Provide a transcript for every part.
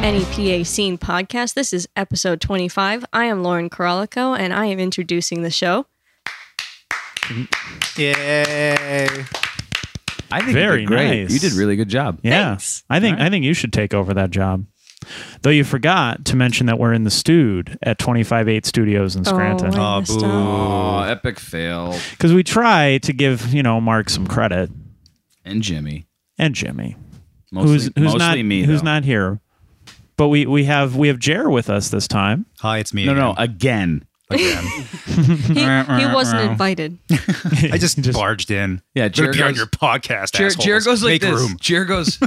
NEPA E Scene Podcast. This is episode 25. I am Lauren Coralico, and I am introducing the show. Yay. I think Very you did great. nice. You did really good job. Yeah. Thanks. I think I think you should take over that job. Though you forgot to mention that we're in the Stude at 258 Studios in Scranton. I Oh, messed boo. up. Oh, epic fail. Because we try to give, you know, Mark some credit And Jimmy. and Jimmy. Mostly, who's who's mostly not me. who's though. not here. But we, we have we have Jer with us this time. Hi, it's me. No, no, again. again. He, he wasn't invited. I just, barged in. Yeah, Better Jared be on goes- your podcast. Jer, assholes. Jer goes Make like this. room. Jer goes,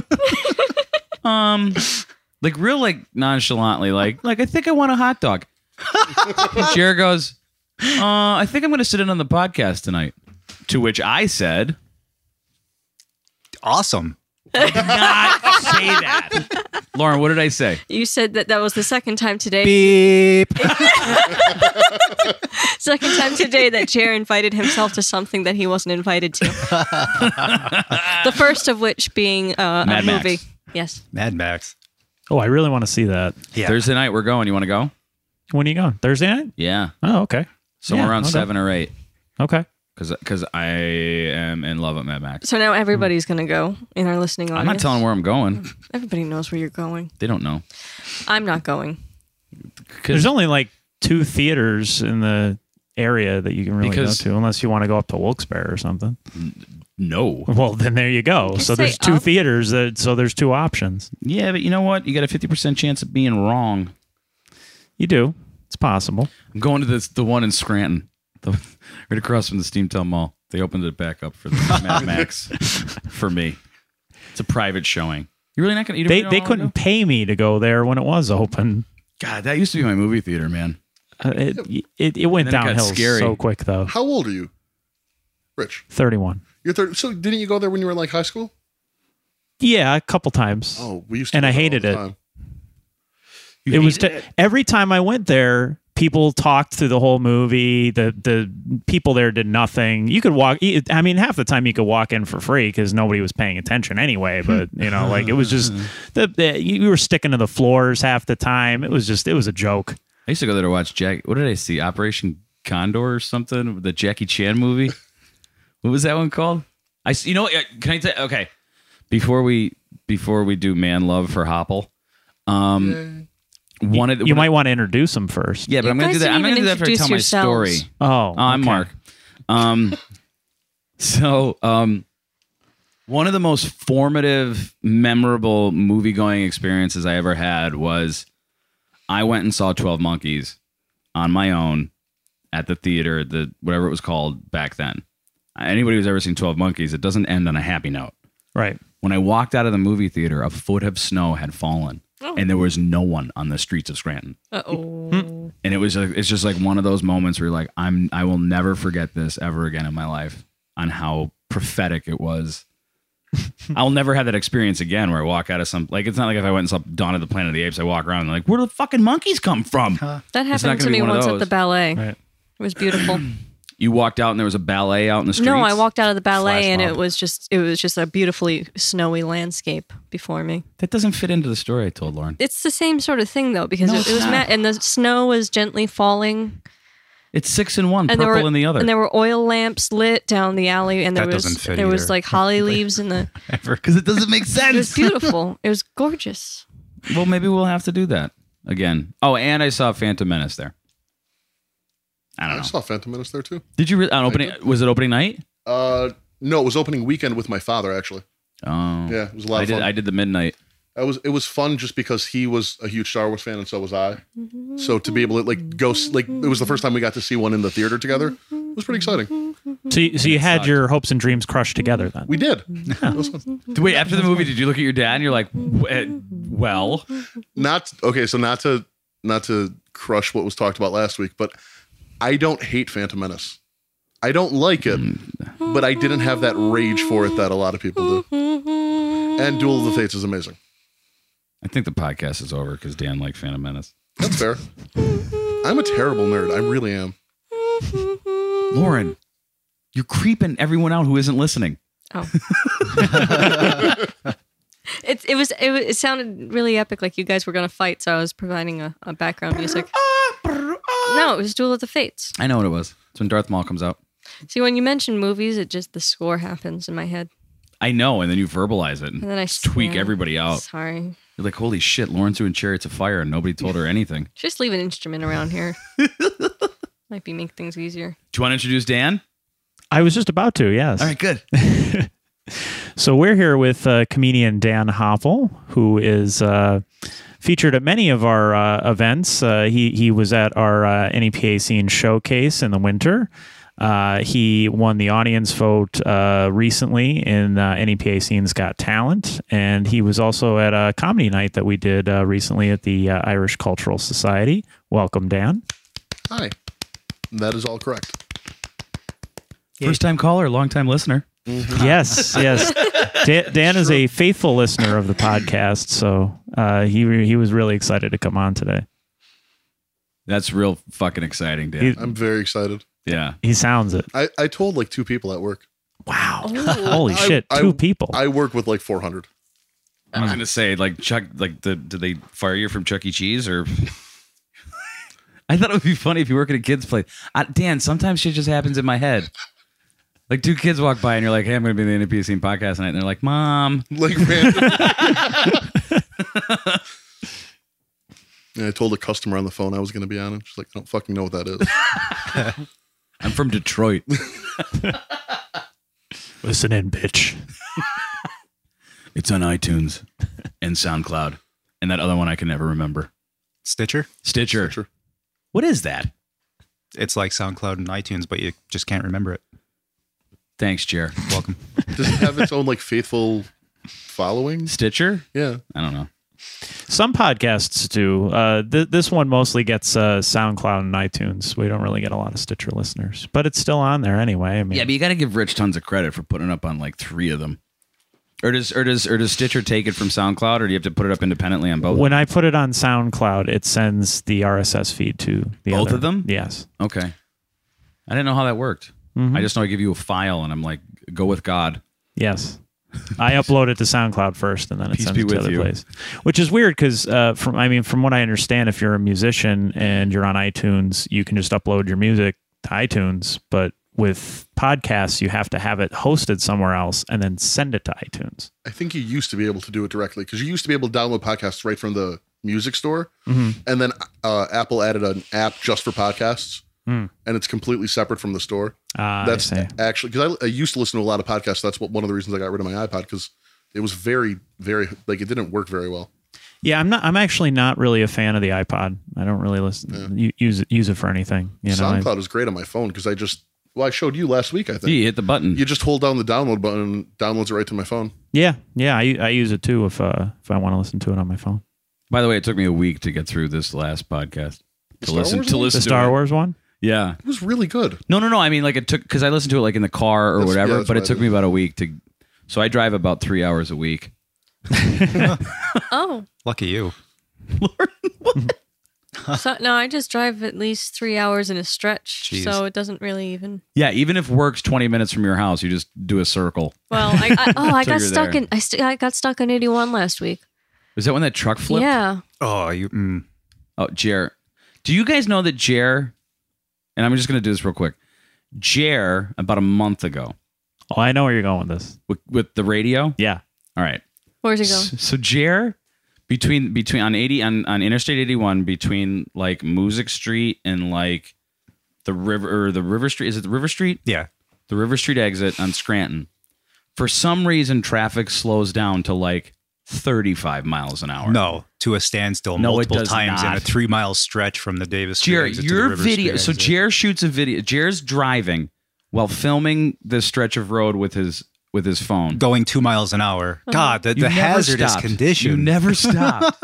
um, like real like nonchalantly, like like I think I want a hot dog. Jer goes, uh, I think I'm going to sit in on the podcast tonight. To which I said, Awesome. not say that. Lauren, what did I say? You said that that was the second time today. Beep. Second time today that Jer invited himself to something that he wasn't invited to. the first of which being uh, a Mad Max. movie. Yes. Mad Max. Oh, I really want to see that. Yeah. Thursday night we're going. You want to go? When are you going? Thursday night? Yeah, Oh, okay. somewhere Yeah, around I'll go. seven or eight. Okay. Cause, cause I am in love with Mad Max. So now everybody's going to go in our listening audience. I'm not telling where I'm going. Everybody knows where you're going. They don't know. I'm not going. There's only like two theaters in the area that you can really Because- go to unless you want to go up to Wilkes-Barre or something. No. Well, then there you go. You so say there's two up. theaters. That, so there's two options. Yeah, but you know what? You got a 50% chance of being wrong. You do. It's possible. I'm going to this the one in Scranton, the, right across from the Steamtown Mall. They opened it back up for the Mad Max for me. It's a private showing. You're really not gonna. You They really they don't wanna couldn't pay me to go there when it was open. go? God, that used to be my movie theater, man. Uh, it, it it went And then it got downhill scary. so quick though. How old are you, Rich? Thirty one. You're thirty. So didn't you go there when you were in like high school? Yeah, a couple times. Oh, we used to. And go I there all hated the it. time. it was t- every time I went there. People talked through the whole movie. The the people there did nothing. You could walk. I mean, half the time you could walk in for free because nobody was paying attention anyway. But you know, like it was just the, the you were sticking to the floors half the time. It was just it was a joke. I used to go there to watch Jack. What did I see? Operation Condor or something? The Jackie Chan movie. what was that one called? I s- you know what? uh, Can I tell? Okay, before we before we do man love for Hopple, um, one of the- You one of- might want to introduce them first. yeah, Mm. but You I'm gonna guys do that. didn't I'm gonna even do that after I tell introduce my story. yourselves. Oh, Oh, I'm okay. Mark. Um, so, um, one of the most formative, memorable movie going experiences I ever had was I went and saw 12 Monkeys on my own at the theater, the whatever it was called back then. Anybody who's ever seen 12 Monkeys, it doesn't end on a happy note. Right. When I walked out of the movie theater, a foot of snow had fallen and there was no one on the streets of Scranton Uh oh. and it was like Hmm. it's just like one of those moments where you're like i'm i will never forget this ever again in my life on how prophetic it was i'll never have that experience again where i walk out of some like it's not like if i went and saw dawn of the planet of the apes i walk around and like where do the fucking monkeys come from That It's not happened to gonna be me one of once at those. the ballet. Right. It was beautiful. you walked out and there was a ballet out in the street No, I walked out of the ballet Flash and mob. it was just it was just a beautifully snowy landscape before me. that doesn't fit into the story i told lauren It's the same sort of thing though because No, it, it's it was not. ma- and the snow was gently falling it's six in one and purple there were in the other and there were oil lamps lit down the alley and there That was doesn't fit there was either. like holly leaves in the because it doesn't make it was sense beautiful. it was gorgeous. well maybe we'll have to do that again oh and i saw phantom menace there i don't I know saw Phantom Menace there too. did you re- on opening was it opening night Uh, no, it was opening weekend with my father actually. Oh, Yeah, it was a lot I of did. fun. I did the midnight. I was it was fun just because he was a huge Star Wars fan and so was I. So to be able to like go s- like it was the first time we got to see one in the theater together. It was pretty exciting. So you, so you had your hopes and dreams crushed together then. We did. It was fun. Wait, after the movie, did you look at your dad and you're like, "W- eh, well, Not okay. So not to not to crush what was talked about last week, but I don't hate Phantom Menace. I don't like it, but I didn't have that rage for it that a lot of people do. And Duel of the Fates is amazing. I think the podcast is over because Dan liked Phantom Menace. That's fair. I'm a terrible nerd. I really am. Lauren, you're creeping everyone out who isn't listening. Oh. It, it was it, wa- it sounded really epic, like you guys were gonna fight. So I was providing a, a background music. Ah, No, it was Duel of the Fates. I know what it was. It's when Darth Maul comes out. See, when you mention movies, it just the score happens in my head, I know, and then you verbalize it and, and then I tweak yeah, everybody out. Sorry, You're like, holy shit, Lauren doing chariots of fire, and nobody told her anything. just leave an instrument around here. Might be make things easier. Do you want to introduce Dan? I was just about to, yes. All right, good. So we're here with uh, comedian Dan Hoppel, who is uh, featured at many of our uh, events. Uh, he he was at our uh, NEPA scene showcase in the winter. Uh, he won the audience vote uh, recently in uh, NEPA Scene's Got Talent, and he was also at a comedy night that we did uh, recently at the uh, Irish Cultural Society. Welcome, Dan. Hi. That is all correct. First time caller, long time listener. yes, yes. Dan, Dan is a faithful listener of the podcast, so uh, he re- he was really excited to come on today. That's real fucking exciting, Dan. He, I'm very excited. yeah. he sounds it. I, I told like two people at work. Wow! Oh, Holy I- shit! I- two people. I work with like 400. I was gonna say, like Chuck, like the did they fire you from Chuck E. Cheese or? I thought it would be funny if you work at a kid's place. I, Dan, sometimes shit just happens in my head. Like two kids walk by and you're like, "Hey, I'm gonna be in the NPC podcast tonight," and they're like, "Mom." Like random. And I told a customer on the phone I was going to be on it. She's like, I don't fucking know what that is. I'm from Detroit. Listen in, bitch. It's on iTunes and SoundCloud and that other one I can never remember. Stitcher. Stitcher. Stitcher. What is that? It's like SoundCloud and iTunes, but you just can't remember it. Thanks, Jer. Welcome. Does it have its own like faithful following? Stitcher? Yeah. I don't know. Some podcasts do. Uh, th- this one mostly gets uh, SoundCloud and iTunes. We don't really get a lot of Stitcher listeners, but it's still on there anyway. I mean, Yeah, but you got to give Rich tons of credit for putting up on like three of them. Or does or does or does Stitcher take it from SoundCloud, or do you have to put it up independently on both? when I put it on SoundCloud, it sends the RSS feed to the Both other- of them? Yes. Okay, I didn't know how that worked. Mm-hmm. I just know I give you a file, and I'm like, go with God. Yes. I upload it to SoundCloud first, and then it Peace sends be it to with other you. place. Which is weird because, uh, from I mean, from what I understand, if you're a musician and you're on iTunes, you can just upload your music to iTunes. But with podcasts, you have to have it hosted somewhere else and then send it to iTunes. I think you used to be able to do it directly because you used to be able to download podcasts right from the music store. And then uh, Apple added an app just for podcasts and it's completely separate from the store. Ah, Uh, that's I see. actually because I, I used to listen to a lot of podcasts. That's what one of the reasons I got rid of my iPod because it was very, very like it didn't work very well. yeah. I'm not. I'm actually not really a fan of the iPod. I don't really listen u- use it, use it for anything. You know, I- SoundCloud is great on my phone because I just well I showed you last week I think You hit the button. you just hold down the download button and downloads it right to my phone. yeah, yeah. I, I use it too if uh, if I want to listen to it on my phone. By the way, it took me a week to get through this last podcast to Star listen Wars to one? listen The Star to it. Wars one. Yeah, It was really good. No, no, no. I mean, like it took because I listened to it like in the car or That's- yeah, whatever, that's but what it I took did. me about a week to. So I drive about three hours a week. oh. Lucky you. So, no, I just drive at least three hours in a stretch, Jeez. so it doesn't really even. Yeah, even if work's twenty minutes from your house, you just do a circle. Well, I, I oh, I So got you're stuck there. in I, st- I got stuck on eighty one last week. Is that when that truck flipped? Yeah, Oh, you. Mm. Oh, Jer. Do you guys know that Jer? And I'm just gonna do this real quick. Jer, about a month ago, Oh, I know where you're going with this. with, with the radio. Yeah. All right. where's it going? S- So Jer, between between on eighty on, on Interstate eighty one between like Music Street and like the river or the River Street is it the River Street? Yeah. the River Street exit on Scranton. For some reason, traffic slows down to like 35 miles an hour. No, to a standstill No, it multiple does times in not. a three mile stretch from the Davis Street. Jer, exit to the your River video. Street So exit. Jer shoots a video. Jer's driving while filming this stretch of road with his with his phone. going two miles an hour. God, the, You the never hazardous stopped. condition. You never stop.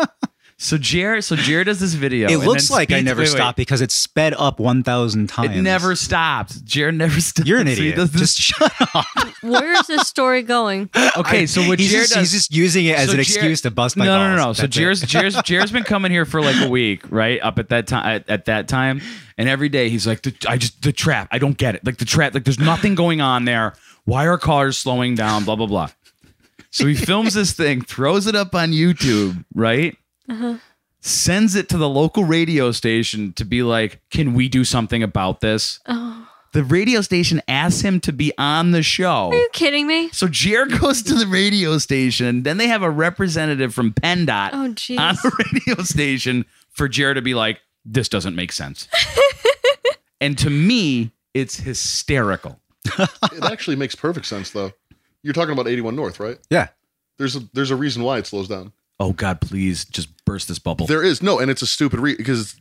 so Jer, so Jer does this video. it and looks then like I speeds- never wait, wait. stopped because it's sped up one thousand times. It never stopped. Jer never stopped. You're an So he idiot. does this- just shut up. Where is this story going? okay, so what he's, Jer just, does, he's just using it as So an Jer- excuse to bust my no, balls. No, no, no. So That's it. Jer's Jer's Jer's been coming here for like a week, right? Up at that time, at, at that time, and every day he's like, the, "I just the trap. I don't get it. Like the trap. Like there's nothing going on there. Why are cars slowing down? Blah blah blah." So he films this thing, throws it up on YouTube, right? Sends it to the local radio station to be like, can we do something about this? The radio station asks him to be on the show. Are you kidding me? So Jer goes to the radio station. Then they have a representative from PennDOT Oh, jeez. on the radio station for Jer to be like, this doesn't make sense. and to me, it's hysterical. it actually makes perfect sense though. You're talking about 81 North, right? Yeah. There's a there's a reason why it slows down. Oh God, please just burst this bubble. There is no, and it's a stupid re because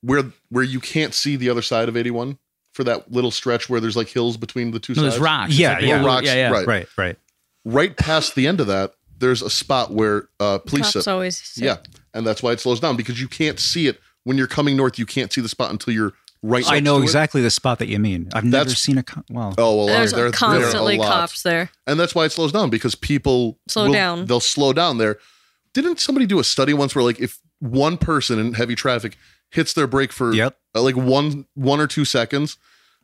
where where you can't see the other side of 81 for that little stretch where there's like hills between the two no, sides. there's rocks. Yeah, It's like yeah. little- Rocks, right. Right, right. Right past the end of that, there's a spot where uh police Cops sit. always. say- Yeah. And that's why it slows down because you can't see it when you're coming north, you can't see the spot until you're right. I next know to it. exactly the spot that you mean. I've never That's- seen a con- well. Oh well, There's there, there are constantly a lot. cops there. and that's why it slows down because people Slow will- down. They'll slow down there. Didn't somebody do a study once where like if one person in heavy traffic hits their brake for Yep. uh, like one one or two seconds,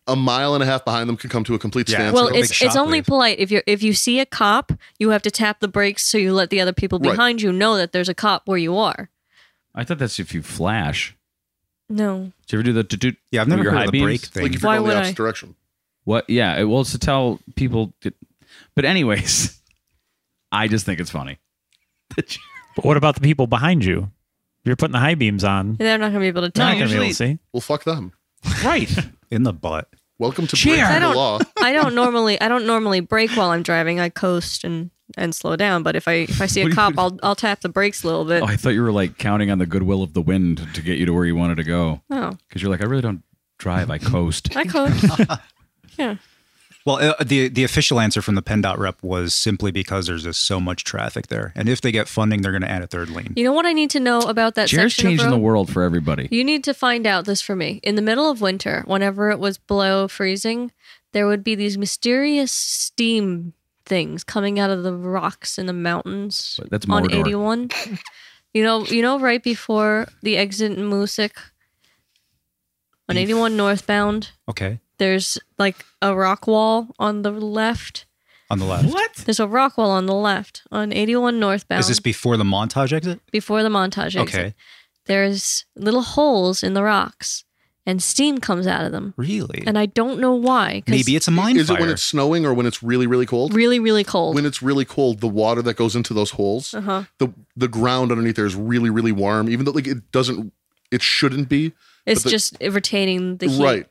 a mile and a half behind them could come to a complete Yeah. standstill. That's well, like a big it's it's only shockwave. polite if you if you see a cop, you have to tap the brakes so you let the other people Right. behind you know that there's a cop where you are. I thought that's if you flash. No, Did you ever do the toot toot? Yeah, I've never Your heard high of the beams? break thing. like if you're Why going the would opposite I? direction. What? Yeah. it- well, it's to tell people. that- but anyways, I just think it's funny. But what about the people behind you? You're putting the high beams on. they're not going to be able to tell. Not gonna be able usually- to see. Well, fuck them. right. in the butt. Welcome to Cheer. breaking I the don't- law. I don't normally I don't normally brake while I'm driving. I coast and and slow down. But if I if I see What a do you cop, I'll I'll tap the brakes a little bit. Oh, Oh, I thought you were like counting on the goodwill of the wind to get you to where you wanted to go. Because you're like, I really don't drive. I coast. Oh, I coast. yeah. Well, uh, the the official answer from the PennDOT rep was simply because there's just so much traffic there, and if they get funding, they're going to add a third lane. You know what I need to know about that Jared's section of changing the road? world for everybody. You need to find out this for me. In the middle of winter, whenever it was below freezing, there would be these mysterious steam things coming out of the rocks in the mountains But that's on Mordor. 81. you know, you know right before the exit in Moosic on 81 northbound, Okay, there's like a rock wall on the left. on the left. What There's a rock wall on the left on 81 northbound is this before the montage exit? before the montage exit. Okay, There's little holes in the rocks and steam comes out of them. really? And I don't know why. 'cause Maybe it's a mine Is fire. it when it's snowing or when it's really really cold? really, really cold. When it's really cold, the water that goes into those holes, uh-huh. the the ground underneath there is really really warm. Even though like it doesn't, it shouldn't be. It's the- just retaining the heat. Right.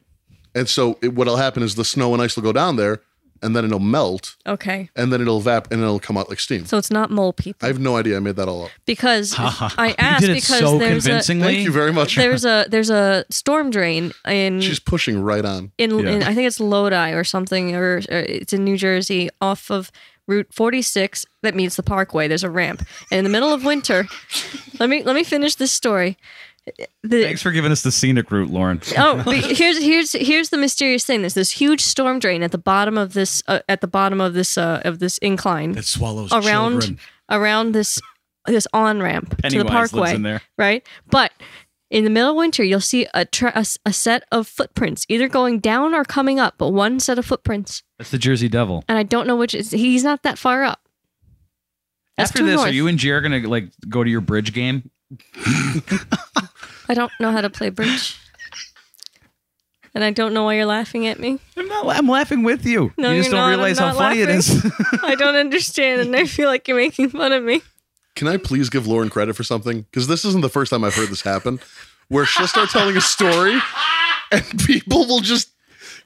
And so it, what'll happen is the snow and ice will go down there, and then it'll melt, Okay. and then it'll evap, and it'll come out like steam. So it's not mole people. I have no idea. I made that all up. because I asked you did it because so there's convincingly. Thank you very a much. there's a there's a storm drain in She's pushing right on. in, Yeah. in I think it's Lodi or something, or, or it's in New Jersey off of Route 46 that meets the Parkway. There's a ramp, and in the middle of winter, let me let me finish this story. The- Thanks for giving us the scenic route, Lauren. oh, but here's here's here's the mysterious thing. There's this huge storm drain at the bottom of this uh, at the bottom of this uh, of this incline that swallows around around this this on ramp to the Pennywise parkway lives in there. right? But in the middle of winter, you'll see a, tra- a, s- a set of footprints, either going down or coming up, but one set of footprints. That's the Jersey Devil. And I don't know which is, he's not that far up. That's After too this, north. are you and Jer gonna like go to your bridge game? I don't know how to play bridge. And I don't know why you're laughing at me. I'm not. I'm laughing with you. No, you just you're don't not. realize I'm how not funny it is. I don't understand, and I feel like you're making fun of me. Can I please give Lauren credit for something? Because this isn't the first time I've heard this happen, where she'll start telling a story, and people will just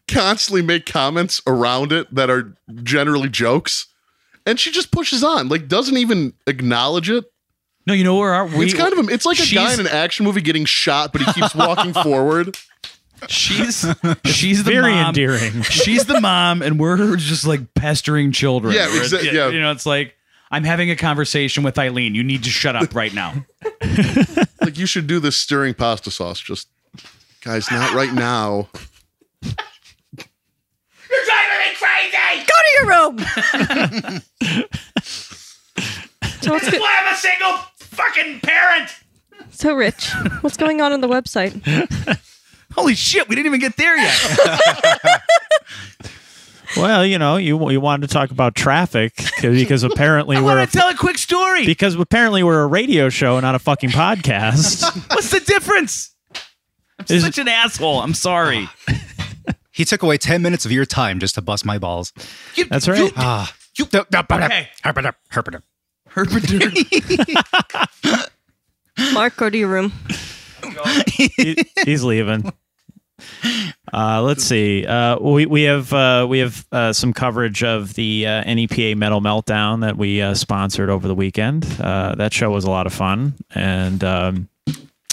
constantly make comments around it that are generally jokes, and she just pushes on, like doesn't even acknowledge it. no, you know where our we? It's kind of a, it's like a guy she's- in an action movie getting shot, but he keeps walking forward. she's she's the Very mom. endearing. She's the mom, and we're just like pestering children. Yeah, We're- exa- yeah. You know, it's like I'm having a conversation with Eileen. You need to shut up right now. Like you should do this stirring pasta sauce. Just guys, not right now. Go to your room! so, what's go- I'm a single fucking parent. so, Rich, what's going on on the website? Holy shit, we didn't even get there yet. Well, you know, you you wanted to talk about traffic 'cause- because apparently I we're a, want to tell a quick story. because apparently we're a radio show, not a fucking podcast. What's the difference? I'm Is- such an asshole. I'm sorry. He took away 10 minutes of your time just to bust my balls. You- That's right. You, Ah. You- Okay. Okay. Herpenter. Mark, go to your room. He- he's leaving. Uh, let's see. Uh, we we have uh, we have uh, some coverage of the uh, NEPA Metal Meltdown that we uh, sponsored over the weekend. Uh, that show was a lot of fun, and um,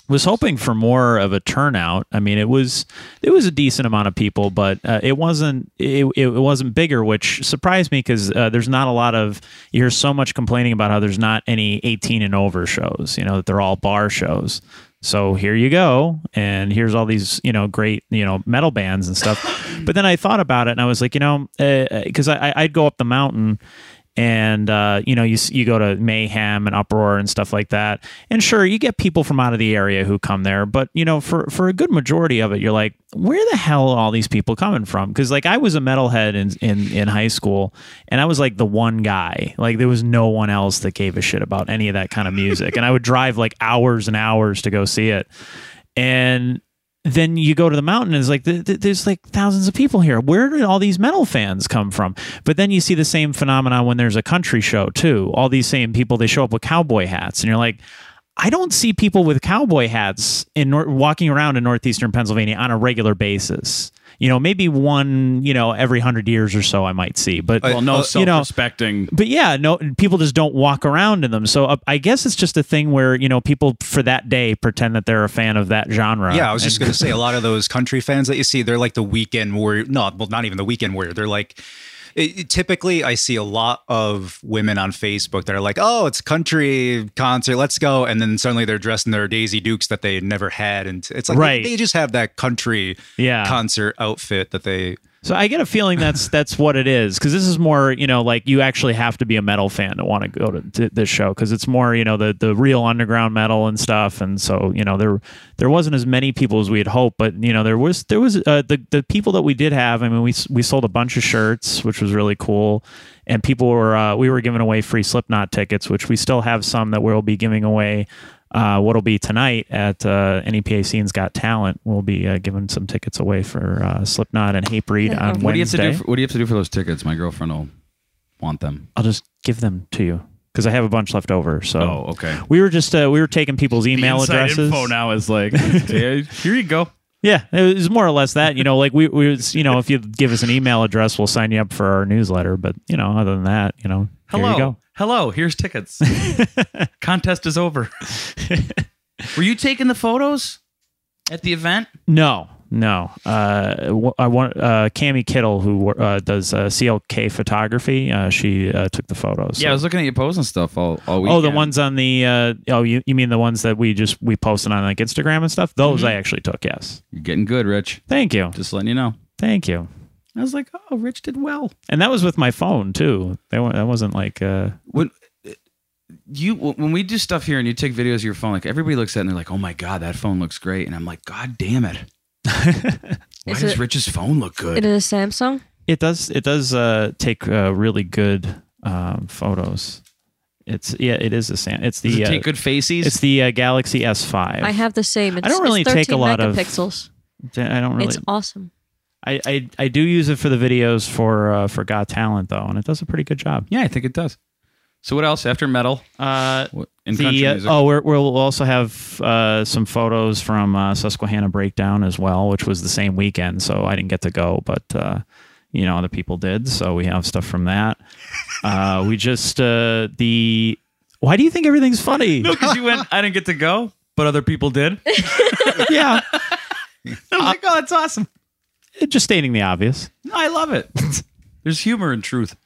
was hoping for more of a turnout. I mean, it was it was a decent amount of people, but uh, it wasn't it, it wasn't bigger, which surprised me because uh, there's not a lot of you hear so much complaining about how there's not any 18 and over shows. You know that they're all bar shows. So here you go, and here's all these you know great you know metal bands and stuff. but then I thought about it, and I was like, you know, because I I I'd go up the mountain and uh, you know you s- you go to mayhem and uproar and stuff like that and sure you get people from out of the area who come there but you know for for a good majority of it you're like where the hell are all these people coming from because like i was a metalhead in, in in high school and i was like the one guy like there was no one else that gave a shit about any of that kind of music and i would drive like hours and hours to go see it and then you go to the mountain and it's like th- th- there's like thousands of people here where did all these metal fans come from but then you see the same phenomenon when there's a country show too all these same people they show up with cowboy hats and you're like i don't see people with cowboy hats in nor- walking around in northeastern pennsylvania on a regular basis you know maybe one you know every 100 years or so i might see but Well, no you know- self-respecting. but yeah, no, people just don't walk around in them. So uh, I guess it's just a thing where you know people for that day pretend that they're a fan of that genre. Yeah, I was just Uh, And- going to say a lot of those country fans that you see, they're like the weekend warrior. No, well, not even the weekend warrior. They're like, it- it- typically, I see a lot of women on Facebook that are like, oh, it's country concert, let's go. And then suddenly they're dressed in their Daisy Dukes that they never had. And it's like, Right. they, they just have that country Yeah. concert outfit that they. So I get a feeling that's that's what it is because this is more you know like you actually have to be a metal fan to want to go to, to this show because it's more you know the the real underground metal and stuff and so you know there there wasn't as many people as we had hoped but you know there was there was uh, the the people that we did have I mean we s- we sold a bunch of shirts which was really cool and people were uh, we were giving away free Slipknot tickets which we still have some that we'll be giving away. Uh, what'll be tonight at uh, NEPA Scenes Got Talent? We'll be uh, giving some tickets away for uh, Slipknot and Hatebreed on What do you have Wednesday. to do? For, what do you have to do for those tickets? My girlfriend will want them. I'll just give them to you because I have a bunch left over. So Oh, okay. we were just uh, we were taking people's email Inside addresses. info now is like, here you go. Yeah, it was more or less that. You know, like we, we was, you know, if you give us an email address, we'll sign you up for our newsletter. But you know, other than that, you know, Hello. Here you go. Hello. Here's tickets. Contest is over. Were you taking the photos at the event? No, no. Uh, wh- I want uh, Cami Kittle, who wor- uh, does uh, CLK photography. Uh, she uh, took the photos. Yeah, I So- was looking at your posts and stuff all, all week. Oh, the ones on the uh, oh, you, you mean the ones that we just we posted on like Instagram and stuff? Those I actually took. Yes, You're getting good, Rich. thank you, Just letting you know. thank you. I was like, oh, Rich did well. And that was with my phone too. That wa- that wasn't like uh, When you when we do stuff here and you take videos of your phone, like everybody looks at it and they're like, "Oh my god, that phone looks great," and I'm like, "God damn it." Why Is does it- Rich's phone look It good? is a Samsung. it does it does uh, take uh, really good um, photos. It's yeah, it is a Sam. It's Does the it uh, take good faces? it's the uh, Galaxy S five. I have the same. It's, don't really it's 13 take a lot of- megapixels. I don't really. It's awesome. I, I I do use it for the videos for uh, for Got Talent though, and it does a pretty good job. yeah, I think it does. So what else after metal? Uh, What, in the, country uh, music? oh, we're, we'll also have uh, some photos from uh, Susquehanna Breakdown as well, which was the same weekend, so I didn't get to go, but uh, you know other people did, so we have stuff from that. uh, we just uh, the. Why do you think everything's funny? Because you went, I didn't get to go, but other people did. I yeah, was like, oh, that's awesome. just stating the obvious. No, I love it. There's humor and truth.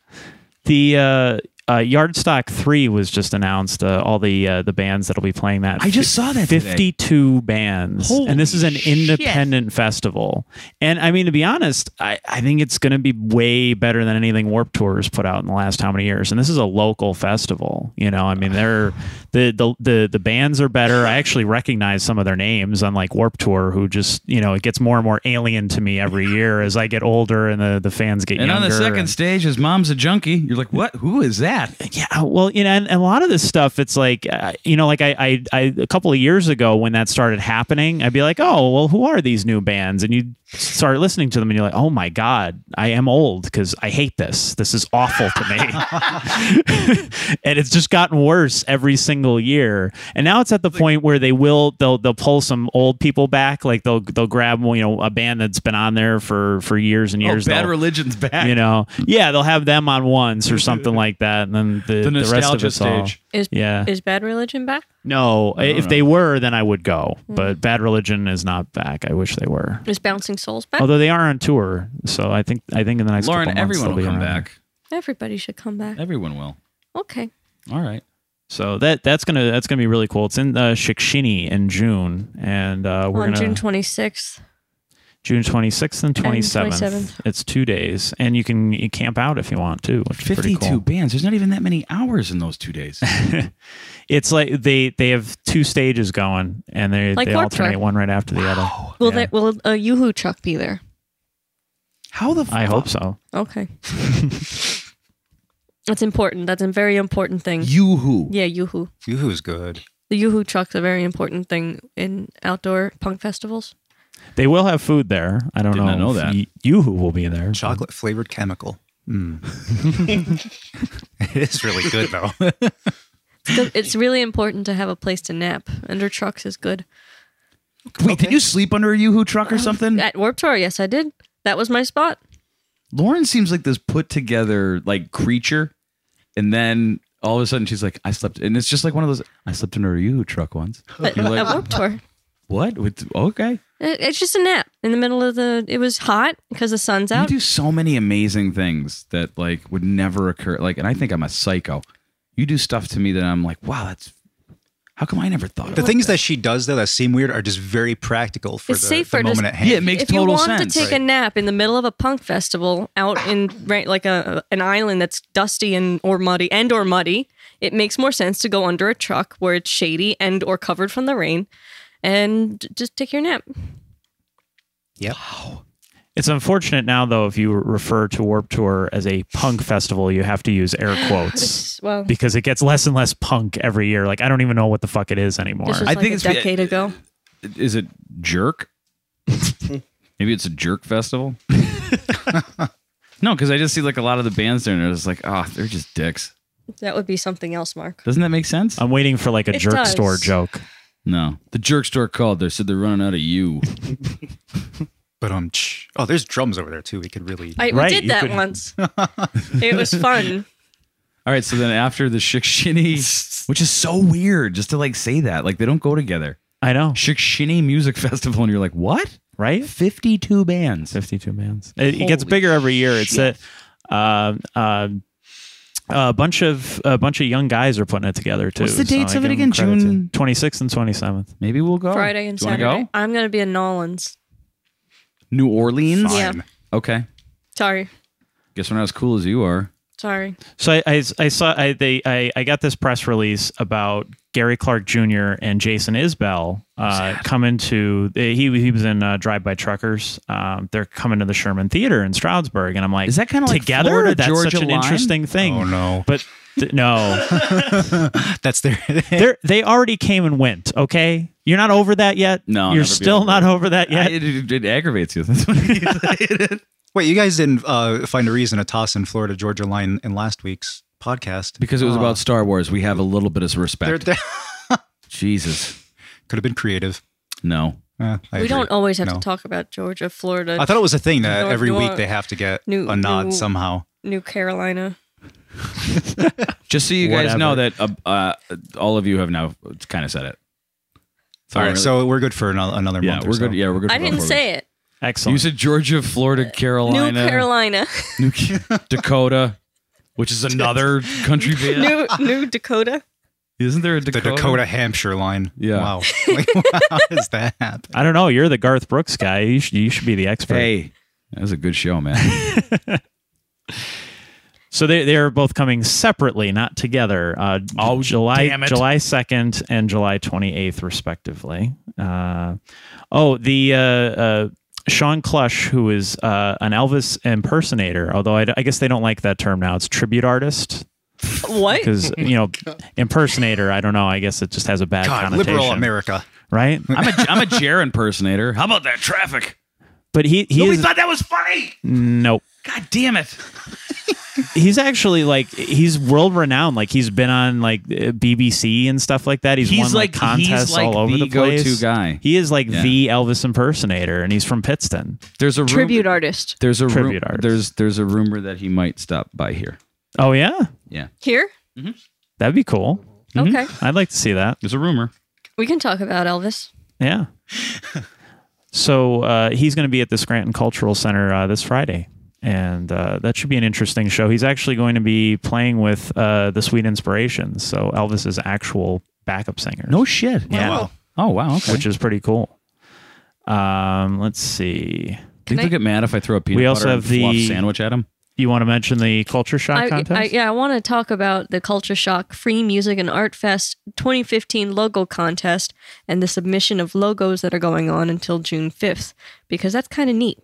The uh, uh, Yardstock Three was just announced. Uh, all the uh, the bands that'll be playing that. I just saw that today. Fifty-two bands, and this is an independent festival. And I mean, to be honest, I, I think it's going to be way better than anything Warp Tours put out in the last how many years. And this is a local festival. You know, I mean, they're the the the, the bands are better. I actually recognize some of their names, unlike Warp Tour, who just you know it gets more and more alien to me every year as I get older and the the fans get And younger. on the second and- stage is Mom's a Junkie. You're like, what? Who is that? yeah well you know and, and a lot of this stuff it's like uh, you know like I, I i a couple of years ago when that started happening i'd be like oh well who are these new bands and you start listening to them and you're like oh my god i am old because i hate this this is awful to me and it's just gotten worse every single year and now it's at the point where they will they'll they'll pull some old people back like they'll they'll grab you know a band that's been on there for for years and years oh, Bad They'll- Religion's back. you know, yeah, they'll have them on once or something like that, and then the, the the, rest of nostalgia us stage. Uh. Is Yeah. is bad religion back? all. No, don't if know. they were, then I would go. Hmm. But Bad Religion is not back. I wish they were. Is bouncing souls back? Although they are on tour, so I think I think in the next Lauren, couple months everyone will they'll be come around. back. Everybody should come back. Everyone will. Okay. All right. So that that's gonna that's gonna be really cool. It's in uh, Shikshini in June, and uh, we're On gonna June 26th. June 26th and 27th. 27th. It's two days, and you can you camp out if you want to, which is pretty 52 cool. bands. There's not even that many hours in those two days. It's like they they have two stages going, and they Like they Warped Tour. alternate one right after the other. Will Yeah. that will a Yoo-Hoo truck be there? How the? I fuck- hope so. Okay. That's important. That's a very important thing. You who? yeah, Yoo-Hoo. Yoo-hoo's good. The Yoo-Hoo truck's a very important thing in outdoor punk festivals. They will have food there. I don't Did not know if that. Y- you who will be there. Chocolate flavored chemical. Mm. it is really good though. It's, good- it's really important to have a place to nap. Under trucks is good. Wait, did you sleep under a Yoo-Hoo truck or Um, something? At Warped Tour, yes, I did. That was my spot. Lauren seems like this put together like creature, and then all of a sudden she's like, "I slept," and it's just like one of those. I slept under a Yoo-Hoo truck once. But You're at Oh, like, Warped Tour, what? With okay, it- it's just a nap in the middle of the. It was hot because the sun's you out. do so many amazing things that like would never occur. Like, and I think I'm a psycho. You do stuff to me that I'm like, wow, that's how come I never thought The of things that she does though that seem weird are just very practical for It's the, safer the to- moment at hand. Yeah, it makes if you total want sense. to take a nap in the middle of a punk festival out in right, like a an island that's dusty and or muddy and or muddy, it makes more sense to go under a truck where it's shady and or covered from the rain, and just take your nap. Yep. It's unfortunate now though if you refer to Warp Tour as a punk festival, you have to use air quotes It's- Well, because it gets less and less punk every year. Like I don't even know what the fuck it is anymore. this was I like think a it's be- decade ago. it. Is it jerk? Maybe it's a jerk festival. no, because I just see like a lot of the bands there, and it's like, oh, they're just dicks. That would be something else, Mark. Doesn't that make sense? I'm waiting for like a It jerk does. store joke. No. Um, The jerk store called. They said they're running out of you. But um, tch. oh, there's drums over there too. We could really. I Right, we did you that could- once. it was fun. All right. So then after the Shikshini, which is so weird just to like say that, like they don't go together. I know, Shikshini Music Festival. And you're like, what? right? 52 bands. 52 bands. It, it gets Holy bigger every year. It's that uh, uh, a bunch of a bunch of young guys are putting it together too. What's the dates I of it give again? them credit to- June- 26th and 27th. Maybe we'll go. Friday and Do you wanna Saturday. Go? I'm gonna be in Nolans. New Orleans. Yeah. Okay. Sorry. Guess we're not as cool as you are. Sorry. So I, I, I saw I they I, I got this press release about Gary Clark Jr. and Jason Isbell uh, coming to he he was in uh, Drive By Truckers. Um, they're coming to the Sherman Theater in Stroudsburg, and I'm like, Is that kinda like together? Florida That's Georgia such an line? interesting thing. Oh no, But th- no, that's their. they they already came and went. Okay, you're not over that yet. No, I'll you're never be still over not it. over that Yeah. yet. It, it, it aggravates you. That's what it is. Wait, you guys didn't uh, find a reason to toss in Florida Georgia line in last week's podcast because it was Oh. about Star Wars. We have a little bit of They're- respect. they're- Jesus. Could have been creative. No. Eh, I we agree. don't always have No. to talk about Georgia, Florida, I thought it was a thing that North- every week North- they have to get New- a nod New- somehow. New Carolina. Just so you guys Whatever. know that uh, uh, all of you have now kind of said it. All right, Oh, really- so we're good for another, another yeah, month. we're or so. good. Yeah, we're good. I for about didn't four say it. weeks. You Excellent. said Georgia, Florida, Carolina, New Carolina. New Ca- Dakota, which is another country band. New New Dakota. Isn't there a The Dakota? Dakota Hampshire line. Yeah. Wow. Like, how does that happen? I don't know. You're the Garth Brooks guy. You should, you should be the expert. Hey, that was a good show, man. So they they are both coming separately, not together. Uh, oh, July damn it. July second and July twenty eighth, respectively. Uh, oh, the uh, uh, Sean Clush, who is uh, an Elvis impersonator, although I, d- I guess they don't like that term now. It's tribute artist What? because you know impersonator. I don't know. I guess it just has a bad God, connotation, liberal America. right? I'm a I'm a Jer impersonator. How about that traffic? But he he Nobody is thought that was funny. nope. God damn it. he's actually like he's world renowned. Like he's been on like uh, BBC and stuff like that. He's, He's won like, like- contests he's like all over the the, place. go-to guy. He is like Yeah. the Elvis impersonator, and he's from Pittston. There's a rum- Tribute artist. There's a rum- Tribute artist. There's there's a rumor that he might stop by here. Oh yeah, Yeah, Here? that'd be cool. Mm-hmm. Okay. I'd like to see that. there's a rumor. We can talk about Elvis. Yeah. so uh, he's going to be at the Scranton Cultural Center uh, this Friday. And uh, that should be an interesting show. He's actually going to be playing with uh, the Sweet Inspirations, so Elvis's actual backup singer. shit. yeah, Wow. Oh wow. Okay. which is pretty cool. Um, let's see. Do you Can think I- it mad if I throw a peanut We butter also and have the- fluff sandwich at him? You want to mention the culture shock I, contest? I, yeah, I want to talk about the Culture Shock Free Music and Art Fest 2015 logo contest and the submission of logos that are going on until June 5th because that's kind of neat.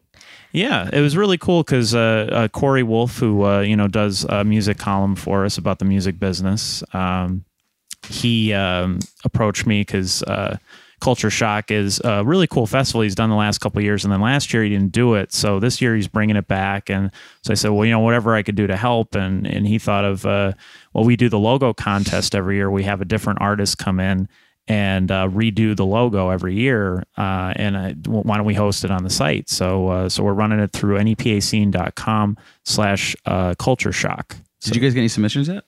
Yeah, it was really cool because uh, uh, Corey Wolf, who uh, you know does a music column for us about the music business, um, he um, approached me because uh, Culture Shock is a really cool festival he's done the last couple of years, and then last year he didn't do it, so this year he's bringing it back, and so I said, well, you know, whatever I could do to help, and and he thought of, uh, well, we do the logo contest every year. We have a different artist come in. And uh, redo the logo every year, uh, and I, why don't we host it on the site? So, uh, so we're running it through nepascene.com slash uh, culture shock. Did you guys get any submissions yet?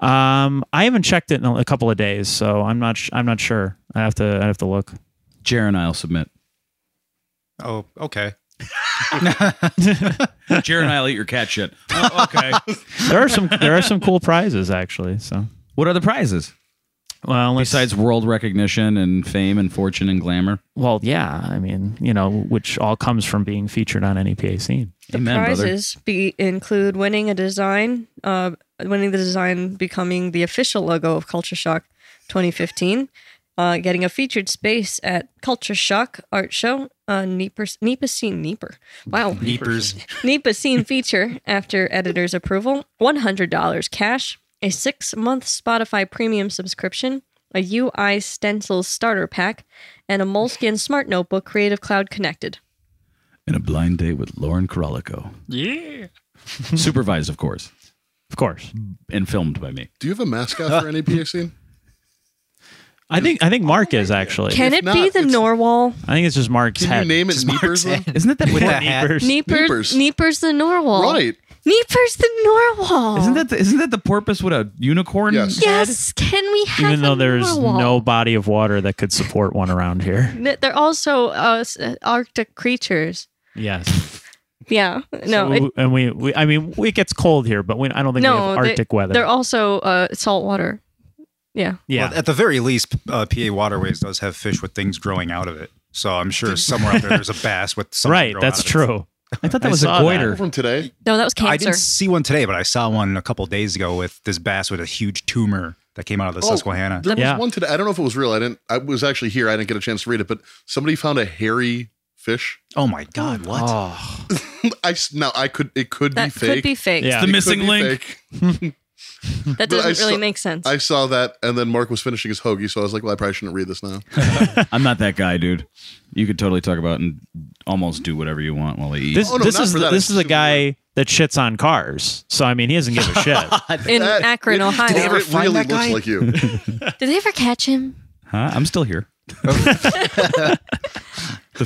Um, I haven't checked it in a couple of days, so I'm not. Sh- I'm not sure. I have to. I have to look. Jer and I'll submit. Oh, okay. Jer and I'll eat your cat shit. okay. There are some. there are some cool prizes actually. So, What are the prizes well, let's- besides world recognition and fame and fortune and glamour? well, yeah. I mean, you know, which all comes from being featured on NEPA scene. The Amen, brother. prizes be, include winning a design, uh, winning the design becoming the official logo of Culture Shock 2015, uh, getting a featured space at Culture Shock Art Show, uh, Neeper, Neepa Scene Neeper. Wow. Neepers. Neepa Scene feature after editor's approval, $100 cash, a six month Spotify premium subscription, a UI stencil starter pack, and a Moleskin Smart Notebook Creative Cloud Connected. And a blind date with Lauren Krolico. Yeah. Supervised, of course, Of course. and filmed by me. Do you have a mascot for NAPA scene? I think. I think Mark is actually. Can If it be not, the it's- Norwal? I think it's just Mark's Can head. you name it Neepers? though? Isn't that the With that hat. Neepers, Neepers. Neepers the Norwal. Right. Neepers the Norwal. Isn't that the, isn't that the porpoise with a unicorn? Yes. Yes. Can we have Even though a there's Norwal? no body of water that could support one around here. Th- They're also uh, s- uh, Arctic creatures. Yes. Yeah. No. So- it- and we, we. I mean, it gets cold here, but we, I don't think we no. have they- Arctic weather. They're also uh, saltwater. Yeah. yeah. Well, at the very least, uh, PA Waterways does have fish with things growing out of it. So I'm sure somewhere out there there's a bass with something right. growing out That's of it. true. I thought that I was a saw that. goiter. From today. No, that was cancer. I didn't see one today, but I saw one a couple days ago with this bass with a huge tumor that came out of the Oh, Susquehanna. There was Yeah. one today. I don't know if it was real. I didn't. I was actually here. I didn't get a chance to read it, but somebody found a hairy fish. Oh my God, what? I s- now I could. It could that be could fake. be fake. Yeah. It could missing be link. fake. That But I doesn't really saw- make sense. I saw that, and then Mark was finishing his hoagie, so I was like, "Well, I probably shouldn't read this now." I'm not that guy, dude. You could totally talk about and almost do whatever you want while I eat. This, Oh, no, this not is for the- that. this It's is a too guy that shits on cars. So I mean, he doesn't give a shit. in That- Akron, it- Ohio. Did Did they they, ever find really that looks guy? like you. ever catch him? Huh? I'm still here. the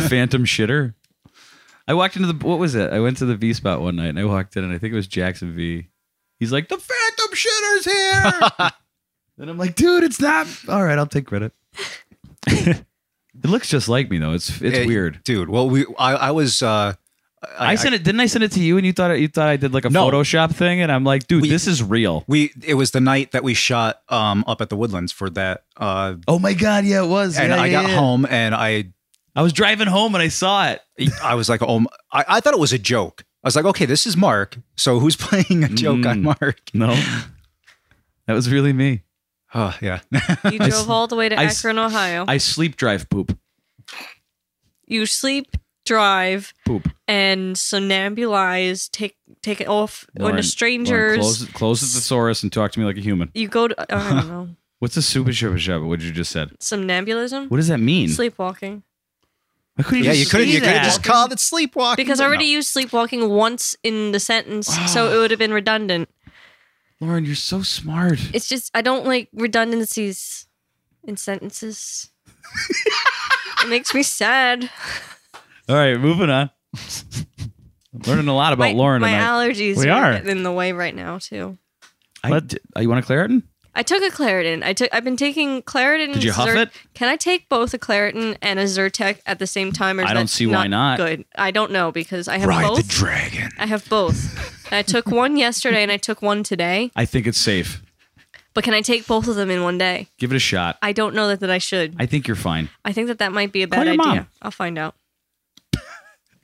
phantom shitter. I walked into the what was it? I went to the V spot one night and I walked in and I think it was Jackson V. He's like, the phantom shitter's here. and I'm like, dude, it's not. All right, I'll take credit. it looks just like me though. It's it's It- weird. dude. Well, we I, I was uh, I, sent it. Didn't I send it to you? And you thought you thought I did like a No. Photoshop thing? And I'm like, dude, We- this is real. we it was the night that we shot um up at the woodlands for that uh Oh my god, yeah, it was. and Yeah, I yeah, got yeah. home and I I was driving home and I saw it. I was like, oh, m- I, I thought it was a joke. I was like, okay, this is Mark. So who's playing a joke on Mm. Mark? No, that was really me. Oh, yeah. You drove all the way to I s- Akron, Ohio. I sleep drive poop you sleep, drive, poop. and somnambulize. Take take it off into Lauren- Lauren, strangers. close, close the thesaurus and talk to me like a human. you go to I don't know What's a super shubba shubba? What you just said? somnambulism, What does that mean? sleepwalking. Why couldn't yeah, just you could have say you could have that? just called it sleepwalking. Because I already used sleepwalking once in the sentence, Ah. so it would have been redundant. Lauren, you're so smart. It's just I don't like redundancies in sentences. it makes me sad. All right, moving on. Learning a lot about my, Lauren my tonight. allergies We are are. getting in the way right now too. I d- uh, you want a Claritin? I took a Claritin. I took. I've been taking Claritin. Did you and huff Zer- it? Can I take both a Claritin and a Zyrtec at the same time? Or is I don't that see why not. Good. I don't know because I have Ride the both. dragon. I have both. And I took one yesterday and I took one today. I think it's safe. But can I take both of them in one day? Give it a shot. I don't know that, that I should. I think you're fine. I think that that might be a bad Call your idea. mom. I'll find out.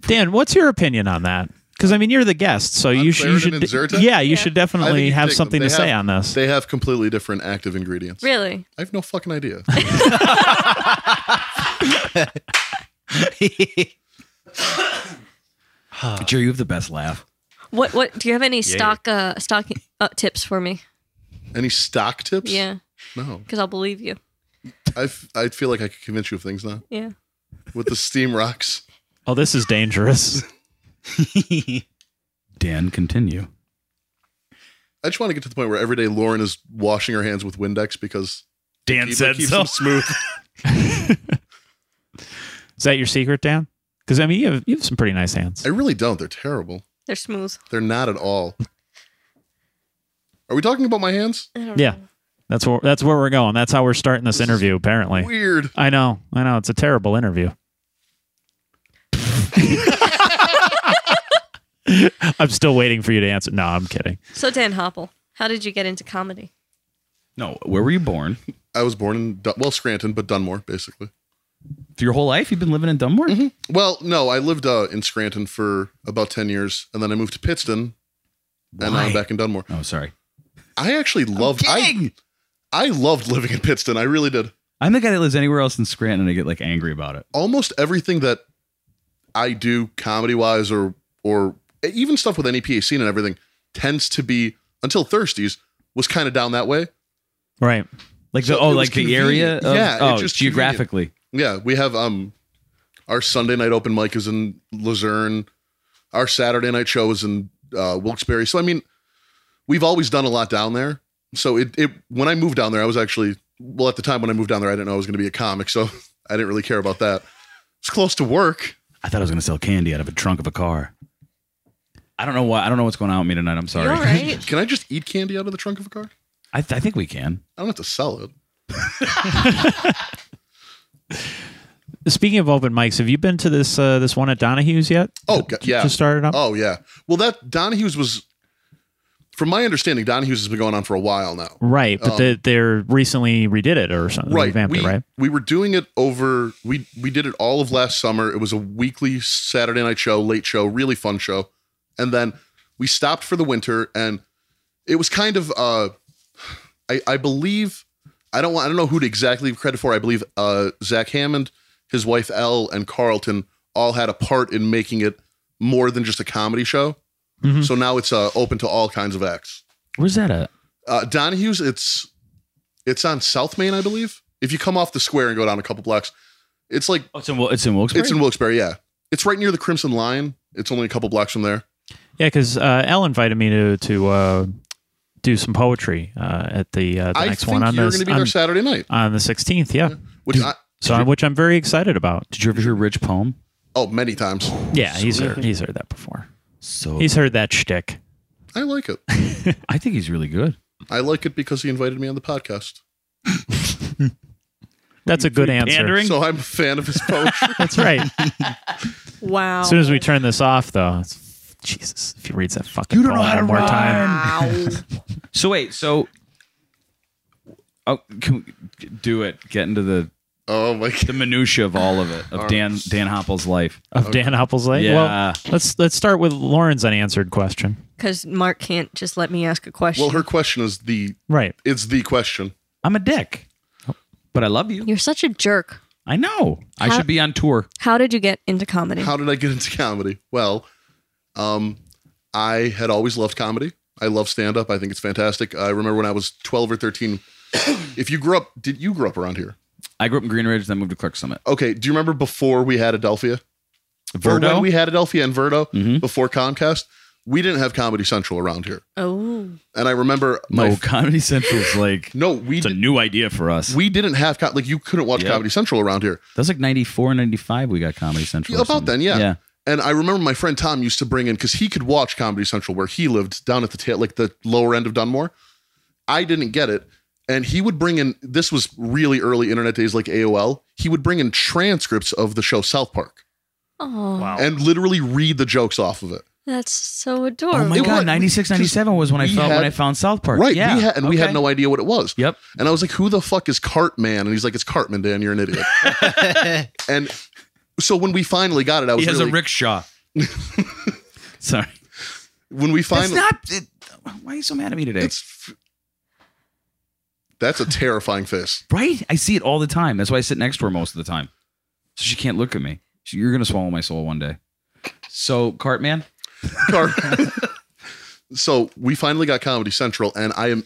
Dan, what's your opinion on that? Because I mean, you're the guest, so you, sh- you Claritin should, and Zyrtec? yeah, you Yeah. should I think definitely you have take them. something They to say have- on this. They have completely different active ingredients. Really? I have no fucking idea. Jerry, you have the best laugh. What? What? Do you have any stock uh, stock uh, tips for me? Any stock tips? Yeah, No. because I'll believe you. I, f- I feel like I could convince you of things now Yeah. with the steam rocks. Oh, this is dangerous. Dan, continue. I just want to get to the point where every day Lauren is washing her hands with Windex because Dan it keeps them smooth. Is that your secret, Dan? Because I mean, you have you have some pretty nice hands. I really don't. They're terrible. They're smooth. They're not at all. Are we talking about my hands? I don't Yeah, know. that's where that's where we're going. That's how we're starting this interview. Apparently, Weird. I know, I know, it's a terrible interview. I'm still waiting for you to answer. No, I'm kidding. So Dan Hopple, how did you get into comedy? No, where were you born? I was born in Dun- well Scranton, but Dunmore basically. Through your whole life, you've been living in Dunmore. Well, no, I lived uh, in Scranton for about ten years, and then I moved to Pittston, and now Why? I'm back in Dunmore. Oh, sorry. I actually loved. I I loved living in Pittston. I really did. I'm the guy that lives anywhere else in Scranton, and I get like angry about it. almost everything that I do comedy wise or or even stuff with NEPA scene and everything tends to be until Thirsties was kind of down that way. Right. Like So the oh, it was like the convenient. area. Of, Yeah, it's oh, just geographically. Yeah, we have um our Sunday night open mic is in Luzerne. Our Saturday night show is in uh, Wilkes-Barre. So I mean, we've always done a lot down there. So it it when I moved down there, I was actually well at the time when I moved down there, I didn't know I was going to be a comic, so I didn't really care about that. It's close to work. I thought I was going to sell candy out of a trunk of a car. I don't know why. I don't know what's going on with me tonight. I'm sorry. You all right? Can I just eat candy out of the trunk of a car? I, th- I think we can. I don't have to sell it. Speaking of open mics, have you been to this uh, this one at Donahue's yet? Oh, g- yeah. Just started up. Oh yeah. Well, that Donahue's was, from my understanding, Donahue's has been going on for a while now. Right, but Um, they, they're recently redid it or something. Right. revamped we, it, right? we were doing it over. We we did it all of last summer. It was a weekly Saturday night show, late show, really fun show, and then we stopped for the winter, and it was kind of. uh I, I believe I don't want I don't know who to exactly give credit for. I believe uh, Zach Hammond, his wife Elle, and Carlton all had a part in making it more than just a comedy show. Mhm. So now it's uh, open to all kinds of acts. Where's that at? Uh, Donahue's, it's it's on South Main, I believe. If you come off the square and go down a couple blocks, it's like Oh, it's in Wil- it's in Wilkes-Barre. it's in Wilkes-Barre. Yeah, it's right near the Crimson Lion. It's only a couple blocks from there. Yeah, because uh, Elle invited me to to uh, do some poetry uh, at the, uh, the I next think one on you're this going to be there on, Saturday night. on the sixteenth. Yeah, Which I, so which I'm very excited about. Did you ever hear Rich poem? oh, many times. Yeah, he's heard, he's heard that before. So He's heard that shtick. I like it. I think he's really good. I like it because he invited me on the podcast. That's a good answer. pandering? So I'm a fan of his poetry. That's right. Wow. As soon as we turn this off, though, it's, Jesus, if he reads that fucking You don't know poem how to one more time, wow. So wait, so oh, can we do it? Get into the Oh my the god. minutia of all of it of Dan Dan Hopple's life. of Dan Apple's life. Yeah. Well, let's let's start with Lauren's unanswered question. Because Mark can't just let me ask a question. Well, her question is the Right. it's the question. I'm a dick, but I love you. You're such a jerk. I know. I should be on tour. How did you get into comedy? How did I get into comedy? Well, um, I had always loved comedy. I love stand up. I think it's fantastic. I remember when I was 12 or 13. if you grew up, did you grow up around here? I grew up in Green Ridge, then moved to Clark Summit. Okay. Do you remember before we had Adelphia? Or Verdo? Mm-hmm. when we had Adelphia and Verdo before Comcast, we didn't have Comedy Central around here. oh. And I remember my No, Comedy Central's like no, we it's a did, new idea for us. we didn't have co- like you couldn't watch Yeah. Comedy Central around here. that was like 94, 95 we got Comedy Central. or About something. then, yeah. Yeah. And I remember my friend Tom used to bring in because he could watch Comedy Central where he lived down at the tail, like the lower end of Dunmore. I didn't get it, and he would bring in. This was really early internet days, like AOL. He would bring in transcripts of the show South Park Oh, and literally read the jokes off of it. that's so adorable. Oh my It god, was- 96, 97 was when I we felt had- when I found South Park. Right? Yeah. We had, and we had Okay. no idea what it was. Yep. And I was like, "Who the fuck is Cartman?" And he's like, "It's Cartman, Dan. You're an idiot." and so when we finally got it, I was He has really, a rickshaw. Sorry. when we That's finally not. it- why are you so mad at me today? It's f- that's a terrifying face. right? I see it all the time. That's why I sit next to her most of the time. So she can't look at me. She, you're going to swallow my soul one day. So, Cartman, Car- so we finally got Comedy Central, and I am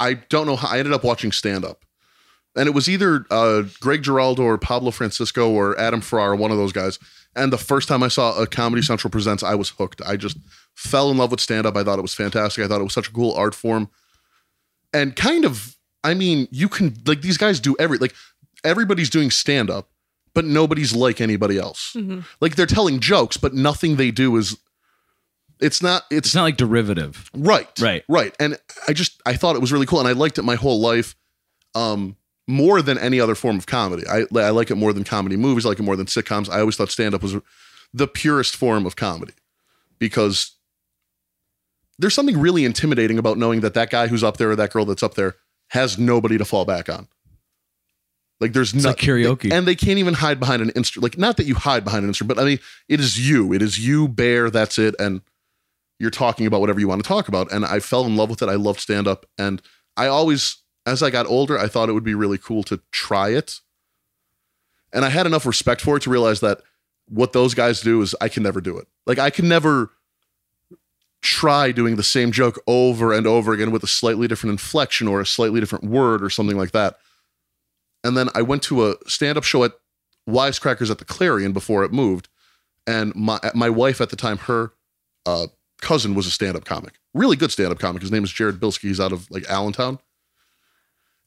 I don't know how I ended up watching stand up, and it was either uh, Greg Giraldo or Pablo Francisco or Adam Ferrara, one of those guys. And the first time I saw a Comedy Central presents, I was hooked. I just fell in love with stand up. I thought it was fantastic. I thought it was such a cool art form, and kind of I mean, you can like these guys do every like everybody's doing stand up. But nobody's like anybody else. Mm-hmm. Like they're telling jokes, but nothing they do is it's not it's it's not like derivative. right Right. right and i just i thought it was really cool and i liked it my whole life um more than any other form of comedy i, I like it more than comedy movies i like it more than sitcoms i always thought stand up was the purest form of comedy because there's something really intimidating about knowing that that guy who's up there or that girl that's up there has nobody to fall back on like there's It's no like karaoke. and they can't even hide behind an instrument. Like, not that you hide behind an instrument, but I mean, it is you. It is you, bear. That's it. And you're talking about whatever you want to talk about. And I fell in love with it. I loved stand up. And I always, as I got older, I thought it would be really cool to try it. And I had enough respect for it to realize that what those guys do is I can never do it. Like, I can never try doing the same joke over and over again with a slightly different inflection or a slightly different word or something like that and then I went to a stand-up show at Wisecrackers at the Clarion before it moved, and my my wife at the time, her uh, cousin was a stand-up comic, really good stand-up comic. His name is Jared Bilski. He's out of like Allentown,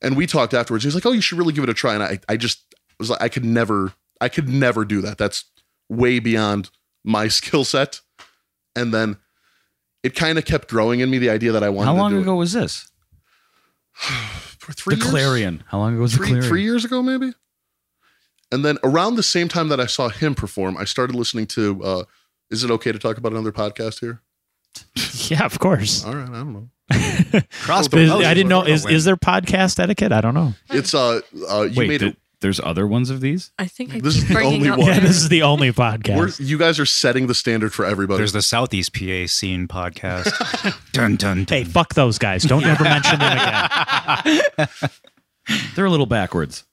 and we talked afterwards. He's like, "Oh, you should really give it a try." And I I just was like, I could never, I could never do that. That's way beyond my skill set. And then it kind of kept growing in me the idea that I wanted. How long to do ago was this? It. For Three the years? Clarion. How long ago was the three, Clarion? three years ago, maybe. And then around the same time that I saw him perform, I started listening to. Uh, is it okay to talk about another podcast here? Yeah, of course. All right, I don't know. Cross Is- promotion. I didn't know. We're Is, oh, gonna is there podcast etiquette? I don't know. It's uh, uh you Wait, made th- it. there's other ones of these? I think I This keep is the bringing only up one. Yeah, their- this is the only We're, podcast. you guys are setting the standard for win. everybody. There's the Southeast PA scene podcast. dun dun dun. Hey, fuck those guys. Don't ever mention them again. They're a little backwards.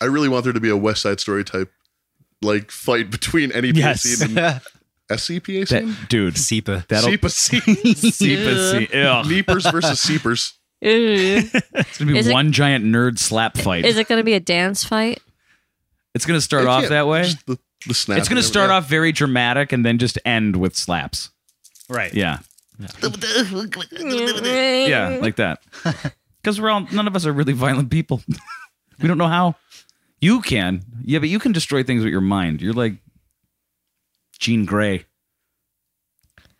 I really want there to be a West Side Story type like fight between NEPA Yes. scene and SCPA That, scene. dude, SEPA. that'll. SEPA scene. Seepa, see- ugh. Neepers versus Seepers. Ew. It's going to be Is it- one giant nerd slap fight. is it going to be a dance fight? it's going to start It off can't- that way. just The, the snap. It's going to start off very dramatic and then just end with slaps. Right. Yeah. Yeah, yeah. like that. Because we're all none of us are really violent people. we don't know how. You can, yeah, but you can destroy things with your mind. You're like Jean Grey.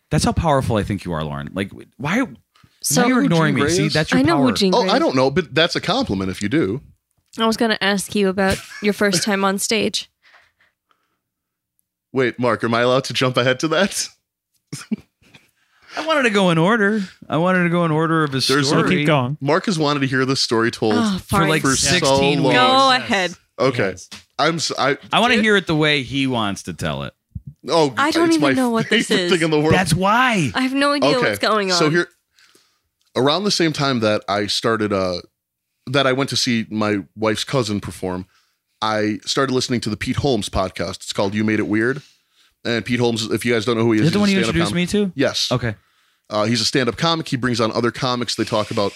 That's how powerful I think you are, Lauren. Like, why? So- You know now you're who ignoring Jean me. Grey See, is? that's your I know power. who Jean Oh, Grey I is. don't know, but that's a compliment if you do. I was going to ask you about your first time on stage. Wait, Mark, am I allowed to jump ahead to that? I wanted to go in order. I wanted to go in order of his There's- So story. keep going. Mark has wanted to hear this story told. Oh, for fine. like For so long. 16 weeks. Go ahead. okay, I'm. s- I I want Dude. to hear it the way he wants to tell it. oh, I don't it's even my know what this favorite is. Thing in the world. That's why. I have no idea what's going on. So here, around the same time that I started, uh, that I went to see my wife's cousin perform, I started listening to the Pete Holmes podcast. It's called "You Made It Weird," and Pete Holmes. If you guys don't know who he Is is, it the he's one a you stand-up introduced comic. me to? Yes. Okay. Uh, he's a stand-up comic. He brings on other comics. They talk about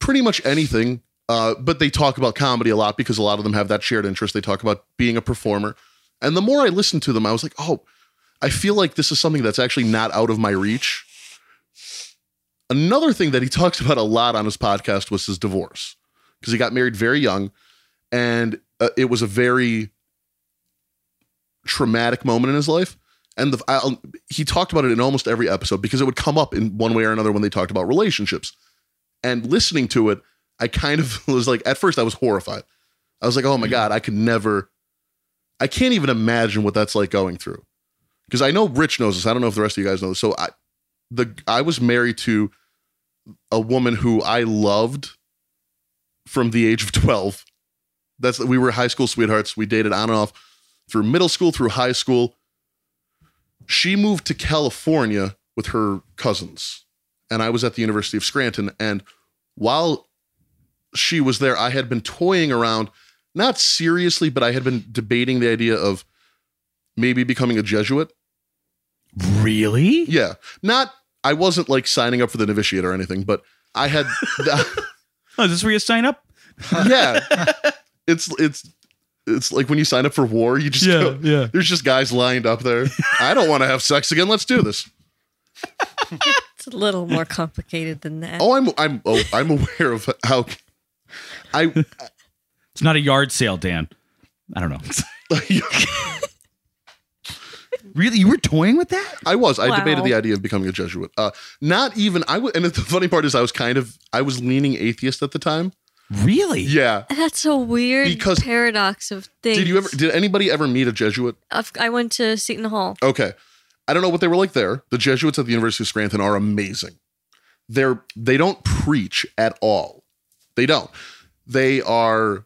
pretty much anything, uh, but they talk about comedy a lot because a lot of them have that shared interest. They talk about being a performer, and the more I listened to them, I was like, oh, I feel like this is something that's actually not out of my reach. Another thing that he talks about a lot on his podcast was his divorce because he got married very young, and uh, it was a very traumatic moment in his life. And the I'll, he talked about it in almost every episode because it would come up in one way or another when they talked about relationships. And listening to it, I kind of was like, at first, I was horrified. I was like, oh my God, I could never, I can't even imagine what that's like going through. Because I know Rich knows this. I don't know if the rest of you guys know this. So I, the I was married to a woman who I loved from the age of 12. That's we were high school sweethearts. We dated on and off through middle school, through high school. She moved to California with her cousins, and I was at the University of Scranton. And while she was there, I had been toying around, not seriously, but I had been debating the idea of maybe becoming a Jesuit. Really? Yeah. Not I wasn't like signing up for the novitiate or anything, but I had Oh, is this where you sign up? yeah. It's it's it's like when you sign up for war, you just go, yeah. there's just guys lined up there. I don't want to have sex again. Let's do this. it's a little more complicated than that. Oh, I'm I'm oh, I'm aware of how I It's not a yard sale, Dan. I don't know. Really? You were toying with that? I was. I debated Wow. the idea of becoming a Jesuit. Uh, not even I was, and the funny part is I was kind of I was leaning atheist at the time. Really? Yeah. That's a weird Because- paradox of things. Did you ever? Did anybody ever meet a Jesuit? I've- I went to Seton Hall. Okay. I don't know what they were like there. The Jesuits at the University of Scranton are amazing. They're they don't preach at all. They don't. They are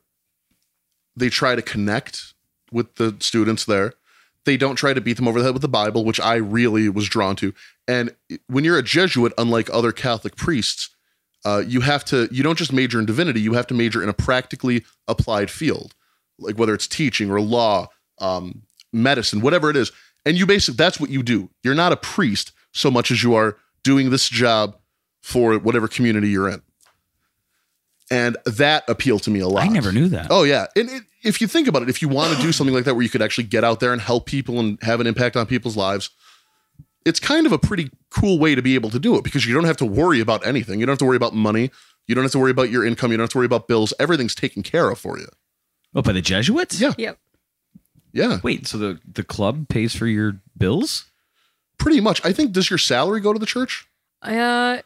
they try to connect with the students there. They don't try to beat them over the head with the Bible, which I really was drawn to. And when you're a Jesuit, unlike other Catholic priests, uh, you have to you don't just major in divinity. You have to major in a practically applied field, like whether it's teaching or law, um, medicine, whatever it is. And you basically, that's what you do. You're not a priest so much as you are doing this job for whatever community you're in. And that appealed to me a lot. I never knew that. Oh, yeah. And it, if you think about it, if you want to do something like that where you could actually get out there and help people and have an impact on people's lives, it's kind of a pretty cool way to be able to do it because you don't have to worry about anything. You don't have to worry about money. You don't have to worry about your income. You don't have to worry about bills. Everything's taken care of for you. Oh, by the Jesuits? Yeah. Yep. Yeah. Wait, so the, the club pays for your bills? Pretty much. I think does your salary go to the church? Uh,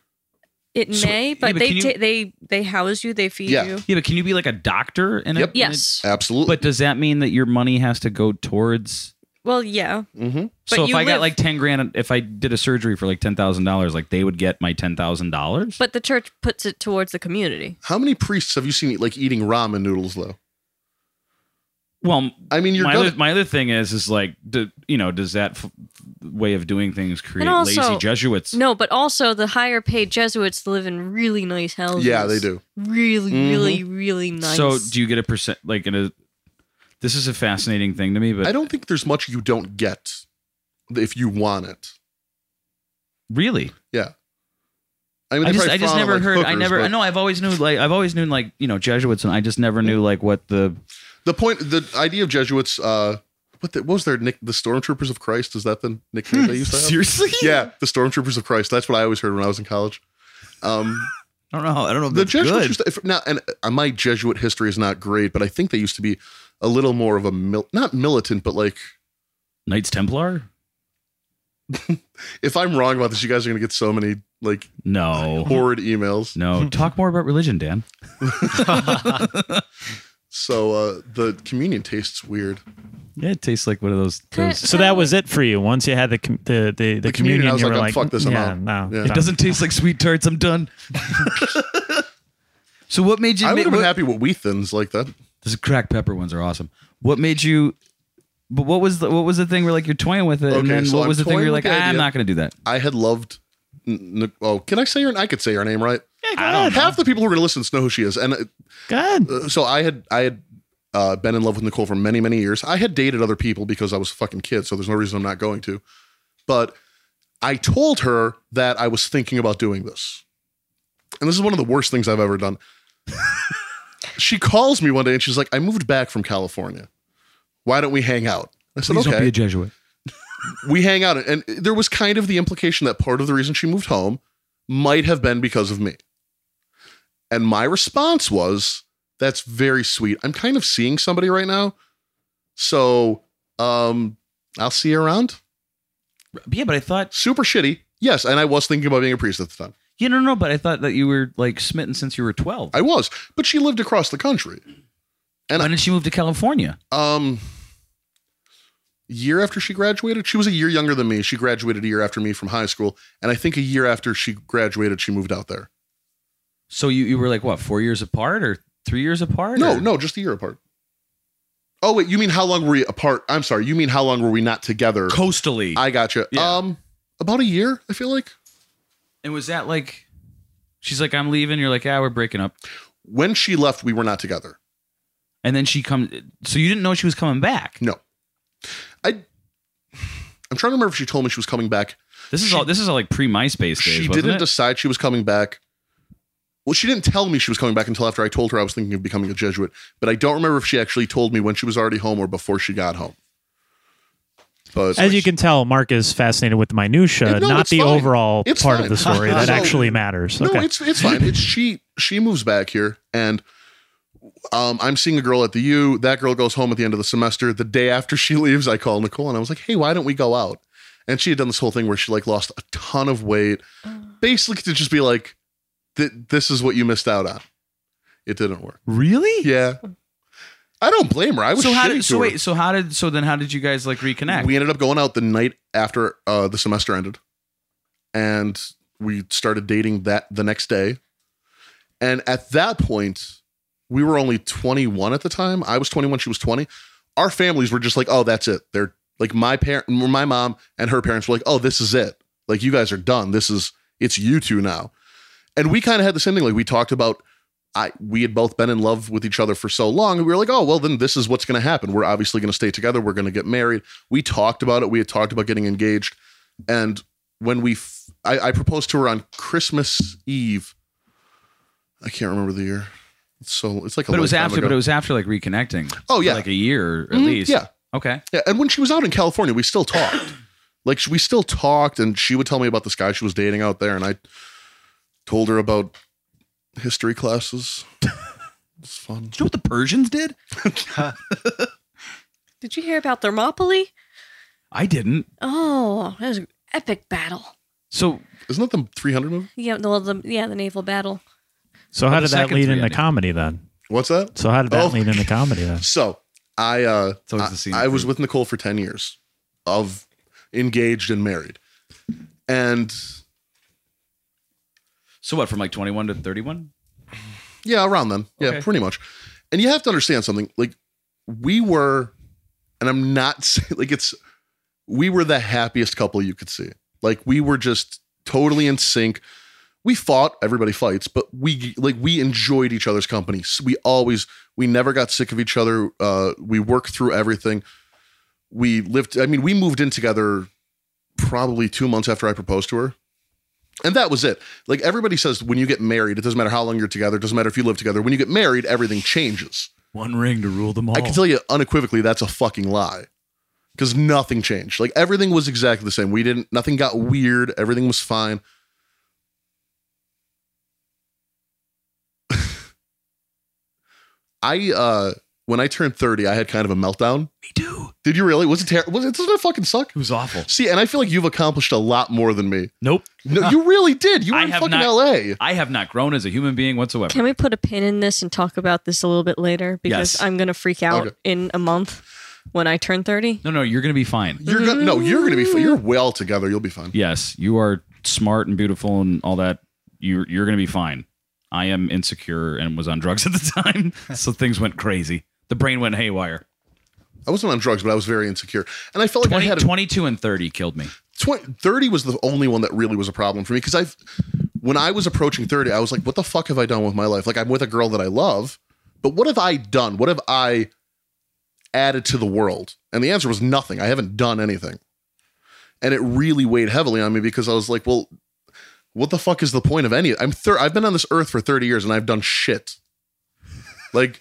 it So- may, yeah, but but they can you- ta- they they house you, they feed Yeah. you. Yeah, but can you be like a doctor? In a, Yep. in a- Yes. Absolutely. but does that mean that your money has to go towards? Well, yeah. hmm But so if you I live- got like ten grand, if I did a surgery for like ten thousand dollars, like they would get my ten thousand dollars. But the church puts it towards the community. How many priests have you seen like eating ramen noodles though? Well, I mean, you're my gonna, other, my other thing is is like, do, you know, does that f- way of doing things create also- lazy Jesuits? No, but also the higher paid Jesuits live in really nice houses. yeah, they do. Really, Mhm. really, really nice. Mm-hmm. So do you get a percent? Like, in a, this is a fascinating thing to me, but I don't think there's much you don't get if you want it. really, I mean, I they just probably I just frown on, never like, heard. I hookers, never. but- I know. I've always knew like I've always known like you know Jesuits, and I just never knew like what the The point, the idea of Jesuits, uh, what, the, what was their nick? The Stormtroopers of Christ is that the nickname Hmm, they used to have? seriously. Yeah, the Stormtroopers of Christ. That's what I always heard when I was in college. Um, I don't know. I don't know. If the that's Jesuits good. used to, if, now, and uh, my Jesuit history is not great, but I think they used to be a little more of a mil- not militant, but like Knights Templar. if I'm wrong about this, you guys are gonna get so many like No. horrid emails. No, talk more about religion, Dan. So uh, the communion tastes weird. Yeah, it tastes like one of those. those So that was it for you. Once you had the com- the the, the, The communion, I was you like, were "Oh, fuck this, I'm yeah, out." no, Yeah. It done. Doesn't taste like sweet tarts. I'm done. so what made you? I ma- would have been what- happy with wheat thins like that. those crack pepper ones are awesome. What made you? But what was the what was the thing where like you're toying with it, Okay, and then so what I'm was the thing where you're toying like, with the "Ah, I'm idea." not going to do that. I had loved. N- N- oh, can I say her? I could say her name, right? I don't Half the people who are going to listen know who she is, and uh, God. so I had I had uh, been in love with Nicole for many many years. I had dated other people because I was a fucking kid, so there's no reason I'm not going to. But I told her that I was thinking about doing this, and this is one of the worst things I've ever done. she calls me one day and she's like, "I moved back from California. Why don't we hang out?" I said, Please "Okay." don't be a Jesuit. we hang out and there was kind of the implication that part of the reason she moved home might have been because of me and my response was that's very sweet i'm kind of seeing somebody right now so um i'll see you around Yeah, but I thought super shitty yes and i was thinking about being a priest at the time you know no, but I thought that you were like smitten since you were 12. i was but she lived across the country and I- when did she move to California? um year after she graduated she was a year younger than me she graduated a year after me from high school and i think a year after she graduated she moved out there So you you were like what four years apart or three years apart? No, or- no, just a year apart. Oh wait, you mean how long were we apart? I'm sorry, you mean how long were we not together? coastally. I gotcha. Yeah. Um, about a year, I feel like. and was that like? She's like, I'm leaving. You're like, yeah, we're breaking up. When she left, we were not together. And then she comes. So you didn't know she was coming back. No, I. I'm trying to remember if she told me she was coming back. This is all. This is all like pre MySpace days. She wasn't didn't it? decide she was coming back. Well, she didn't tell me she was coming back until after I told her I was thinking of becoming a Jesuit. But I don't remember if she actually told me when she was already home or before she got home. But As you can tell, Mark is fascinated with the minutia, Yeah, no, not it's the fine. overall It's part fine. of the story that So- actually matters. No, okay. it's it's fine. It's she she moves back here and um I'm seeing a girl at the U. That girl goes home at the end of the semester. The day after she leaves, I call Nicole and I was like, "Hey, why don't we go out?" And she had done this whole thing where she like lost a ton of weight, basically to just be like, "Th- "This is what you missed out on." It didn't work. Really? Yeah, I don't blame her. I was So shitty how did? to So her. wait. So how did? So then how did you guys like reconnect? We ended up going out the night after uh, the semester ended, and we started dating that the next day. And at that point, we were only 21 at the time. I was 21, she was 20. Our families were just like, "Oh, that's it." They're like my parent, my mom and her parents were like, "Oh, this is it. Like you guys are done. This is it's you two now." And we kind of had the same thing. Like we talked about I we had both been in love with each other for so long, and we were like, oh well, then this is what's going to happen. We're obviously going to stay together. We're going to get married. We talked about it. We had talked about getting engaged, and when we, f- I, I proposed to her on Christmas Eve. I can't remember the year. It's so it's like a but it was lifetime after. ago. But it was after like reconnecting. Oh, yeah. For, like a year at least. yeah. Okay. Yeah, and when she was out in California, we still talked. like we still talked, and she would tell me about this guy she was dating out there, and I told her about history classes. it's fun. you know what the Persians did? Did you hear about Thermopylae? I didn't. Oh, that was an epic battle. So Isn't that the 300 movie? Yeah, the, well, the yeah the naval battle. so how the did that second lead three into ending. comedy then? What's that? So how did that Oh. lead into comedy then? So I uh always I, the scene I was through. with Nicole for 10 years of engaged and married. And So what? From like 21 to 31? yeah, around then. Yeah, Okay. pretty much. And you have to understand something. Like we were and I'm not saying like it's we were the happiest couple you could see. Like we were just totally in sync. We fought, everybody fights, but we like we enjoyed each other's company. So we always we never got sick of each other. Uh we worked through everything. We lived I mean, we moved in together probably 2 months after I proposed to her. And that was it. Like everybody says when you get married, it doesn't matter how long you're together, it doesn't matter if you live together. When you get married, everything changes. One ring to rule them all. I Oh. can tell you unequivocally that's a fucking lie. Because nothing changed. Like everything was exactly the same. We didn't, nothing got weird. Everything was fine. I, uh, when I turned 30, I had kind of a meltdown. Me too. Did you really? Was it terrible? Was it, doesn't it fucking suck? It was awful. See, and I feel like you've accomplished a lot more than me. Nope. No, you really did. You were I in have fucking not- LA. I have not grown as a human being whatsoever. Can we put a pin in this and talk about this a little bit later? Because Yes. I'm going to freak out Okay. in a month when I turn 30. No, no, you're going to be fine. You're gonna no, you're gonna be fine. You're well together. You'll be fine. Yes, you are smart and beautiful and all that. You're you're gonna be fine. I am insecure and was on drugs at the time, so things went crazy. The brain went haywire. I wasn't on drugs, but I was very insecure. And I felt like I 20, had a 22 and 30 killed me. 20, 30 was the only one that really was a problem for me because I've when I was approaching 30, I was like, what the fuck have I done with my life? Like I'm with a girl that I love, but what have I done? What have I added to the world? And the answer was nothing. I haven't done anything. And it really weighed heavily on me because I was like, well, what the fuck is the point of any? I'm thir- I've been on this earth for 30 years and I've done shit. Like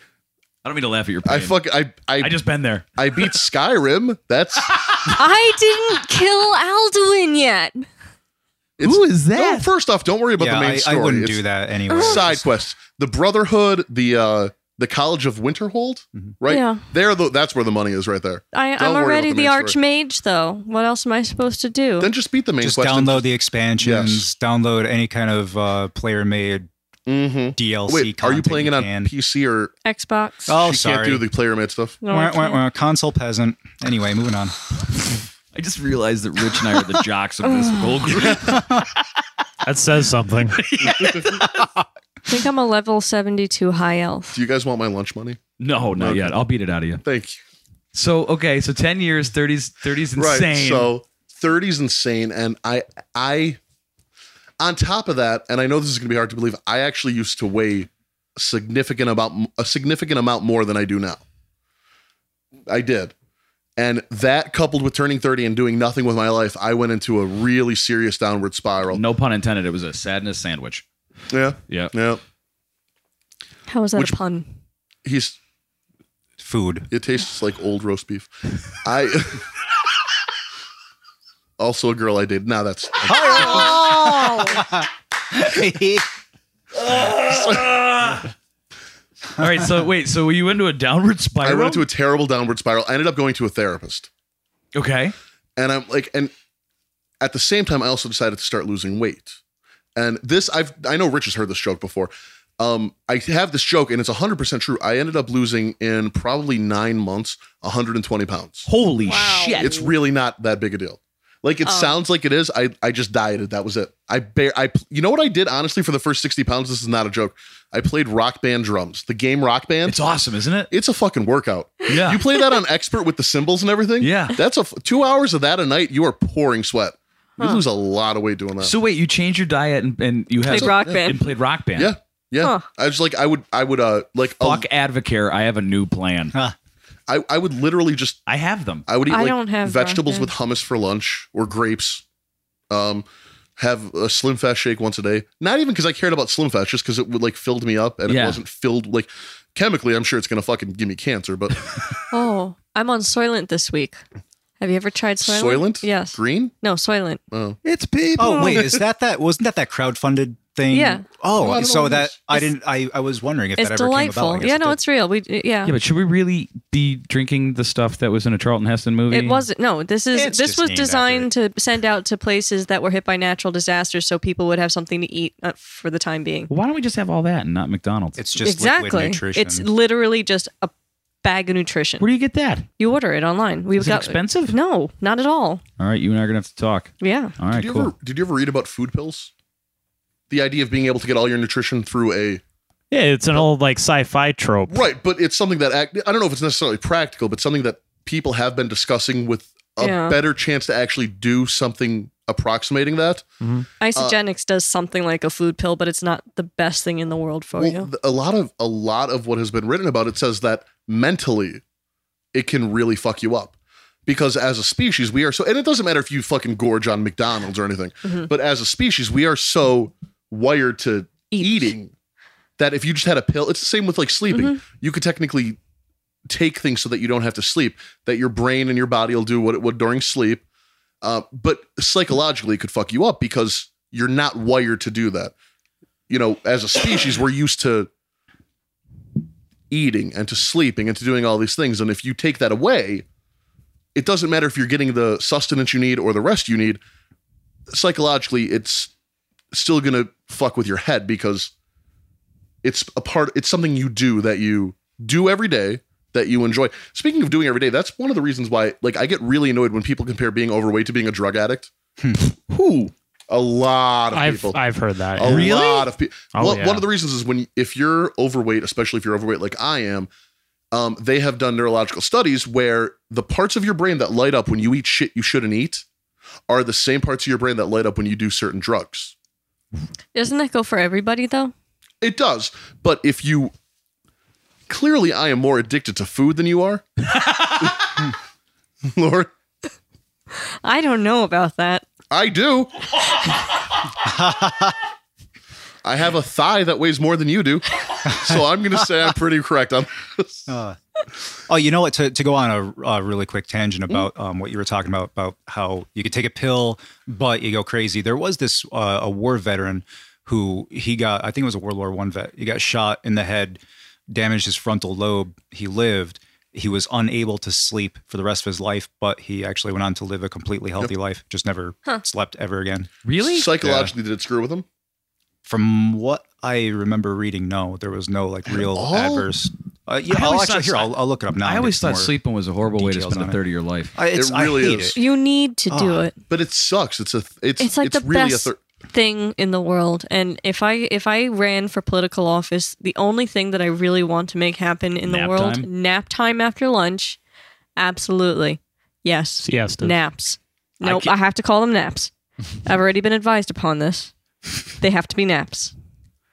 I don't mean to laugh at your pain. I fuck I I, I just been there. I beat Skyrim. That's I didn't kill Alduin yet. it's, Who is that? No, first off, don't worry about yeah, the main I, I story. wouldn't It's- do that anyway. side quests. The Brotherhood, the uh the College of Winterhold, Mm-hmm. right? Yeah. There the, that's where the money is right there. I, Don't I'm worry about already the the main story. Archmage, though. What else am I supposed to do? Then just beat the main Just quest. download the expansions, Yes. download any kind of uh, player made Mhm. DLC. Wait, are you content playing it on can. PC or Xbox. Oh, you sorry. can't do the player made stuff? No, I Wah, wah, can't. wah, console peasant. Anyway, moving on. I just realized that Rich and I are the jocks of this whole group. That says something. I think I'm a level 72 high elf. Do you guys want my lunch money? No, not yet. I'll beat it out of you. Thank you. So, okay, so 10 years, 30s, 30s insane. Right. So 30's insane and I I on top of that, and I know this is going to be hard to believe, I actually used to weigh significant about a significant amount more than I do now. I did. And that coupled with turning 30 and doing nothing with my life, I went into a really serious downward spiral. No pun intended. It was a sadness sandwich. Yeah. Yeah. Yeah. How is that Which- a pun? He's Food. it tastes like old roast beef. I also a girl I dated. Now that's All right, so wait, so were you into a downward I spiral? went into a terrible downward spiral. I ended up going to a therapist. okay. and I'm like, and at the same time, I also decided to start losing weight. And this, I've I know Rich has heard this joke before. Um, I have this joke, and it's 100 percent true. I ended up losing in probably nine months 120 pounds. Holy shit. It's really not that big a deal. Like it Oh. sounds like it is. I I just dieted. That was it. I bear. I you know what I did honestly for the first 60 pounds. This is not a joke. I played Rock Band drums. The game Rock Band. It's awesome, isn't it? It's a fucking workout. Yeah. You play that on expert with the cymbals and everything. Yeah. That's a f- two hours of that a night. You are pouring sweat. You lose a lot of weight doing that. So wait, you changed your diet and, and you have Played Rock Band. and played rock band. yeah. Huh. Yeah. I was like, I would, I would, uh, like, a- Fuck Advocare. I have a new plan. I, I would literally just, I have them. I would eat I like don't have vegetables broccoli. with hummus for lunch or grapes. Um, have a Slim Fast shake once a day. Not even because I cared about Slim Fast, just because it would like filled me up and Yeah. it wasn't filled like chemically. I'm sure it's gonna fucking give me cancer, but Oh, I'm on Soylent this week. Have you ever tried Soylent? Soylent, Yes. green. No, Soylent. Oh, It's people. Oh wait, is that that? Wasn't that that crowdfunded thing? Hmm. Yeah. Oh, I don't know so what that it is. I didn't. I, I was wondering if It's that ever came delightful. about. I guess yeah, it no, did. it's real. We yeah. Yeah, but should we really be drinking the stuff that was in a Charlton Heston movie? It wasn't. No, this is It's this just was named after designed to send out to places that were hit by natural disasters, so people would have something to eat uh, for the time being. Why don't we just have all that and not McDonald's? It's just exactly. liquid nutrition. It's literally just a bag of nutrition. Where do you get that? You order it online. We've Is it got expensive? No, not at all. all right, you and I are gonna have to talk. Yeah. All right, did you cool. ever did you ever read about food pills? The idea of being able to get all your nutrition through a Yeah, it's an old like sci-fi trope. right, but it's something that act, I don't know if it's necessarily practical, but something that people have been discussing with a Yeah. better chance to actually do something approximating that. Uh, Isogenics does something like a food pill, but it's not the best thing in the world for Well, you. th- a lot of a lot of what has been written about it says that mentally, it can really fuck you up. Because as a species, we are so, and it doesn't matter if you fucking gorge on McDonald's or anything, but as a species, we are so wired to Eat. eating that if you just had a pill, it's the same with like sleeping. You could technically take things so that you don't have to sleep, that your brain and your body will do what it would during sleep. Uh, but psychologically, it could fuck you up because you're not wired to do that. You know, as a species, we're used to eating and to sleeping and to doing all these things. And if you take that away, it doesn't matter if you're getting the sustenance you need or the rest you need. Psychologically, it's still going to fuck with your head because it's a part, it's something you do that you do every day that you enjoy. Speaking of doing every day, that's one of the reasons why, like, I get really annoyed when people compare being overweight to being a drug addict. Who? A lot of I've people. I've heard that. A yeah. lot of people. Oh, one, yeah. one of the reasons is when if you're overweight, especially if you're overweight like I am, um, they have done neurological studies where the parts of your brain that light up when you eat shit you shouldn't eat are the same parts of your brain that light up when you do certain drugs. Doesn't that go for everybody though? It does, but if you clearly, I am more addicted to food than you are, Lord. I don't know about that. I do. I have a thigh that weighs more than you do. So I'm going to say I'm pretty correct on this. Oh, you know what? To, to go on a, a really quick tangent about um, what you were talking about, about how you could take a pill, but you go crazy. There was this uh, a war veteran who he got, I think it was a World War One vet. He got shot in the head, damaged his frontal lobe. He lived. He was unable to sleep for the rest of his life, but he actually went on to live a completely healthy life. Just never slept ever again. Really? Psychologically, did it screw with him? From what I remember reading, no, there was no like real all? adverse. Uh, yeah, I I'll always actually thought- here. I'll, I'll look it up now. I and always get thought more- sleeping was a horrible way to details spend on a it. third of your life. I- it's- I really hate is. it. You need to do it. But it sucks. It's a it's It's like the really best a third. thing in the world. And if I if I ran for political office, the only thing that I really want to make happen in the Nap world time? nap time after lunch. Absolutely. Yes. Siestas. Naps. Nope, I, have to call them naps. I've already been advised upon this. They have to be naps.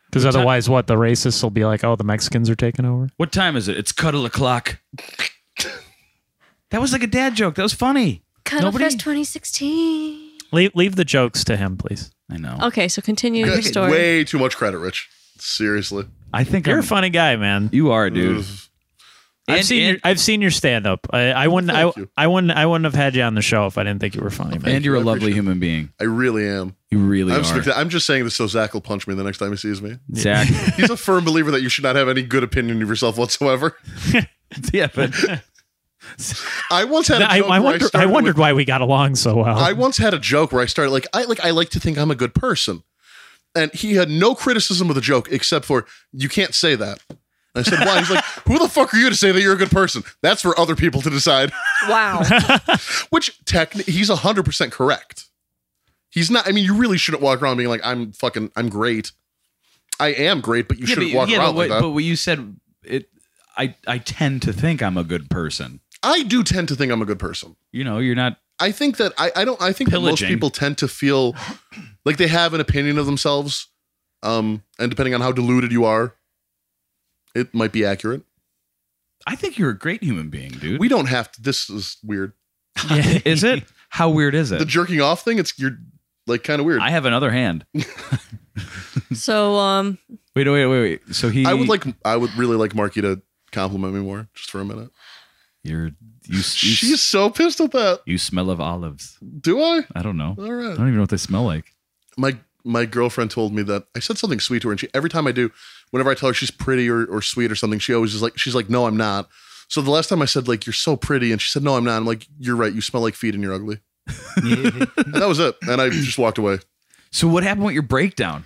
Because otherwise, what the racists will be like? Oh, the Mexicans are taking over. What time is it? It's cuddle o'clock. that was like a dad joke. That was funny. Cuddle Nobody- Fest 2016. Leave, leave the jokes to him, please. I know. Okay, so continue your Good. story. Way too much credit, Rich. Seriously. I think You're I'm, a funny guy, man. you are, dude. I've And- seen and- your, I've seen your stand up. I, I wouldn't I, Thank you. I wouldn't I wouldn't have had you on the show if I didn't think you were funny, man. And you're a I lovely appreciate human being. I really am. You really I'm, are. specta- I'm just saying this so Zach will punch me the next time he sees me. Zach. He's a firm believer that you should not have any good opinion of yourself whatsoever. yeah, but I once had a joke I, I, where wonder, I started with- wondered why we got along so well. I once had a joke where I started like I like I like to think I'm a good person, and he had no criticism of the joke except for you can't say that. I said why? He's like, who the fuck are you to say that you're a good person? That's for other people to decide. Wow. Which tech he's hundred percent correct. He's not. I mean, you really shouldn't walk around being like I'm fucking I'm great. I am great, but you yeah, but, shouldn't walk yeah, but around what, like that. but what you said, it. I I tend to think I'm a good person. I do tend to think I'm a good person. you know, you're not I think that I, I don't I think that most Pillaging. people tend to feel like they have an opinion of themselves. Um, and depending on how deluded you are, it might be accurate. I think you're a great human being, dude. We don't have to this is weird. is it? How weird is The it? jerking off thing, it's you're like kind of weird. I I, have another hand. so um Wait, wait, wait, wait. So he would like I would really like Marky to compliment me more just for a minute. you're you, you, She's so pissed at that. you smell of olives. Do I? I don't know. All I right. don't even know what they smell like. my my girlfriend told me that I said something sweet to her, and she every time I do, whenever I tell her she's pretty or, or sweet or something, she always is like, she's like, no, I'm not. So the last time I said like you're so pretty, and she said no, I'm not. I'm like, you're right. You smell like feet and you're ugly. and that was it. And I just walked away. So what happened with your breakdown?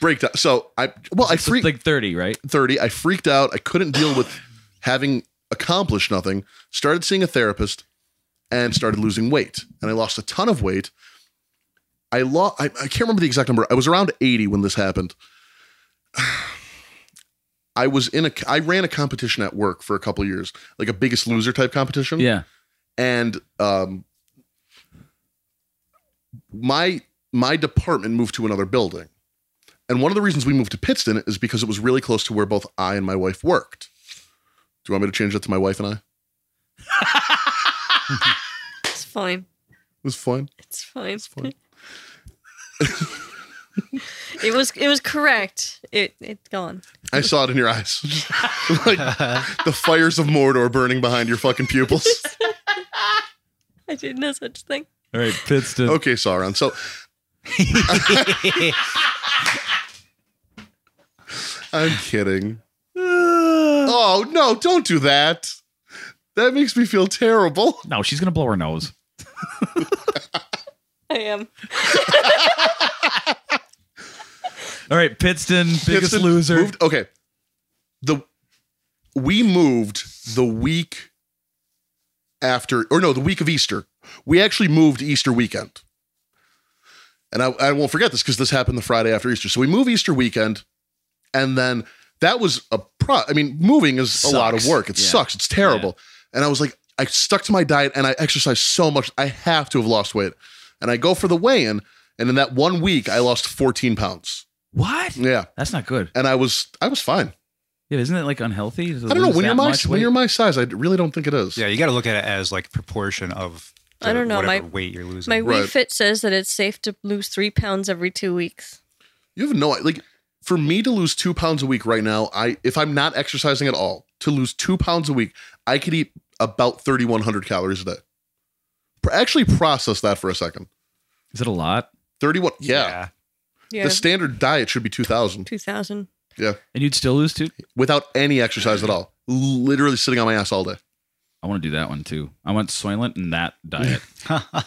Breakdown. So I well I It's freaked like 30, right? 30. I freaked out. I couldn't deal with having accomplished nothing. Started seeing a therapist and started losing weight. And I lost a ton of weight. I lost, I, I can't remember the exact number. I was around 80 when this happened. I was in a, I ran a competition at work for a couple of years, like a biggest loser type competition Yeah. and um my my department moved to another building and one of the reasons we moved to pittston is because it was really close to where both i and my wife worked do you want me to change that to my wife and i it it's fine. was fun It's fine. fine. it was it was correct. It it's gone. i saw it in your eyes like the fires of mordor burning behind your fucking pupils I did no such thing. All right, Pittston. okay sauron so I'm kidding. oh no! Don't do that. That makes me feel terrible. No, she's gonna blow her nose. I am. All right, Pittston, biggest Gibson loser. Moved, okay. The we moved the week after, or no, the week of Easter. We actually moved Easter weekend. And I, I won't forget this because this happened the Friday after Easter. So we move Easter weekend, and then that was a pro. I mean, moving is a lot of Sucks. work. It Yeah. sucks. It's terrible. And I was like, I stuck to my diet and I exercised so much. I have to have lost weight. And I go for the weigh in, and in that one week, I lost 14 pounds. What? Yeah That's not good. and I was I was fine. Yeah, isn't it like unhealthy? I don't know when you're my when you're my size. I really don't think it is. Yeah, you got to look at it as like proportion of. I don't know, whatever my- weight you're losing. My Right. WeFit says that it's safe to lose three pounds every two weeks. You have no like for me to lose two pounds a week right now. I if I'm not exercising at all to lose two pounds a week, I could eat about 3,100 calories a day. Pr- Actually, process that for a second. Is it a lot? 31. Yeah, yeah. Yeah, the standard diet should be 2,000 two thousand. And you'd still lose two? without any exercise at all. Literally sitting on my ass all day. I want to do that one too. I want Soylent and that diet. All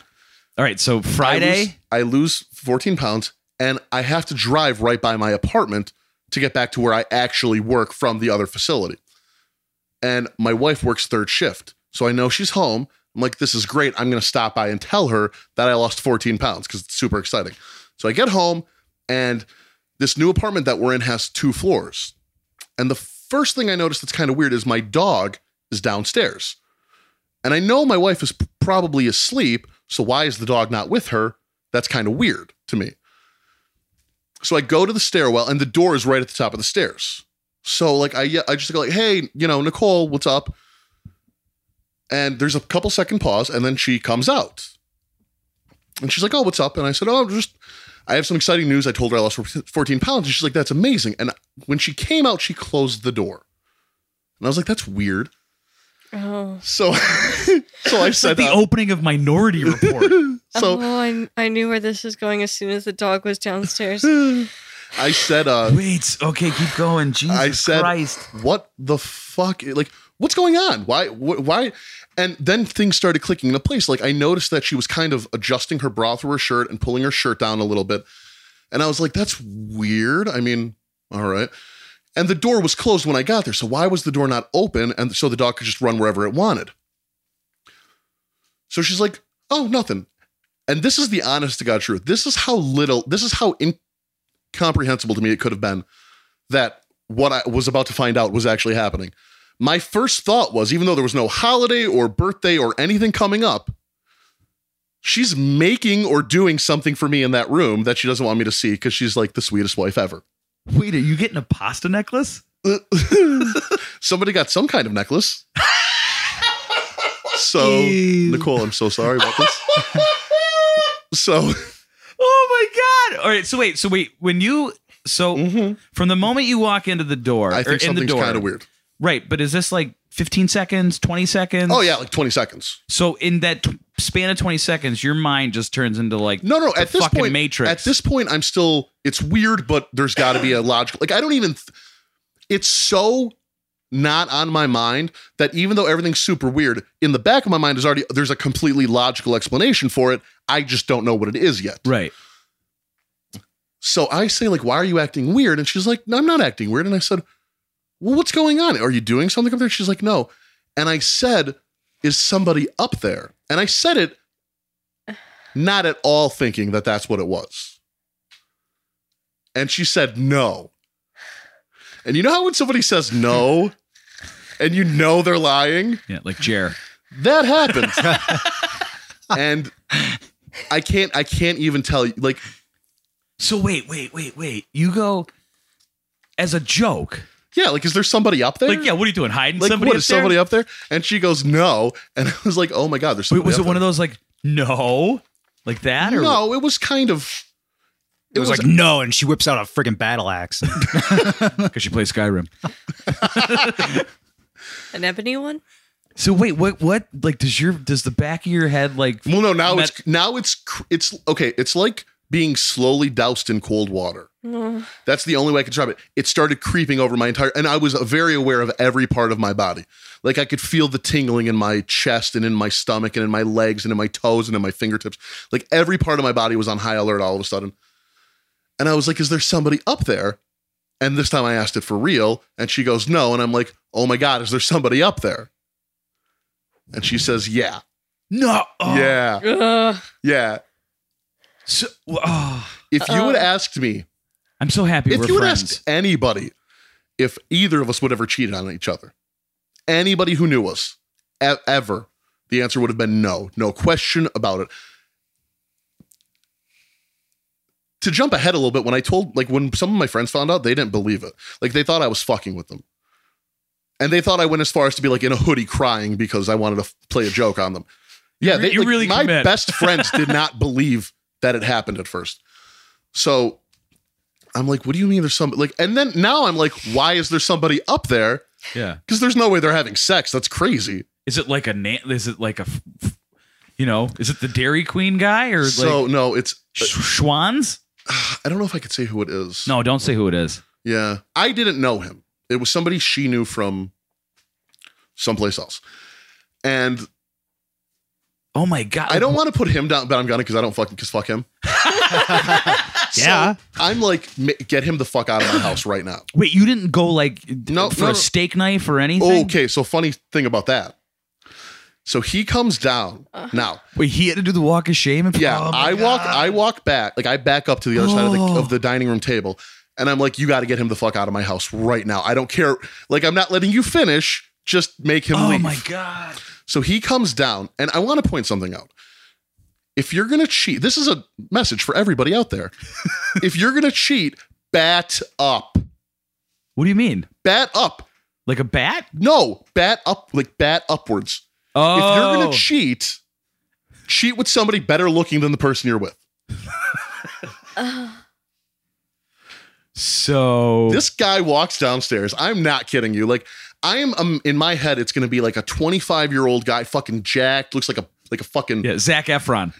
right, so Friday. I lose, I lose 14 pounds and I have to drive right by my apartment to get back to where I actually work from the other facility. And my wife works third shift. So I know she's home. I'm like, this is great. I'm going to stop by and tell her that I lost 14 pounds because it's super exciting. So I get home and this new apartment that we're in has two floors. And the first thing I noticed that's kind of weird is my dog is downstairs. And I know my wife is p- probably asleep, so why is the dog not with her? That's kind of weird to me. So I go to the stairwell and the door is right at the top of the stairs. So like I ye- I just go like, "Hey, you know, Nicole, what's up?" And there's a couple second pause and then she comes out. And she's like, "Oh, what's up?" And I said, "Oh, I'm just I have some exciting news. I told her I lost 14 pounds." And she's like, "That's amazing." And when she came out, she closed the door. And I was like, "That's weird." Oh, So, so I said the that. opening of Minority Report. so oh, I, I knew where this was going as soon as the dog was downstairs. I said, uh, Wait, okay, keep going. Jesus I said, Christ. what the fuck? Like, what's going on? Why? Wh- why? And then things started clicking into place. Like, I noticed that she was kind of adjusting her bra through her shirt and pulling her shirt down a little bit. And I was like, that's weird. I mean, all right. And the door was closed when I got there. So why was the door not open? And so the dog could just run wherever it wanted. So she's like, oh, nothing. And this is the honest to God truth. This is how little, this is how incomprehensible to me it could have been that what I was about to find out was actually happening. My first thought was, even though there was no holiday or birthday or anything coming up, she's making or doing something for me in that room that she doesn't want me to see because she's like the sweetest wife ever. Wait, are you getting a pasta necklace? Somebody got some kind of necklace. so, Nicole, I'm so sorry about this. so, Oh my god. All right, so wait, so wait, when you so from the moment you walk into the door, Mm. Mm-hmm. I or think in the something's door, kind of weird. Right, but is this like 15 seconds, 20 seconds? Oh, yeah, like 20 seconds. So in that t- span of 20 seconds, your mind just turns into like No, no. the At this fucking point, Matrix. at this point, I'm still. It's weird, but there's got to be a logical. Like I don't even. th- it's so not on my mind that even though everything's super weird, in the back of my mind is already there's a completely logical explanation for it. I just don't know what it is yet. right. So I say like, "Why are you acting weird?" And she's like, "No, I'm not acting weird." And I said, "Well, what's going on? Are you doing something up there?" She's like, "No." And I said, "Is somebody up there?" And I said it not at all thinking that that's what it was. And she said, "No." And you know how when somebody says no and you know they're lying? Yeah, like Jer. that happened and i can't i can't even tell you like So wait, wait, wait, wait. You go as a joke. yeah like is there somebody up there Like, yeah, what are you doing? Hiding like somebody what up is there? somebody up there and she goes no and i was like oh my god there's Wait, somebody was up it one of there. those like no, like that or no it was kind of It, was, like no, and she whips out a freaking battle axe. because you play Skyrim? An ebony one? So wait, what? What? Like, does your does the back of your head like? well no now Met- it's now it's cr- it's okay it's like being slowly doused in cold water. That's the only way I could describe it. It started creeping over my entire, and I was very aware of every part of my body. Like I could feel the tingling in my chest and in my stomach and in my legs and in my toes and in my fingertips. Like every part of my body was on high alert all of a sudden. And I was like, is there somebody up there? And this time I asked it for real. And she goes, no. And I'm like, oh my God, is there somebody up there? And she says, yeah. No. Oh, Yeah. Ugh. Yeah. So, oh. If you Uh-oh. had asked me, I'm so happy if we're you had friends. asked anybody if either of us would ever cheated on each other, anybody who knew us e- ever, the answer would have been no, no question about it. To jump ahead a little bit, when I told, like, when some of my friends found out, they didn't believe it. Like, they thought I was fucking with them. And they thought I went as far as to be like in a hoodie crying because I wanted to f- play a joke on them. Yeah, re- they, you like, really my commit. best friends did not believe that it happened at first. So I'm like, what do you mean there's some like and then now I'm like, why is there somebody up there? yeah. Because there's no way they're having sex. That's crazy. Is it like a na- is it like a f- f- you know, is it the Dairy Queen guy or so like no, it's Sch- Schwann's? I don't know if I could say who it is. No, don't say who it is. Yeah. I didn't know him. It was somebody she knew from someplace else. And Oh my god. I don't want to put him down, but I'm gonna because I don't fucking because fuck him. So, Yeah. I'm like, "Ma- get him the fuck out of my house right now. Wait, you didn't go like No, for no, no. a steak knife or anything? Okay, so funny thing about that. So he comes down now. Wait, he had to do the walk of shame and Yeah, Oh my I walk. God. Oh. I walk back. Like I back up to the other side of the, of the dining room table, and I'm like, "You got to get him the fuck out of my house right now. I don't care. Like I'm not letting you finish. Just make him Oh leave." my god. So he comes down, and I want to point something out. If you're gonna cheat, this is a message for everybody out there. if you're gonna cheat, bat up. What do you mean? Bat up. Like a bat? No, bat up. Like bat upwards. Oh. If you're gonna cheat, cheat with somebody better looking than the person you're with. so This guy walks downstairs. I'm not kidding you. Like I am um, in my head, it's gonna be like a 25 year old guy, fucking jacked, looks like a like a fucking yeah. Yeah, Zach Efron.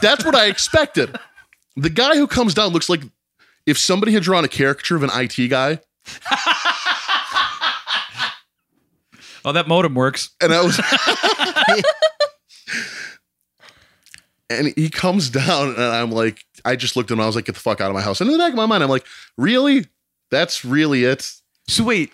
that's what I expected. the guy who comes down looks like if somebody had drawn a caricature of an IT guy, Oh, that modem works. and I was. And he comes down, and I'm like, I just looked at him. I was like, "Get the fuck out of my house!" And in the back of my mind, I'm like, "Really? That's really it? So wait,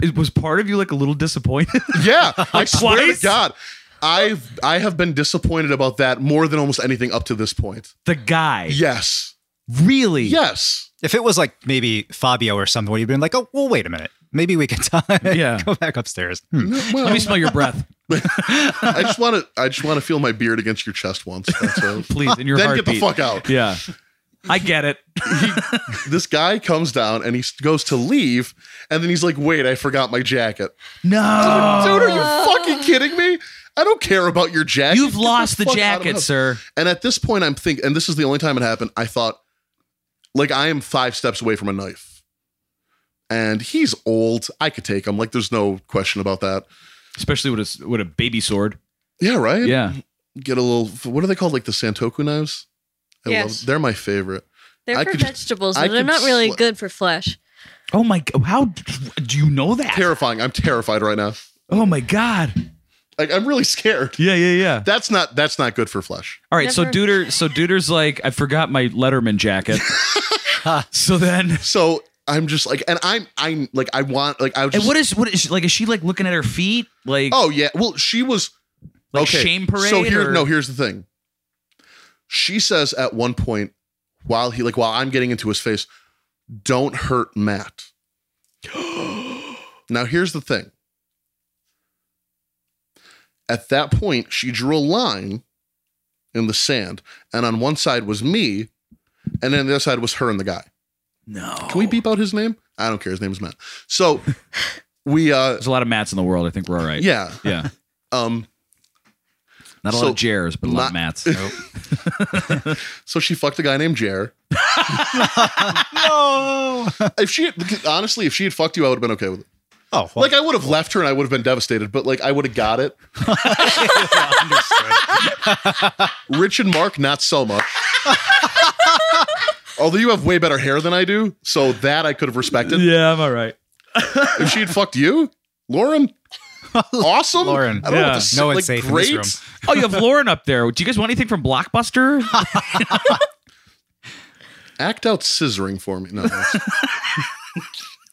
it was part of you like a little disappointed? Yeah, I swear Twice? to God, I've I have been disappointed about that more than almost anything up to this point. the guy. Yes, Really? yes, If it was like maybe Fabio or someone, you'd been like, oh, well, wait a minute. Maybe we can talk. Yeah. Go back upstairs. Hmm. Well, Let me smell your breath, I just want to I just want to feel my beard against your chest once. That's all. please, in your then heartbeat. get the fuck out. Yeah. I get it. This guy comes down and he s- goes to leave, and then he's like, "Wait, I forgot my jacket." No. Dude, are you fucking kidding me? I don't care about your jacket. You've Get lost the fuck out of my jacket, house. sir. And at this point, I'm thinking, and this is the only time it happened. I thought, like, I am five steps away from a knife, and he's old. I could take him. Like, there's no question about that. Especially with a s- with a baby sword. Yeah, right. Yeah. Get a little. What are they called? Like the Santoku knives. I Yes. They're my favorite. They're I for could- vegetables, I and they're could not really sli- good for flesh. Oh my god. How d- do you know that? Terrifying. I'm terrified right now. Oh my god. Like, I'm really scared. Yeah, yeah, yeah. That's not. That's not good for flesh. All right, so Never- Deuter so Deuter's like I forgot my Letterman jacket. so then So I'm just like, and I'm, I'm like, I want, like, I was. And Just, what is what is like is she like looking at her feet? Like Oh yeah. Well, she was Like shame parade, So here, or- no. Here's the thing. She says at one point, while he like while I'm getting into his face, don't hurt Matt. now here's the thing. At that point, she drew a line in the sand, and on one side was me, and then the other side was her and the guy. no. Can we beep out his name? I don't care. His name is Matt. So we uh There's a lot of mats in the world. I think we're all right. yeah. Yeah. Um Not a lot So, of jers, but a lot of my- mats. so she fucked a guy named Jer. No. if she had- honestly, if she had fucked you, I would have been okay with it. Oh, well, Like I would have left her and I would have been devastated, but like I would have got it. Rich and Mark, not so much. Although you have way better hair than I do, so that I could have respected. Yeah, I'm all right. If she had fucked you, Lauren, awesome. Lauren. I don't know what Yeah. to say. No one's like, safe in this great. room. Oh, you have Lauren up there. Do you guys want anything from Blockbuster? Act out scissoring for me. No, that's-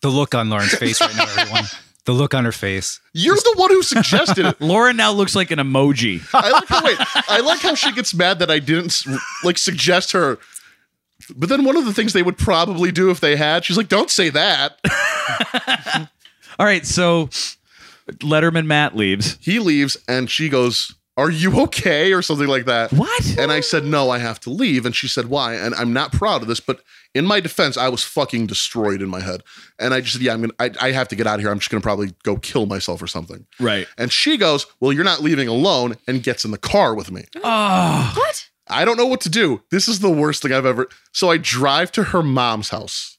The look on Lauren's face right now, everyone. The look on her face. you're the one who suggested it. Lauren now looks like an emoji. I like how wait. I like how she gets mad that I didn't s- like suggest her. But then one of the things they would probably do if they had, she's like, "Don't say that." All right, so Letterman Matt leaves. He leaves, and she goes, "Are you okay?" or something like that. What? And I said, "No, I have to leave." And she said, "Why?" And I'm not proud of this, but in my defense, I was fucking destroyed in my head, and I just said, "Yeah, I'm gonna. I, I have to get out of here. I'm just gonna probably go kill myself or something." Right. And she goes, "Well, you're not leaving alone," and gets in the car with me. Ah. What? I don't know what to do. This is the worst thing I've ever. So I drive to her mom's house.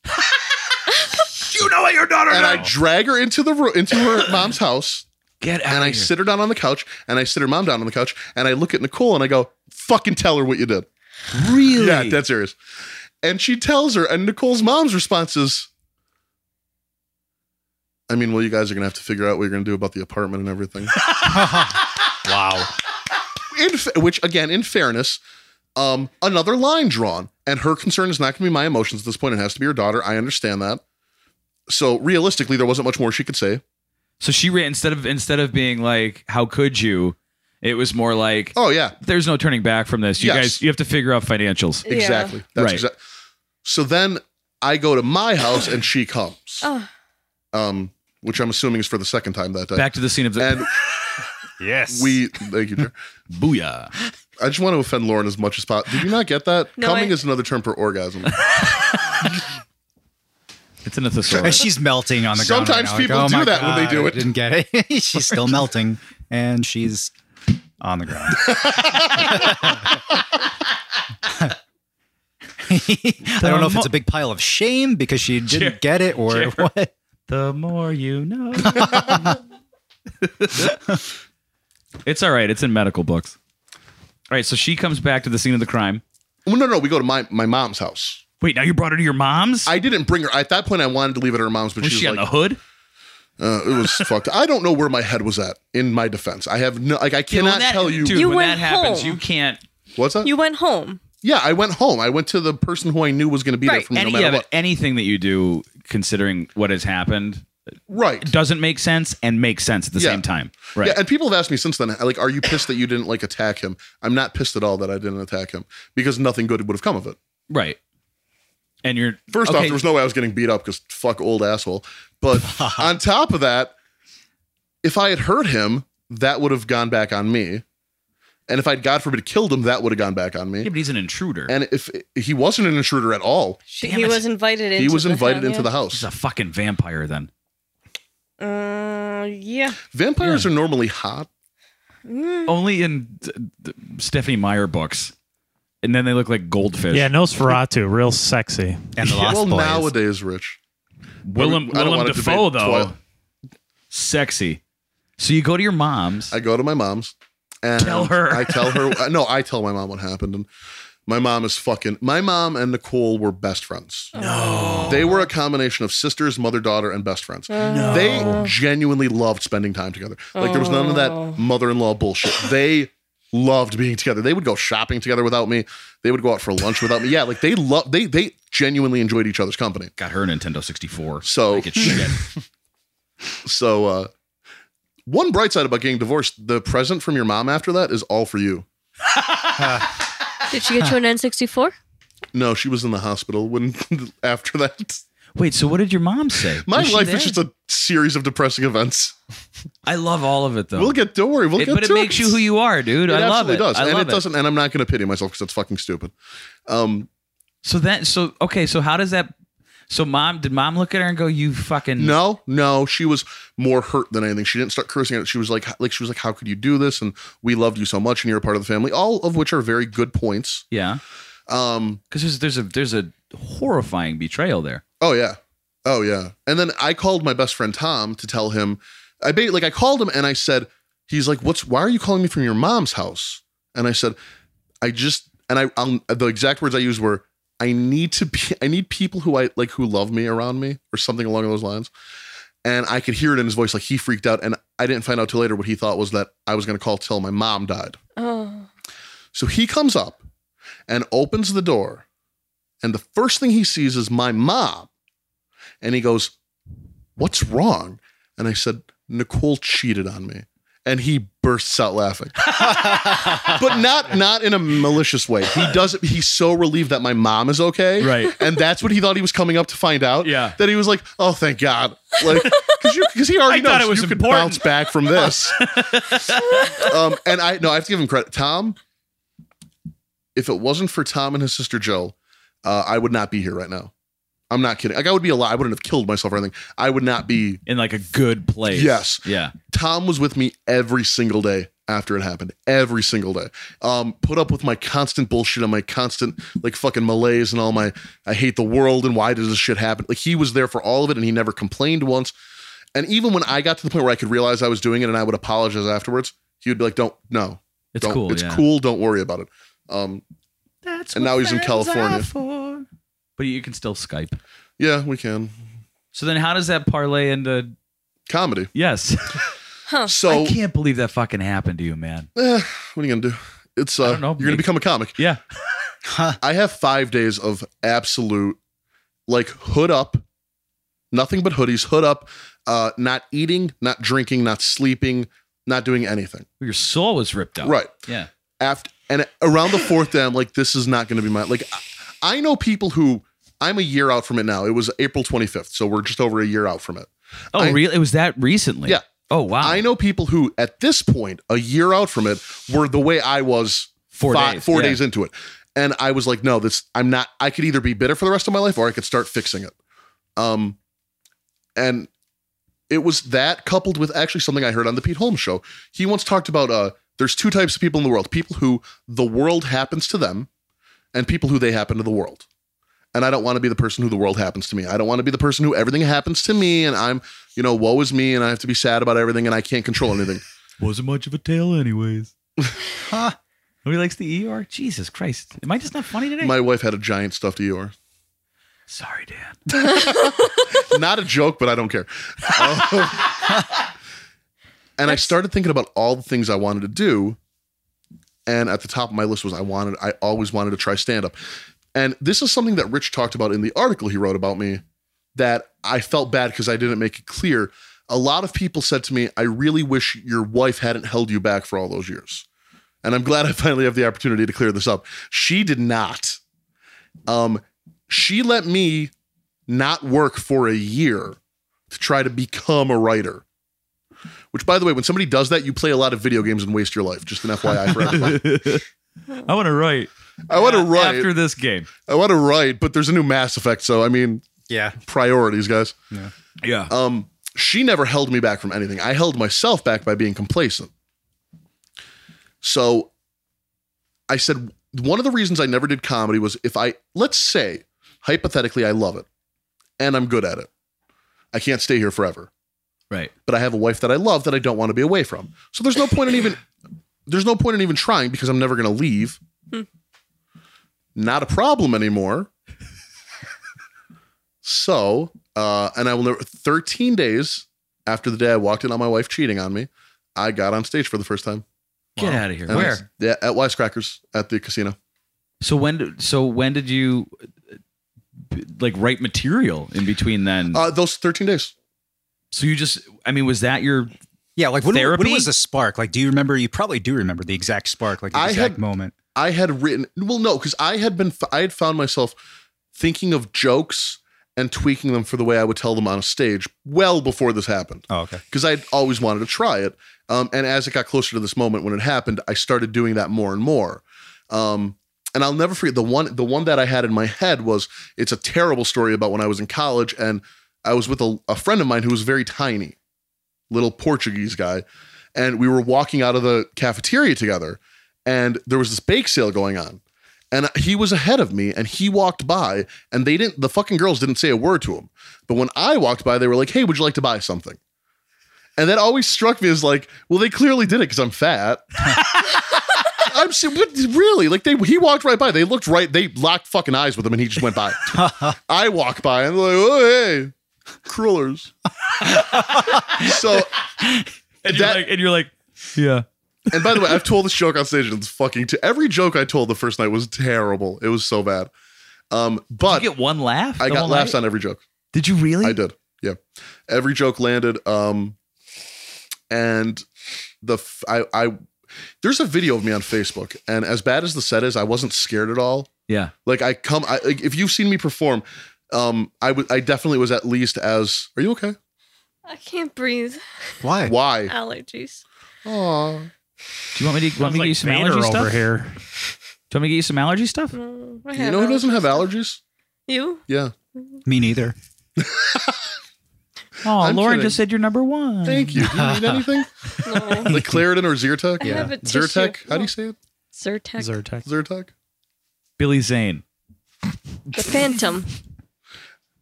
You know what your daughter and does. I drag her into the room, into her mom's house, Get out and of I here. sit her down on the couch, and I sit her mom down on the couch, and I look at Nicole, and I go, "Fucking tell her what you did." Really? Yeah, dead serious. And she tells her, and Nicole's mom's response is, "I mean, well, you guys are gonna have to figure out what you're gonna do about the apartment and everything." wow. in fa- which again in fairness um another line drawn and her concern is not going to be my emotions at this point it has to be her daughter i understand that so realistically there wasn't much more she could say So she ran instead of instead of being like, "How could you?" It was more like, oh yeah "There's no turning back from this. You Yes. guys, you have to figure out financials." Yeah. exactly that's Right. exactly so then i go to my house and she comes Oh. um which i'm assuming is for the second time that day Back to the scene of the and Yes. we thank you Jer. booyah. i just want to offend lauren as much as possible did you not get that No, coming I- is another term for orgasm It's in a And thesaurus. she's melting on the ground. Sometimes right now, oh people do my that when they God, do I it." Didn't get it. she's still melting, and she's on the ground. I don't know if it's a big pile of shame because she didn't get it or what. The more you know. it's all right. It's in medical books. All right. So she comes back to the scene of the crime. well, no no we go to my my mom's house Wait, now you brought her to your mom's? i didn't bring her at that point i wanted to leave it at her mom's but was she was she on like the hood? Uh, it was fucked. I don't know where my head was at. In my defense, I have no like I cannot that- tell you. Dude, You when that went happens, home. you can't. what's that? You went home. yeah, I went home. I went to the person who I knew was going to be there Right, for me no Any, matter yeah, but what. anything that you do, considering what has happened, Right. doesn't make sense and makes sense at the Yeah. same time. Right. Yeah, and people have asked me since then, like, are you pissed that you didn't like attack him? I'm not pissed at all that I didn't attack him because nothing good would have come of it. right. And you're First off, okay, there was no way I was getting beat up because fuck old asshole. But on top of that, if I had hurt him, that would have gone back on me. And if I'd God forbid killed him, that would have gone back on me. Yeah, but he's an intruder. And if he wasn't an intruder at all, She, Damn he it. was invited into. he was invited the into the He's house. a fucking vampire then. Uh, yeah. Mm. Vampires are normally hot. Only in th- th- Stephanie Meyer books. And then they look like goldfish. Yeah, Nosferatu, real sexy. And the lost well, boys. nowadays, Rich. Willem, I don't Willem wanna Dafoe, debate though. Twilight. Sexy. So you go to your mom's. I go to my mom's and Tell her. I tell her. No, I tell my mom what happened, and my mom is fucking. My mom and Nicole were best friends. No, they were a combination of sisters, mother, daughter, and best Oh. friends. No. They genuinely loved spending time together. Like there was none of that mother-in-law bullshit. They loved being together. They would go shopping together without me. They would go out for lunch without me. Yeah, like they love. They they genuinely enjoyed each other's company. Got her a Nintendo 64. So Like it's shit. So uh one bright side about getting divorced, the present from your mom after that is all for you. Did she get you an N64? No, she was in the hospital when after that. Wait, so what did your mom say? My Was she life there? is just a series of depressing events. I love all of it, though. We'll get don't worry, we'll Oh. It- get but it to makes you who you are, dude. It I love absolutely it. does. I and love it doesn't and I'm not gonna pity myself because that's fucking stupid. Um So that so okay, so how does that so mom did mom look at her and go, You fucking No, no, she was more hurt than anything. She didn't start cursing at it. She was like, like she was like, how could you do this? And we loved you so much, and you're a part of the family. All of which are very good points. Yeah. Um, Because there's there's a there's a horrifying betrayal there. Oh yeah. Oh yeah. And then I called my best friend Tom to tell him I ba- like I called him and I said he's like what's why are you calling me from your mom's house? And I said I just and I i the exact words I used were I need to be I need people who I like who love me around me or something along those lines. And I could hear it in his voice, like he freaked out. And I didn't find out till later what he thought was that I was gonna call till my mom died. Oh. So he comes up and opens the door, and the first thing he sees is my mom. And he goes, What's wrong? And I said, Nicole cheated on me. And he bursts out laughing. but not not in a malicious way. He does it, he's so relieved that my mom is okay. Right. And that's what he thought he was coming up to find out. Yeah. That he was like, oh thank God. Like because he already I knows thought it was you could important. bounce back from this. um, and I no, I have to give him credit. Tom, if it wasn't for Tom and his sister Jill, uh, I would not be here right now. I'm not kidding. Like I would be alive. I wouldn't have killed myself or anything. I would not be. in like a good place. Yes. Yeah. Tom was with me every single day after it happened. Every single day. Um, put up with my constant bullshit and my constant like fucking malaise and all my I hate the world and why does this shit happen? Like he was there for all of it and he never complained once. And even when I got to the point where I could realize I was doing it and I would apologize afterwards, he would be like, "Don't, no, It's don't, cool. it's yeah. cool. Don't worry about it." Um, That's And now he's in California. For. But you can still Skype. yeah, we can So then, how does that parlay into? comedy. Yes, So I can't believe that fucking happened to you, man. Eh, what are you gonna do? It's uh, don't know. you're gonna become a comic. Yeah. I have five days of absolute, like hood up, nothing but hoodies, hood up, uh, not eating, not drinking, not sleeping, not doing anything. Your soul was ripped out. Right Yeah. after and around the fourth day, I'm like, this is not going to be my like. I- I know people who I'm a year out from it now. It was April 25th, so we're just over a year out from it. Oh, I- really? It was that recently. Yeah. Oh wow. I know people who, at this point, a year out from it, were the way I was Four fi- days, four yeah. days into it. And I was like, no, this, I'm not, I could either be bitter for the rest of my life or I could start fixing it. Um, and it was that coupled with actually something I heard on the Pete Holmes show. He once talked about uh, there's two types of people in the world people who the world happens to them and people who they happen to the world. And I don't want to be the person who the world happens to me. I don't want to be the person who everything happens to me and I'm, you know, woe is me and I have to be sad about everything and I can't control anything. Wasn't much of a tale, anyways. huh. Nobody likes the ER. Jesus Christ. Am I just not funny today? My wife had a giant stuffed Eeyore. Sorry, Dan. Not a joke, but I don't care. Um, and I started thinking about all the things I wanted to do. And at the top of my list was I wanted, I always wanted to try stand up. And this is something that Rich talked about in the article he wrote about me that I felt bad because I didn't make it clear. A lot of people said to me, I really wish your wife hadn't held you back for all those years. And I'm glad I finally have the opportunity to clear this up. She did not. Um, she let me not work for a year to try to become a writer. Which, by the way, when somebody does that, you play a lot of video games and waste your life. Just an FYI for everybody. I want to write. I want to write. after this game. I want to write, but there's a new Mass Effect, so I mean Yeah. priorities, guys. Yeah. Um, she never held me back from anything. I held myself back by being complacent. So I said one of the reasons I never did comedy was if I let's say hypothetically I love it and I'm good at it. I can't stay here forever. Right. But I have a wife that I love that I don't want to be away from. So there's no point in even there's no point in even trying because I'm never going to leave. Not a problem anymore. So, uh, and I will never, 13 days after the day I walked in on my wife cheating on me, I got on stage for the first time. Get out of here. And I was- Yeah, at Wisecrackers at the casino. So when? did- So when did you uh, b- like write material in between Hmm. then? Uh, those 13 days. so you just. I mean, was that your? Yeah, like when, when Therapy? was the spark? Like, do you remember? You probably do remember the exact spark, like the I exact had- moment. I had written, well, no, because I had been, I had found myself thinking of jokes and tweaking them for the way I would tell them on a stage well before this happened. Oh, okay. because I'd always wanted to try it. Um, and as it got closer to this moment when it happened, I started doing that more and more. Um, and I'll never forget the one the one that I had in my head was it's a terrible story about when I was in college and I was with a, a friend of mine who was very tiny, little Portuguese guy, and we were walking out of the cafeteria together, and there was this bake sale going on. And he was ahead of me and he walked by and they didn't the fucking girls didn't say a word to him. But when I walked by, they were like, Hey, would you like to buy something? And that always struck me as like, well, they clearly did it because I'm fat. I'm se- what, really like they. He walked right by. They looked right. They locked fucking eyes with him, and he just went by. I walk by and like, oh hey, crullers. so And That- you're like, and you're like, yeah. and by the way, I've told this joke on stage, and it's fucking. T- every joke I told the first night was terrible. It was so bad. Um, but Did you get one laugh. I the got whole laughs night? on every joke. Did you really? I did. Yeah, every joke landed. Um, and the f- I I there's a video of me on Facebook, and as bad as the set is, I wasn't scared at all. Yeah. Like I come, I, like, if you've seen me perform, um, I would I definitely was at least as. Are you okay? I can't breathe. Why? Why? Allergies. Aw. Do you want me to Sounds want like me to get you some Vader allergy over stuff? here. Do you want me to get you some allergy stuff? Mm, I You know who doesn't have allergies? You? Yeah. Me neither. Oh, I'm Lauren kidding. just said you're number one. Thank you. Do you need anything? No. Like Claritin or Zyrtec? I have a tissue. Zyrtec? How do you say it? Zyrtec. Zyrtec. Zyrtec? Billy Zane. the Phantom.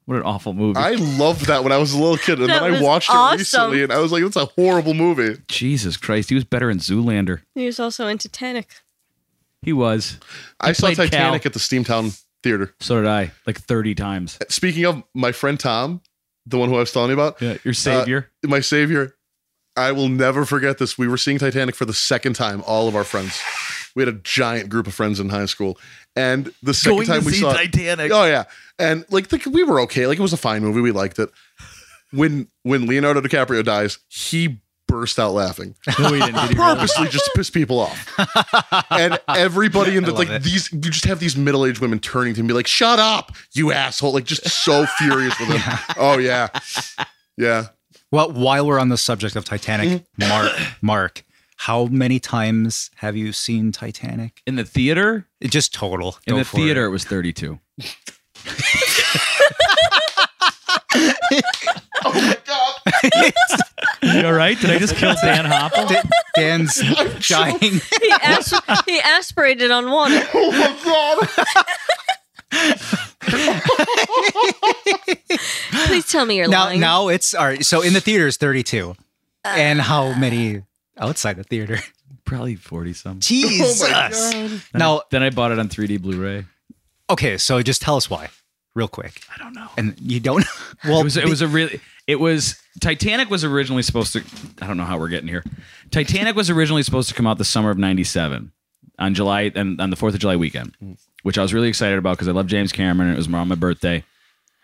What an awful movie. I loved that when I was a little kid, and That then I was watched awesome. it recently, and I was like, "That's a horrible movie." Jesus Christ, he was better in Zoolander. He was also in Titanic. He was. I saw played Cal. Titanic at the Steamtown Theater. So did I, like 30 times. Speaking of my friend Tom, the one who I was telling you about, Yeah, your savior. my savior, I will never forget this. We were seeing Titanic for the second time, all of our friends. We had a giant group of friends in high school, and the second time we saw it- Titanic. Oh yeah, and like the, we were okay. Like it was a fine movie. We liked it. When when Leonardo DiCaprio dies, he burst out laughing. no, he didn't. Did he really? purposely just to piss people off. and everybody in the love like it. these you just have these middle-aged women turning to him and be like, shut up, you asshole. Like just so furious with him. Oh yeah. Yeah. Well, while we're on the subject of Titanic, Mark, Mark, how many times have you seen Titanic? In the theater? It just total. In Go the for it. theater, it was 32. Oh my god. You all right? Did I just kill Dan Hopple? Da- Dan's dying. He, as- he aspirated on water. Oh my god. Please tell me you're now, lying. now it's all right. So in the theater is 32. and how many outside the theater? Probably 40 some. Jesus. Now, Then I bought it on 3D Blu ray. okay, so just tell us why, real quick. I don't know. And you don't? Well, It was, it be- was a really, it was, Titanic was originally supposed to, I don't know how we're getting here. Titanic was originally supposed to come out the summer of 97 on July, and on the 4th of July weekend, which I was really excited about because I love James Cameron and it was around my birthday.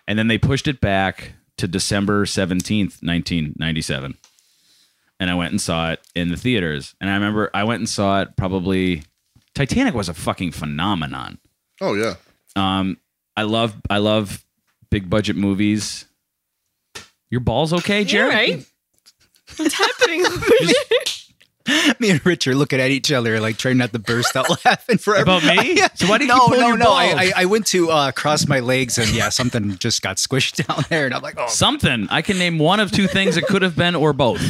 And then they pushed it back to December 17th, 1997. And I went and saw it in the theaters. And I remember I went and saw it probably, Titanic was a fucking phenomenon. Oh yeah. Um, I love I love big budget movies. Your balls okay, You're Jared? right. What's happening? me and Rich are looking at each other, like trying not to burst out laughing forever. About me? So why do you no, keep pulling no, your no. I, balls? I, I went to uh, cross my legs, and yeah, something just got squished down there, and I'm like, oh, Something. I can name one of two things it could have been or both.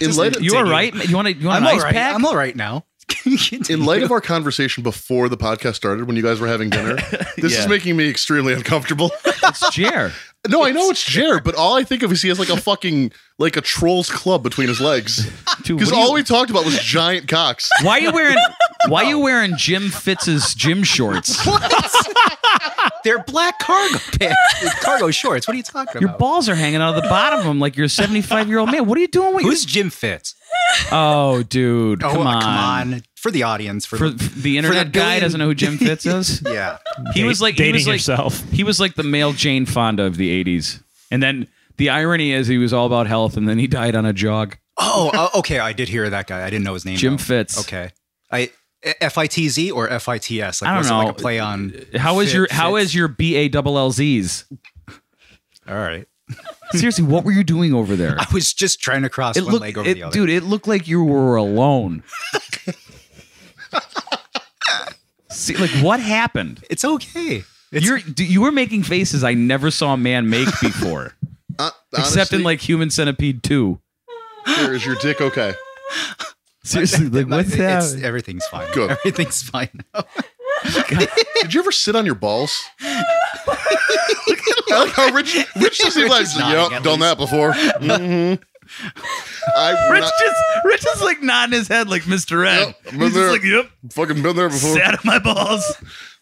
In light, You are right. You want to you want I'm an all ice right. pack? I'm all right now. in light of our conversation before the podcast started, when you guys were having dinner, this is making me extremely uncomfortable. it's Jer. no, I know it's Jer, but all I think of is he has like a fucking like a troll's club between his legs. Dude, Because what do all you- we talked about was giant cocks. why are you wearing why are you wearing Jim Fitz's gym shorts? They're black cargo pants, cargo shorts. What are you talking Your about? balls are hanging out of the bottom of them like you're a 75 year old man. What are you doing with your- Who's Jim Fitz? Oh, dude. Oh, come on. come on, for the audience, for, For the, the internet guy billion- doesn't know who Jim Fitz is. yeah. He was like dating he was like, himself. He was like the male Jane Fonda of the 80s. And then the irony is he was all about health and then he died on a jog. Oh, uh, okay. I did hear that guy. I didn't know his name. Jim though. Fitz. Okay. I eh, F I T Z or F I T S. Like, I don't was it know. Like a play on. How is Fit- your how Fitz? is your B A double L Z's? All right. Seriously, what were you doing over there? I was just trying to cross It one looked, leg over it- the other. dude. It looked like you were alone. See, like what happened? It's okay. It's, You're d- you were making faces I never saw a man make before, Uh, except in honestly, like Human Centipede Two. here, is your dick okay? Seriously, like what's it's- that? Everything's fine. Good. Everything's fine. Did you ever sit on your balls? I like how Rich, Rich doesn't Rich like, is nodding, yep, at done that before. Mhm. I Rich just Rich is like nodding his head like Mr. Ed. Yep, I'm in He's there. just like, yep, fucking been there before. sat on my balls.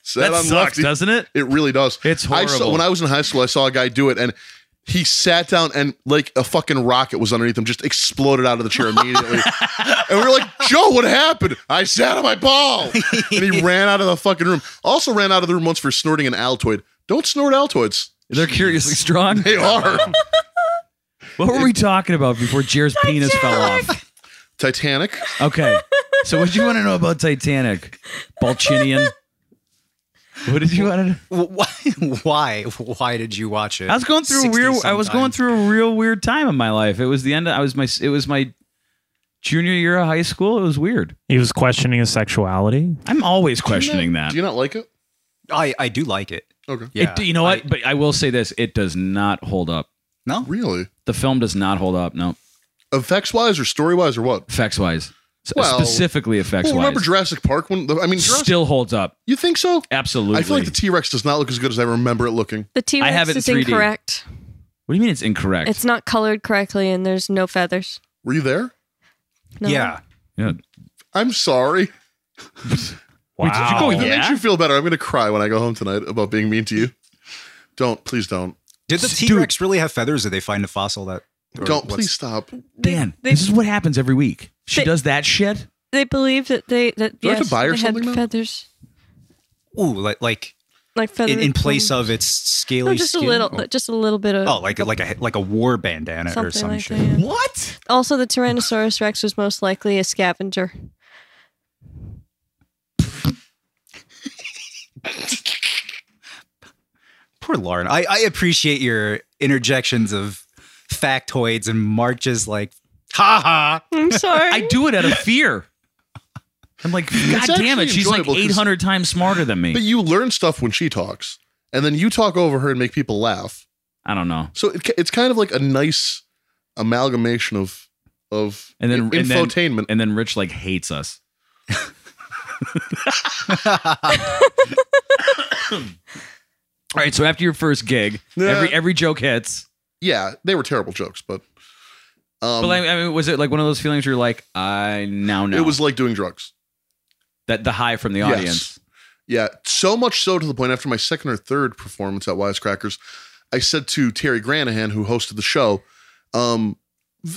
Sat that on sucks, lefty. doesn't it? It really does. It's I saw, horrible. when I was in high school, I saw a guy do it, and he sat down and like a fucking rocket was underneath him, just exploded out of the chair immediately. and we were like, Joe, what happened? I sat on my ball, and he ran out of the fucking room. Also ran out of the room once for snorting an Altoid. Don't snort Altoids. They're curiously strong. They are What were we talking about before Jer's penis fell off? Titanic. Okay. So what did you want to know about Titanic? Balchinian. What did you want to know? Why? Why? Why did you watch it? I was going through a 60 weird. I was going sometimes. through a real weird time in my life. It was the end. Of, I was my. It was my junior year of high school. It was weird. He was questioning his sexuality. I'm always questioning that. Do you not like it? I I do like it. Okay. Yeah. It, you know what? but I will say this: it does not hold up. no. Really? The film does not hold up. No, Effects wise or story wise or what? effects wise, Well- specifically effects Well, remember wise, Jurassic Park when the, I mean, Jurassic, still holds up. you think so? Absolutely. I feel like the T Rex does not look as good as I remember it looking. The T have Rex it in is 3D. incorrect. what do you mean it's incorrect? It's not colored correctly, and there's no feathers. Were you there? No. Yeah. yeah. I'm sorry. Wow. Wait, did you go with That Yeah? makes you feel better. I'm going to cry when I go home tonight about being mean to you. Don't. Please don't. Did the Dude. T Rex really have feathers? Did they find a fossil that? or Don't. what's- Please stop. Dan, they- this is what happens every week. She They- does that shit. They believe that they that Do I yes, have to buy her they something now? had feathers, Ooh, like like like feathers in, in place of its scaly No, just a skin? little, just a little bit of Oh, like like a like a war bandana or something some like shit. that. yeah. What? Also, the Tyrannosaurus Rex was most likely a scavenger. Poor Lauren. I, I appreciate your interjections of factoids and March's like, ha ha. I'm sorry. I do it out of fear. I'm like, God damn actually it. She's like enjoyable 'cause- 800 times smarter than But me. you learn stuff when she talks, and then you talk over her and make people laugh. I don't know. So it, it's kind of like a nice amalgamation of of And then- and then- infotainment. And then Rich like hates us. All right, so after your first gig, Yeah. every every joke hits. yeah, they were terrible jokes, but um, But like, I mean, was it like one of those feelings where you're like, I now know it was like doing drugs. that the high from the Yes. audience? Yeah, so much so to the point after my second or third performance at Wisecrackers, I said to Terry Granahan, who hosted the show, um,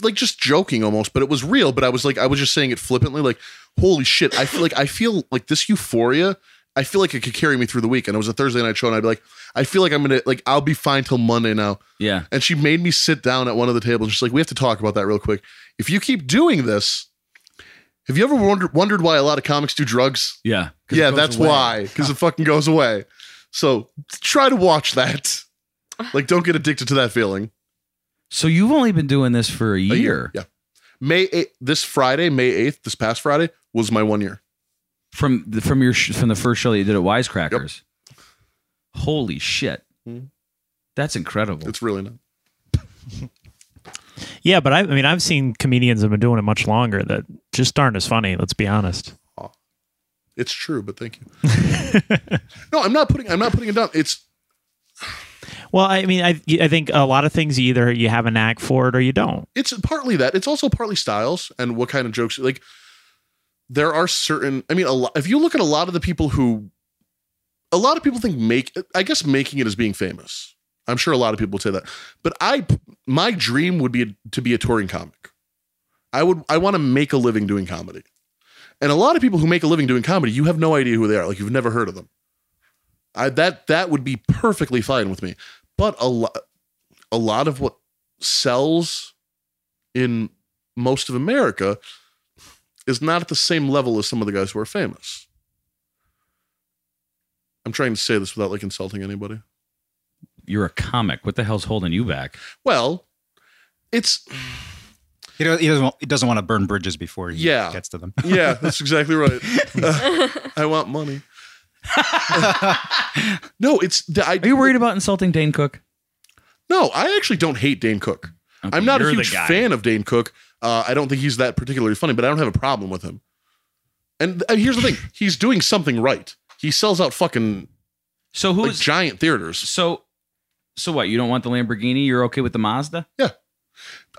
like just joking almost, but it was real. But I was like, I was just saying it flippantly, like, holy shit! I feel like I feel like this euphoria. I feel like it could carry me through the week. And it was a Thursday night show, and I'd be like, I feel like I'm gonna like I'll be fine till Monday now. Yeah. And she made me sit down at one of the tables. She's like, we have to talk about that real quick. If you keep doing this, have you ever wondered wondered why a lot of comics do drugs? Yeah. 'Cause it Yeah, goes that's away. why. Because it fucking goes away. So try to watch that. Like, don't get addicted to that feeling. So you've only been doing this for a year. A Yeah. May 8th, this Friday, May 8th, this past Friday, was my one year. From the, from your sh- from the first show that you did at Wisecrackers. Holy shit. Mhm. That's incredible. It's really not. Yeah, but I, I mean, I've seen comedians have been doing it much longer that just aren't as funny. Let's be honest. It's true, but thank you. no, I'm not putting I'm not putting it down. It's Well, I mean, I I think a lot of things either you have a knack for it or you don't. it's partly that. It's also partly styles and what kind of jokes like there are certain I mean a lot if you look at a lot of the people who a lot of people think make I guess making it is being famous. I'm sure a lot of people would say that. But I my dream would be to be a touring comic. I would I want to make a living doing comedy. And a lot of people who make a living doing comedy, you have no idea who they are. Like you've never heard of them. I that that would be perfectly fine with me. But a lot a lot of what sells in most of America is not at the same level as some of the guys who are famous. I'm trying to say this without like insulting anybody. You're a comic. What the hell's holding you back? Well, it's He doesn't, he doesn't, want- he doesn't want to burn bridges before he Yeah. gets to them. yeah, that's exactly right. Uh, I want money. no, it's the- I Are you worried about insulting Dane Cook? no, I actually don't hate Dane Cook. Okay, I'm not a you're the huge guy. fan of Dane Cook. Uh, I don't think he's that particularly funny, but I don't have a problem with him. And uh, here's the thing: he's doing something right. He sells out fucking So who's like giant theaters. so so what? You don't want the Lamborghini? You're okay with the Mazda? Yeah.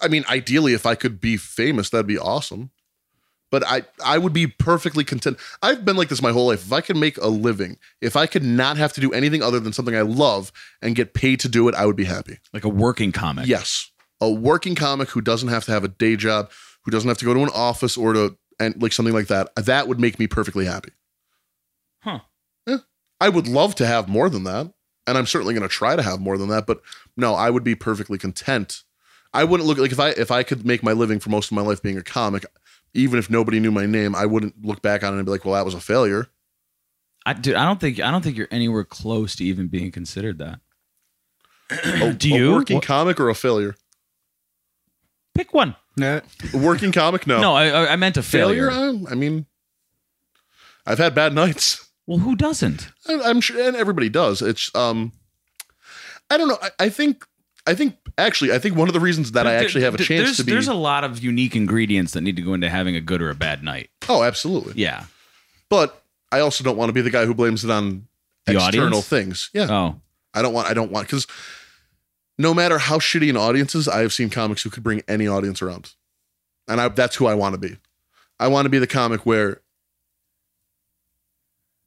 I mean, ideally, if I could be famous, that'd be awesome. But I, I would be perfectly content. I've been like this my whole life. If I could make a living, if I could not have to do anything other than something I love and get paid to do it, I would be happy. like a working comic. Yes. A working comic who doesn't have to have a day job, who doesn't have to go to an office or to and like something like that. That would make me perfectly happy. Huh. Yeah. I would love to have more than that. And I'm certainly going to try to have more than that, but no, I would be perfectly content. I wouldn't look like if I if I could make my living for most of my life being a comic, even if nobody knew my name, I wouldn't look back on it and be like, "Well, that was a failure." I, dude, I don't think I don't think you're anywhere close to even being considered that. A, Do a you? working What- comic or a failure? Pick one. Yeah. A working comic? No. No, I, I- I meant a failure. failure? eh, I mean, I've had bad nights. Well, who doesn't? I- I'm sure, and everybody does. It's um, I don't know. I, I think, I think actually, I think one of the reasons that I There- actually have a there- chance there's, to be. There's a lot of unique ingredients that need to go into having a good or a bad night. oh, absolutely. Yeah. But I also don't want to be the guy who blames it on The external audience? things. Yeah, Oh, I don't want. I don't want because no matter how shitty an audience is, I have seen comics who could bring any audience around, and I, that's who I want to be. I want to be the comic where.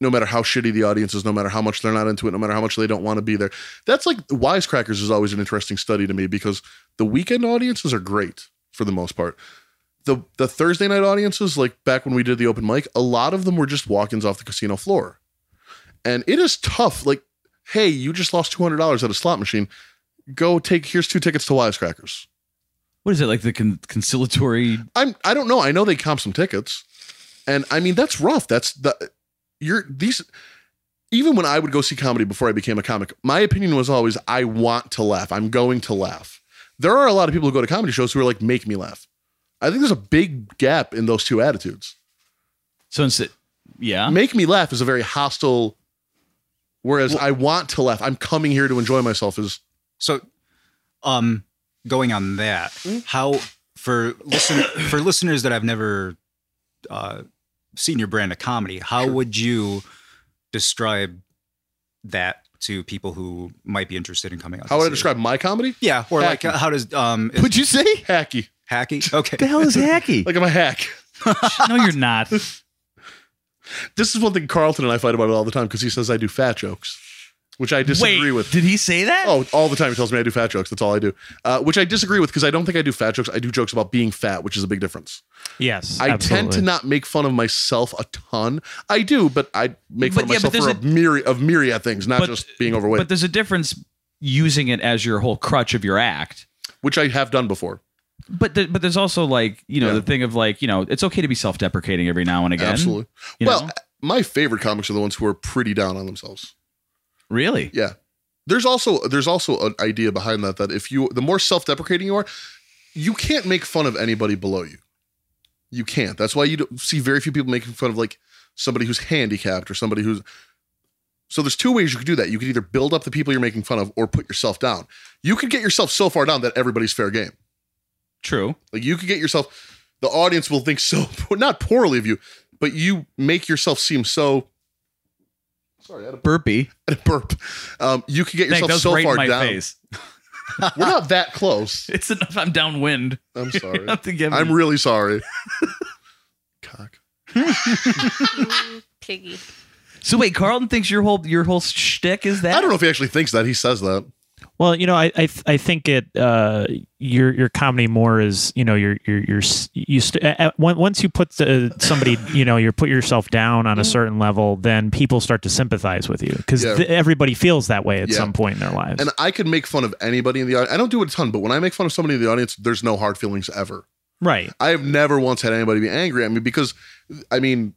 No matter how shitty the audience is, no matter how much they're not into it, no matter how much they don't want to be there, that's like Wisecrackers is always an interesting study to me because the weekend audiences are great for the most part. The the Thursday night audiences, like back when we did the open mic, a lot of them were just walk-ins off the casino floor. And it is tough. Like, hey, you just lost two hundred dollars at a slot machine. Go take here's two tickets to Wisecrackers. what is it like the con- conciliatory? I'm I don't know. I know they comp some tickets. And I mean that's rough. That's the you're these even when I would go see comedy before I became a comic, my opinion was always I want to laugh. I'm going to laugh. There are a lot of people who go to comedy shows who are like, make me laugh. I think there's a big gap in those two attitudes. So instead, yeah. Make me laugh is a very hostile whereas I want to laugh. I'm coming here to enjoy myself is So, um, going on that, Hmm? how for listen for listeners that have never uh, seen your brand of comedy, how would you describe that to people who might be interested in coming out? how to would see I it? describe my comedy? Yeah, or like Hacky. how does um is Would you say hacky? hacky? Okay, the hell is hacky? Like I'm a hack. No, you're not. This is one thing Carlton and I fight about all the time because he says I do fat jokes, which I disagree Wait, with. did he say that? Oh, all the time he tells me I do fat jokes. That's all I do, uh, which I disagree with because I don't think I do fat jokes. I do jokes about being fat, which is a big difference. Yes, I tend to absolutely. not make fun of myself a ton. I do, but I make But fun yeah, of but myself for a, myriad of myriad things, not but- just being overweight, But there's a difference using it as your whole crutch of your act. which I have done before. But the, but there's also like you know Yeah. the thing of like you know it's okay to be self-deprecating every now and again. Absolutely. you well, know? my favorite comics are the ones who are pretty down on themselves. really. Yeah. There's also there's also an idea behind that that if you the more self-deprecating you are, you can't make fun of anybody below you. You can't. That's why you don't see very few people making fun of like somebody who's handicapped or somebody who's so there's two ways you could do that. You could either build up the people you're making fun of or put yourself down. You could get yourself so far down that everybody's fair game. True. Like you could get yourself the audience will think so not poorly of you, but you make yourself seem so sorry, I had a Burpee. and a burp. Um, you could get Dang, yourself that was so right far in my down. face. We're not that close. It's enough. I'm downwind. I'm You sorry. have to give I'm me- really sorry. Cock. Piggy. So wait, Carlton thinks your whole your whole shtick is that? I don't know if he actually thinks that. He says that. Well, you know, I I, th- I think it uh your your comedy more is you know your your your s- you st- uh, uh, on- once you put the, somebody you know you put yourself down on a certain level, then people start to sympathize with you because Mm. Yeah. everybody feels that way at Yeah. some point in their lives. And I could make fun of anybody in the audience. I don't do it a ton, but when I make fun of somebody in the audience, there's no hard feelings ever. right. I have never once had anybody be angry at me because, I mean,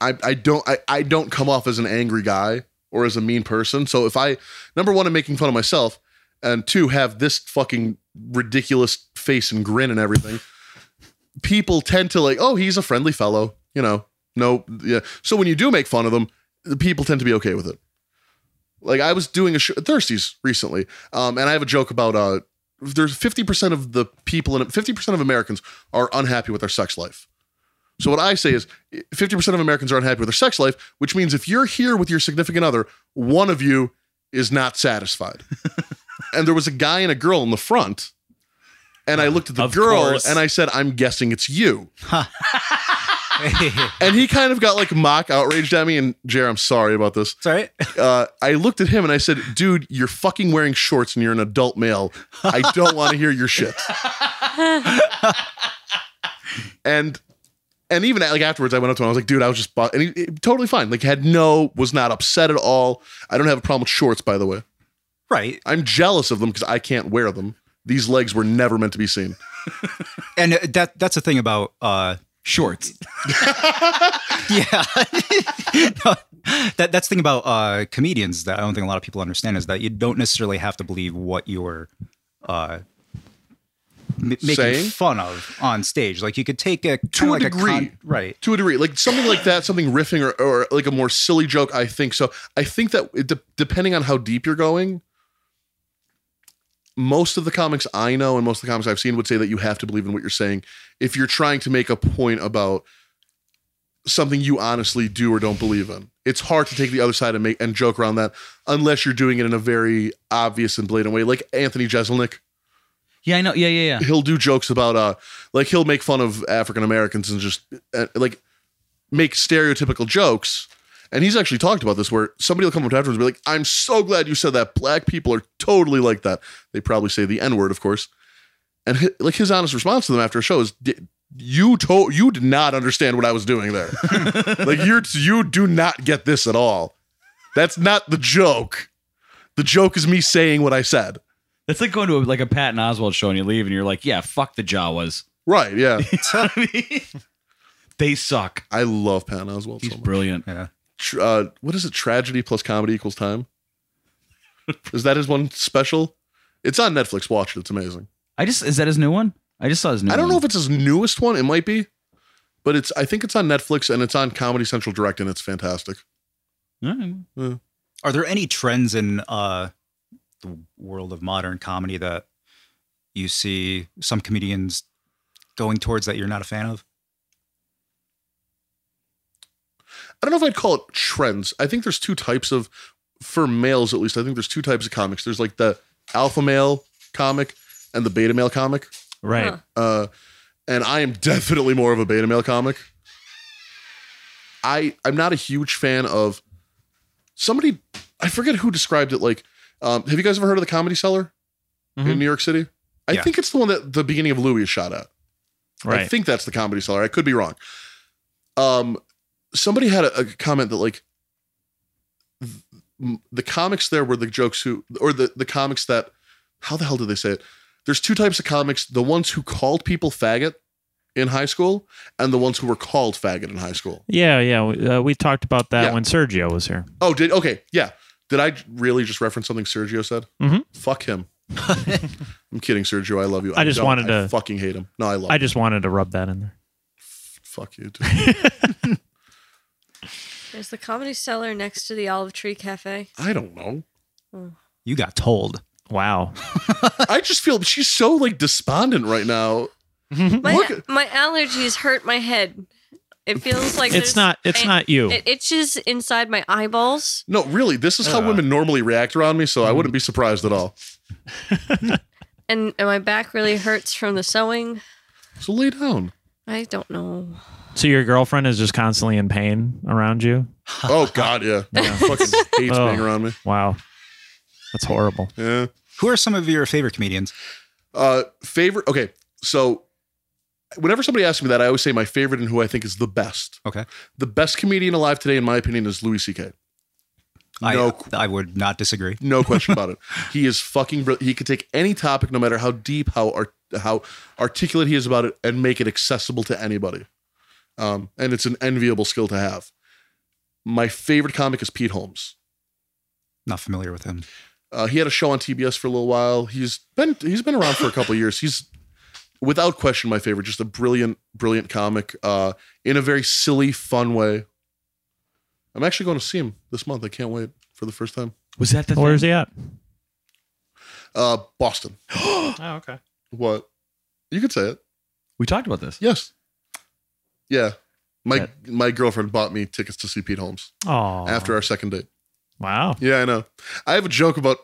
I, I don't I, I don't come off as an angry guy or as a mean person. So if I number one, I'm making fun of myself, and two, have this fucking ridiculous face and grin and everything, people tend to like, oh, he's a friendly fellow, you know. No, yeah. So when you do make fun of them, the people tend to be okay with it. Like I was doing a show Thirsties recently, um, and I have a joke about uh, there's 50% of the people in 50% of Americans are unhappy with their sex life. So what I say is 50% of Americans are unhappy with their sex life, which means if you're here with your significant other, one of you is not satisfied. and there was a guy and a girl in the front And I looked at the Of girl course. and I said, I'm guessing it's you. And he kind of got like mock outraged at me. And Jer, I'm sorry about this. Sorry. Uh, I looked at him and I said, dude, you're fucking wearing shorts and you're an adult male. I don't want to hear your shit. and and even like afterwards, I went up to him. I was like, dude, I was just bu-. and he, he- totally fine. Like had no, was not upset at all. I don't have a problem with shorts, by the way. Right. I'm jealous of them because I can't wear them. These legs were never meant to be seen. And that that's the thing about uh Shorts. yeah. No, that that's the thing about uh comedians that I don't think a lot of people understand is that you don't necessarily have to believe what you're uh m- making Saying? fun of on stage. Like you could take a To a kinda like degree. con- right. to a degree like something like that something riffing or, or like a more silly joke i think so i think that it de- depending on how deep you're going most of the comics i know and most of the comics i've seen would say that you have to believe in what you're saying if you're trying to make a point about something you honestly do or don't believe in it's hard to take the other side and make and joke around that unless you're doing it in a very obvious and blatant way like anthony jeselnik Yeah, I know. Yeah, yeah, yeah. he'll do jokes about uh like he'll make fun of African Americans and just uh, like make stereotypical jokes. And he's actually talked about this where somebody will come up to afterwards and be like, I'm so glad you said that. Black people are totally like that. They probably say the N word, of course. And hi- like his honest response to them after a show is, "D- you told you did not understand what I was doing there. like you're you do not get this at all. That's not the joke. The joke is me saying what I said. That's like going to a, like a Patton Oswald show and you leave and you're like, yeah, fuck the Jawas. Right? Yeah. They suck. I love Pat Oswald. He's so much. brilliant. Yeah. tr- uh, what is it? Tragedy plus comedy equals time. Is that his one special? It's on Netflix. Watch it. It's amazing. I just is that his new one? I just saw his new. I don't one. know if it's his newest one. It might be, but it's. I think it's on Netflix and it's on Comedy Central Direct and it's fantastic. Mm. Are there any trends in uh, the world of modern comedy that you see some comedians going towards that you're not a fan of? I don't know if I'd call it trends. I think there's two types of, for males at least. I think there's two types of comics. There's like the alpha male comic and the beta male comic. Right. Huh. uh, and I am definitely more of a beta male comic. I I'm not a huge fan of somebody. I forget who described it. Like, um, have you guys ever heard of the Comedy Cellar Mhm. in New York City? I Yeah. think it's the one that the beginning of Louis is shot at. I Right. think that's the comedy seller. I could be wrong. Um, somebody had a, a comment that like th- m- the comics there were the jokes who or the the comics that how the hell did they say it? There's two types of comics: the ones who called people faggot in high school, and the ones who were called faggot in high school. yeah, yeah. we- Uh, we talked about that Yeah. when Sergio was here. Oh, did okay, yeah. Did I really just reference something Sergio said? Mhm. Fuck him. I'm kidding, Sergio. I love you. I just don't. wanted I to- fucking hate him. No, I love. I him. just wanted to rub that in there. fuck you. dude. There's the comedy cellar next to the Olive Tree Cafe. I don't know. You got told. Wow. I just feel she's so like despondent right now. My Look at- my allergies hurt my head. It feels like It's there's- not. It's it- not you. It itches inside my eyeballs. No, really, this is how women normally react around me, so I wouldn't be surprised at all. And, and my back really hurts from the sewing. So lay down. I don't know. so your girlfriend is just constantly in pain around you. Oh God, yeah, fucking hates Oh. being around me. Wow. That's horrible. Yeah. Who are some of your favorite comedians? Uh, favorite. Okay, so whenever somebody asks me that, I always say my favorite and who I think is the best. Okay. The best comedian alive today, in my opinion, is Louis C.K. No. I, I would not disagree. No question about it. He is fucking. Brilliant. He could take any topic, no matter how deep, how art, how articulate he is about it, and make it accessible to anybody. Um, and it's an enviable skill to have. My favorite comic is Pete Holmes. Not familiar with him. Uh, he had a show on TBS for a little while. He's been he's been around for a couple of years. He's without question my favorite. Just a brilliant, brilliant comic uh, in a very silly, fun way. I'm actually going to see him this month. I can't wait for the first time. Was that the Where's thing? he at? Uh, Boston. Oh, okay. What? You could say it. We talked about this. Yes. Yeah. My Yeah. my girlfriend bought me tickets to see Pete Holmes Oh. after our second date. Wow. Yeah, I know. I have a joke about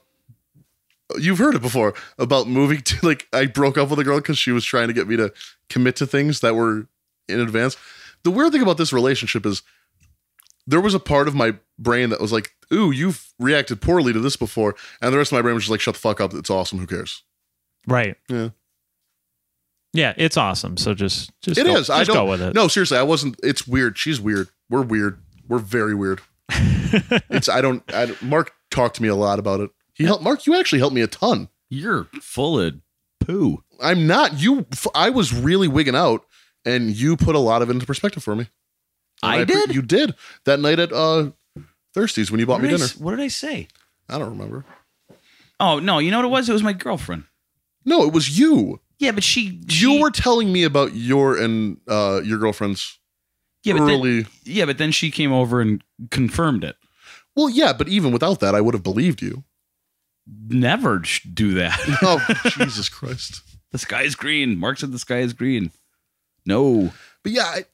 you've heard it before about moving to like I broke up with a girl because she was trying to get me to commit to things that were in advance. The weird thing about this relationship is there was a part of my brain that was like, "Ooh, you've reacted poorly to this before," and the rest of my brain was just like, "Shut the fuck up. It's awesome. Who cares?" Right. Yeah. Yeah, it's awesome. So just just It is. go, I just don't go with Uh, it. No, seriously, I wasn't. It's weird. She's weird. We're weird. We're very weird. it's. I don't. I don't- Mark talked to me a lot about it. He helped. Mark, you actually helped me a ton. You're full of poo. I'm not. You. f- I was really wigging out, and you put a lot of it into perspective for me. And I appre- did? You did that night at uh Thirsty's when you bought What me did, I, dinner. s- what did I say? I don't remember. Oh no, you know what it was? It was my girlfriend. No, it was you. Yeah, but she, You she- were telling me about your and uh your girlfriend's yeah, but then, early. yeah, but then she came over and confirmed it. well, yeah, but even without that, I would have believed you. Never sh- do that. Oh, Jesus Christ. the sky is green. Mark said the sky is green. No. But yeah, I,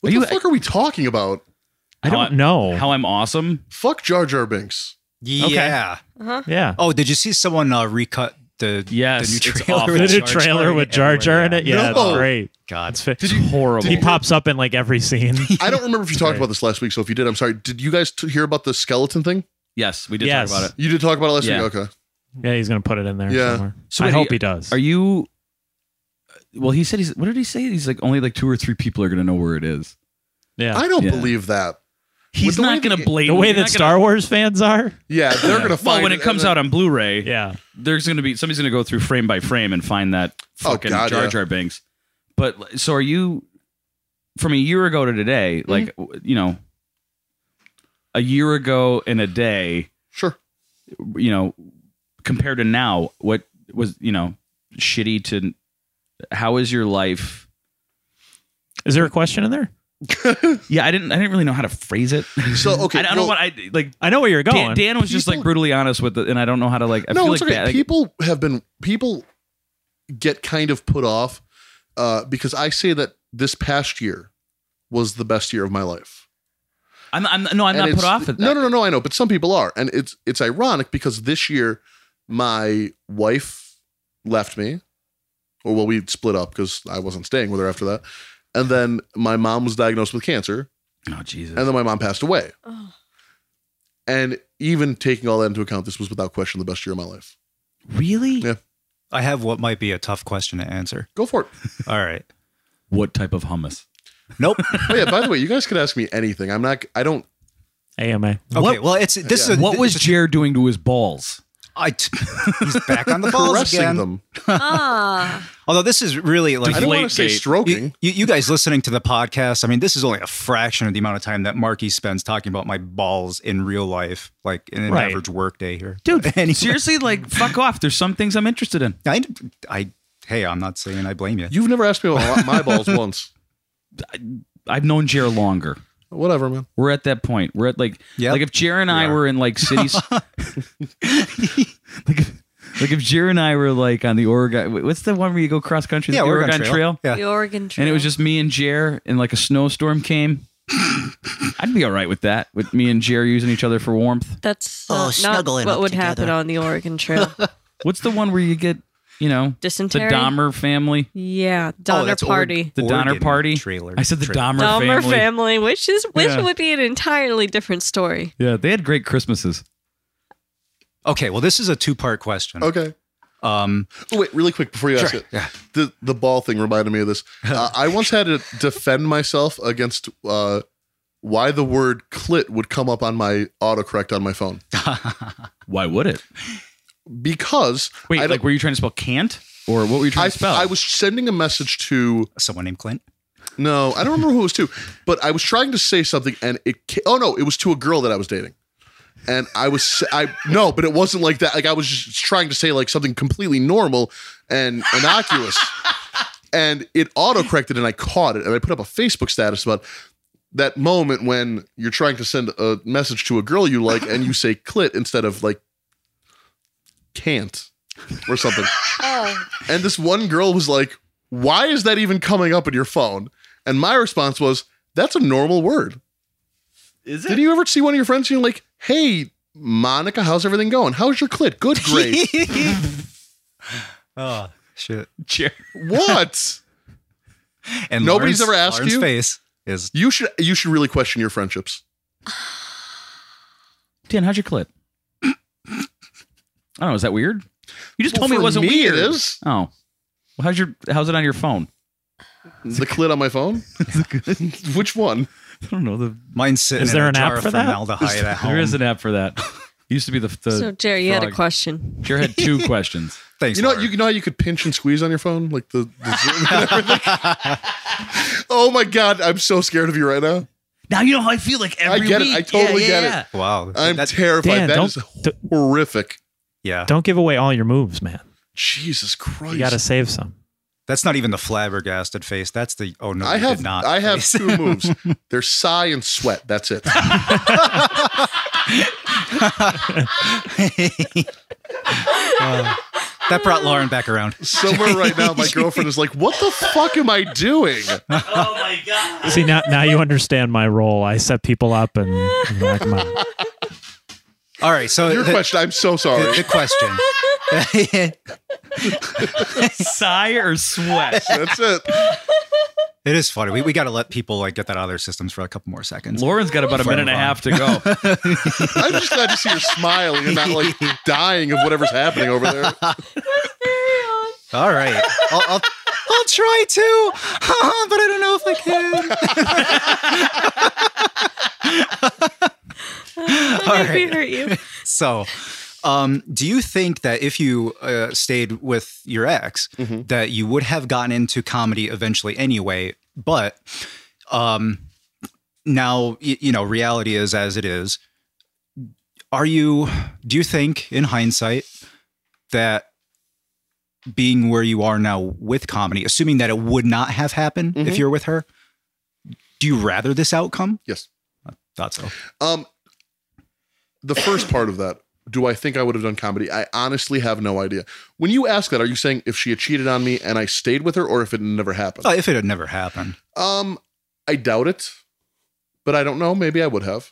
what Are the you- fuck are we talking about? I How don't Oh. know. How I'm awesome. Fuck Jar Jar Binks. Yeah. Uh-huh. yeah. Oh, did you see someone uh, recut the Yes, the new it's trailer? awful. with The new Jar Jar trailer with Jar Jar in it. Yeah, No. it's great. God, It's fit. Did you? Horrible. He pops up in like every scene. I don't remember if you talked great. about this last week. So if you did, I'm sorry. Did you guys t- hear about the skeleton thing? Yes, we did Yes. talk about it. You did talk about it last Yeah. week. Okay. yeah, he's gonna put it in there Yeah. somewhere. So I wait, hope are- he does. Are you? uh, Well, he said he's. What did he say? He's like only like two or three people are gonna know where it is. yeah. I don't Yeah. believe that. He's the way not that going you- to blame the way that Star Wars fans are. Yeah, they're gonna find Well, when it comes out on Blu-ray, Yeah. There's gonna be somebody's gonna go through frame by frame and find that Oh, fucking God, Jar yeah. Jar Binks. But so are you? From a year ago to today, Mm-hmm. like w- you know, a year ago and a day, Sure. you know, compared to now, what was you know shitty to? How is your life? Is there a question in there? Yeah, I didn't. I didn't really know how to phrase it. So okay. I, I don't know well, what I like. I know where you're going. Dan, Dan was just like People- brutally honest with it, and I don't know how to like. I no, feel it's like okay. bad- people have been people get kind of put off uh, because I say that this past year was the best year of my life. I'm, I'm no, I'm And not put it's- off at that. No, no, no, no. I know, but some people are, and it's it's ironic because this year my wife left me, or well, we split up because I wasn't staying with her after that, and then my mom was diagnosed with cancer, Oh Jesus! and then my mom passed away. Oh. And even taking all that into account, this was without question the best year of my life. Really? Yeah. I have what might be a tough question to answer. Go for it. All right. What type of hummus? Nope. oh yeah. By the way, you guys could ask me anything. I'm not. I don't. AMA. Okay. Well, it's this is a, What was it's Jer doing to his balls? a- I t- he's back on the balls Caressing again. them. ah. Although this is really like I don't want Deflate to say gate. stroking. You, you, you guys listening to the podcast, I mean, this is only a fraction of the amount of time that Marky spends talking about my balls in real life, like in an Right. average workday here. Dude, Anyway, seriously, like fuck off. There's some things I'm interested in. I, I, hey, I'm not saying I blame you. You've never asked me about my balls once. I've known Jer longer. Whatever, man. We're at that point. We're at like Yep. like if Jer and I are. were in like cities, like if, like if Jer and I were like on the Oregon. What's the one where you go cross country? the Oregon, Trail. Yeah. The Oregon Trail. and it was just me and Jer, and like a snowstorm came. I'd be all right with that, with me and Jer using each other for warmth. that's uh, not what would happen on the Oregon Trail. What's the one where you get, you know, the Dysentery. Dahmer family, Yeah, Donner that's Oreg- Party. the Oregon Donner party? Trailer. I said the Trailer. Dahmer, Dahmer family. family. which is which Yeah. would be an entirely different story. Yeah, they had great Christmases. Okay. Well, this is a two part question. Okay. Um, Oh, wait, really quick before you ask Sure, it. yeah. The the ball thing reminded me of this. Uh, I once had to defend myself against uh, why the word clit would come up on my autocorrect on my phone Why would it? because Wait, I, like don't- were you trying to spell can't, or what were you trying I, to spell? I was sending a message to someone named Clint. no, I don't remember who it was to, but I was trying to say something and it ca- oh no, it was to a girl that I was dating. And I was I no, but it wasn't like that. Like I was just trying to say like something completely normal and innocuous. and it autocorrected and I caught it and I put up a Facebook status about that moment when you're trying to send a message to a girl you like and you say clit instead of like can't or something. Oh, And this one girl was like, Why is that even coming up in your phone? And my response was, That's a normal word. Is Did you ever see one of your friends and you're like, Hey, Monica, how's everything going? How's your clit? Good, great. Ah. Oh shit! what? And Lauren's- Nobody's ever asked Lauren's you? Face is You should you should really question your friendships. Dan, how's your clip? I don't know. Is that weird? You just Well, told me it for wasn't me, weird. It is Oh, well, how's your how's it on your phone? the clit on my phone. Which one? I don't know. The, mine's sitting. Is in there a an app jar for of that? formaldehyde at home. there is an app for that. Used to be the, the So Jerry, you had a frog. question. Jared had two questions. Thanks. You know, Lauren. you, you know how you could pinch and squeeze on your phone, like the, the zoom and everything. oh my god, I'm so scared of you right now. Now you know how I feel like I every get it. week. I totally yeah, get yeah, it. Wow. I'm That- terrified. Dan, That don't- is don't- horrific. yeah. Don't give away all your moves, man. Jesus Christ! You got to save some. That's not even the flabbergasted face. That's the oh no, I you have did not. I have face. two moves. They're sigh and sweat. That's it. that brought Lauren back around. Somewhere right now, my girlfriend is like, "What the fuck am I doing?" See now, now you understand my role. I set people up and I'm like, come on. All right, so Your the, question. I'm so the- sorry. the question. Sigh or sweat. That's it. it is funny. We, we got to let people like get that out of their systems for a couple more seconds. Lauren's got about a minute and a half to go. I'm just glad to see her smiling and not like dying of whatever's happening over there. All right, I'll, I'll, I'll try to, but I don't know if I can. I think we hurt you. So, um, do you think that if you uh, stayed with your ex, that you would have gotten into comedy eventually anyway? But um, now, y- you know, reality is as it is. Are you, do you think in hindsight that being where you are now with comedy, assuming that it would not have happened if you're with her, do you rather this outcome? Yes. Thought so. Um, the first part of that. Do I think I would have done comedy? I honestly have no idea. When you ask that, are you saying if she had cheated on me and I stayed with her, or if it never happened? Oh, if it had never happened. Um, I doubt it, but I don't know. Maybe I would have.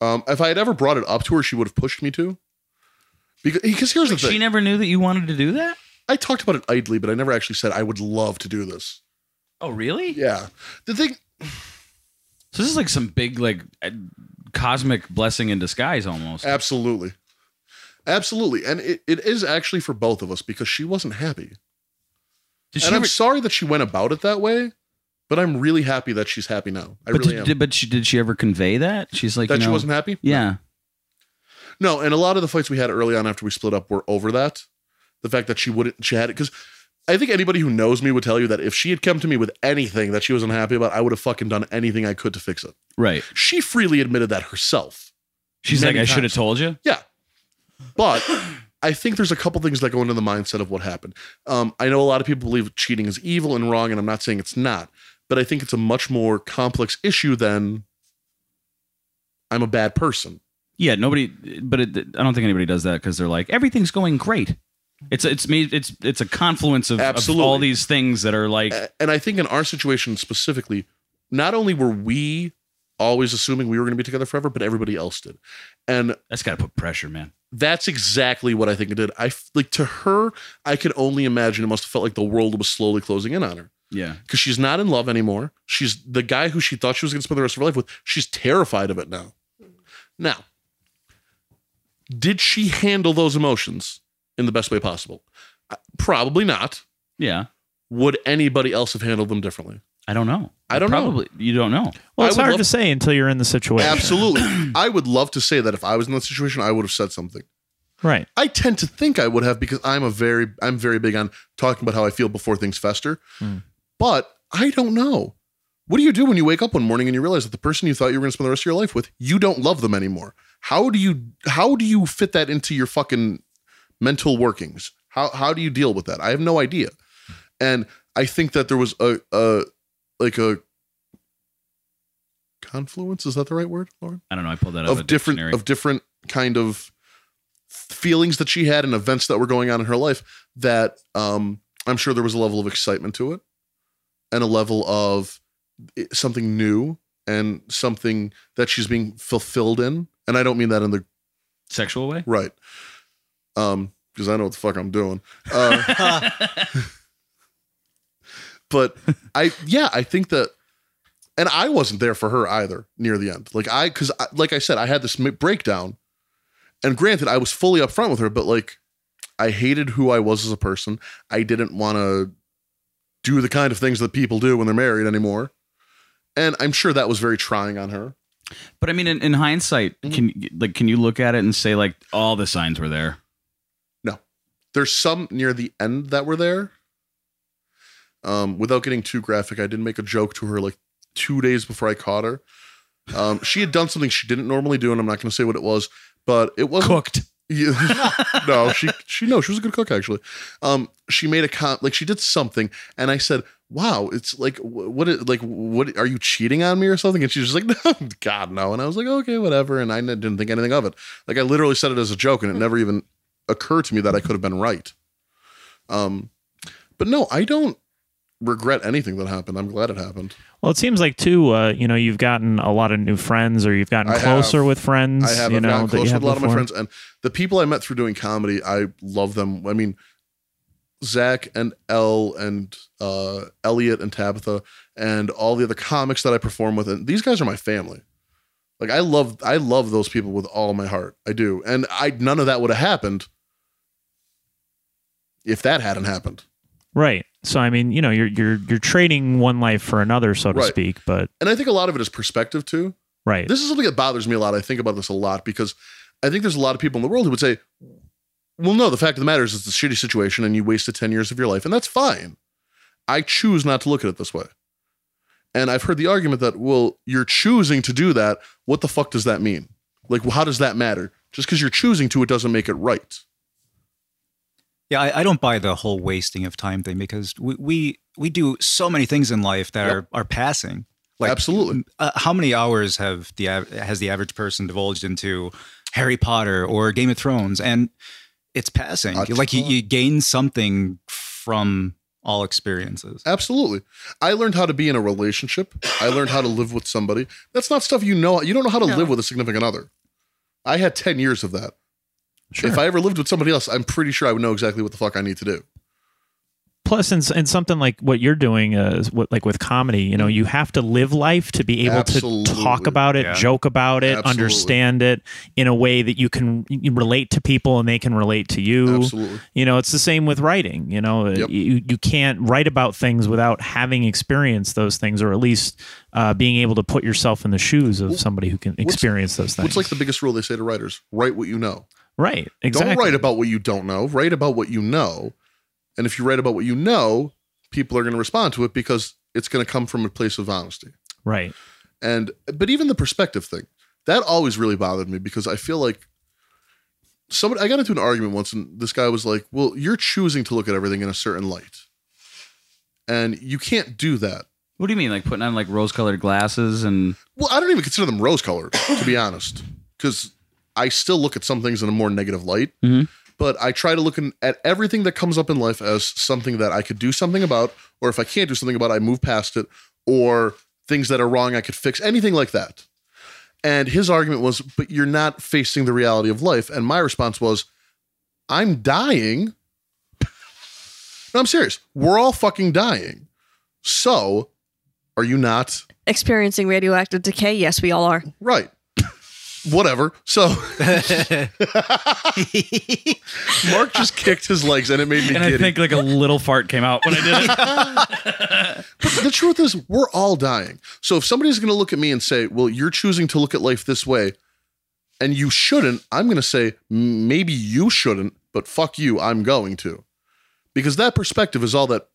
Um, if I had ever brought it up to her, she would have pushed me to. Because, because here's the thing. she never knew that you wanted to do that. I talked about it idly, but I never actually said I would love to do this. Oh, really? Yeah. The thing So this is like some big like uh, cosmic blessing in disguise almost. absolutely. Absolutely. And it, it is actually for both of us because she wasn't happy. Did And she I'm ever- sorry that she went about it that way, but I'm really happy that she's happy now. I but really did, am. did- but she did she ever convey that? She's like that you she know- wasn't happy? Yeah. No, and a lot of the fights we had early on after we split up were over that. The fact that she wouldn't, she had it. Because I think anybody who knows me would tell you that if she had come to me with anything that she was unhappy about, I would have fucking done anything I could to fix it. Right. She freely admitted that herself. She's Many like, I should have times. told you. Yeah. But I think there's a couple things that go into the mindset of what happened. Um, I know a lot of people believe cheating is evil and wrong, and I'm not saying it's not, but I think it's a much more complex issue than I'm a bad person. Yeah. Nobody. But it, I don't think anybody does that because they're like everything's going great. It's it's me. It's it's a confluence of, of Absolutely. Uh, all these things that are like A- And I think in our situation specifically, not only were we always assuming we were going to be together forever, but everybody else did. And that's got to put pressure, man. that's exactly what I think it did. I f- like to her, I could only imagine it must have felt like the world was slowly closing in on her. Yeah. because she's not in love anymore. She's the guy who she thought she was going to spend the rest of her life with. She's terrified of it now. Now, did she handle those emotions in the best way possible? Uh, Probably not. Yeah. Would anybody else have handled them differently? I don't know. I don't know. Probably you don't know. Well, I it's would hard love- to say until you're in the situation. Absolutely. I would love to say that if I was in that situation, I would have said something. Right. I tend to think I would have because I'm a very I'm very big on talking about how I feel before things fester. But I don't know. What do you do when you wake up one morning and you realize that the person you thought you were going to spend the rest of your life with, you don't love them anymore? How do you how do you fit that into your fucking mental workings? How how do you deal with that? I have no idea. And I think that there was a a like a confluence is that the right word, Lauren? I don't know. I pulled that out of, a of different dictionary. of different kind of feelings that she had and events that were going on in her life that um I'm sure there was a level of excitement to it and a level of i- something new and something that she's being fulfilled in and I don't mean that in the sexual way? Right. Um, because I know what the fuck I'm doing. Uh, but I, yeah, I think that, and I wasn't there for her either near the end. Like I, because I, like I said, I had this m- breakdown, and granted, I was fully upfront with her, but like, I hated who I was as a person. I didn't want to do the kind of things that people do when they're married anymore, and I'm sure that was very trying on her. But I mean, in, in hindsight, Mm-hmm. can like can you look at it and say like all the signs were there? There's some near the end that were there. Um, without getting too graphic, I did make a joke to her like two days before I caught her. Um, she had done something she didn't normally do, and I'm not going to say what it was, but it was Cooked. Yeah. no, she she no, she was a good cook actually. Um, she made a con like she did something, and I said, "Wow, it's like wh- what it like what are you cheating on me or something?" And she was just like, "No, God no," and I was like, "Okay, whatever," and I n- didn't think anything of it. Like I literally said it as a joke, and it never even occurred to me that I could have been right. Um, but no, I don't regret anything that happened. I'm glad it happened. Well, it seems like too. Uh, you know, you've gotten a lot of new friends, or you've gotten I have. closer with friends. I have you I've know, gotten that close you with had a lot of my before. friends, and the people I met through doing comedy, I love them. I mean, Zach and Elle and uh, Elliot and Tabitha and all the other comics that I perform with, and these guys are my family. Like I love, I love those people with all my heart. I do, and I none of that would have happened if that hadn't happened. Right. So I mean, you know, you're you're you're trading one life for another, so to Right. speak. But And I think a lot of it is perspective too. right. This is something that bothers me a lot. I think about this a lot because I think there's a lot of people in the world who would say, well, no, the fact of the matter is it's a shitty situation and you wasted 10 years of your life, and that's fine. I choose not to look at it this way. And I've heard the argument that, well, you're choosing to do that. What the fuck does that mean? Like, how does that matter? Just because you're choosing to, it doesn't make it right. Yeah, I, I don't buy the whole wasting of time thing because we we, we do so many things in life that Yep. are are passing. Absolutely. Uh, how many hours have the av- has the average person divulged into Harry Potter or Game of Thrones? And it's passing. A like you, ton. you gain something from all experiences. Absolutely. I learned how to be in a relationship. I learned how to live with somebody. That's not stuff you know. You don't know how to No. live with a significant other. I had 10 years of that. If I ever lived with somebody else, I'm pretty sure I would know exactly what the fuck I need to do. Plus, in, in something like what you're doing, uh, is what like with comedy, you know, you have to live life to be able to talk Absolutely. about it, Yeah. joke about it, Absolutely. understand it in a way that you can you can relate to people and they can relate to you. Absolutely. You know, it's the same with writing. You know, Yep. you, you can't write about things without having experienced those things, or at least uh, being able to put yourself in the shoes of somebody who can experience those things. What's like the biggest rule they say to writers? Write what you know. right? Exactly. Don't write about what you don't know. Write about what you know. And if you write about what you know, people are going to respond to it because it's going to come from a place of honesty. right. and but even the perspective thing that always really bothered me because i feel like somebody i got into an argument once and this guy was like well you're choosing to look at everything in a certain light and you can't do that What do you mean, like putting on like rose-colored glasses and well i don't even consider them rose colored to be honest because i still look at some things in a more negative light Mhm. but i try to look in, at everything that comes up in life as something that i could do something about or if i can't do something about it, i move past it or things that are wrong i could fix anything like that and his argument was but you're not facing the reality of life and my response was i'm dying no i'm serious we're all fucking dying so are you not Experiencing radioactive decay? Yes, we all are. Right. Whatever. So Mark just kicked his legs and it made me And giddy. I think like a little fart came out when I did it. but the truth is we're all dying. So if somebody's going to look at me and say, "Well, you're choosing to look at life this way and you shouldn't." I'm going to say, "M- "Maybe you shouldn't, but fuck you, I'm going to." Because that perspective is all that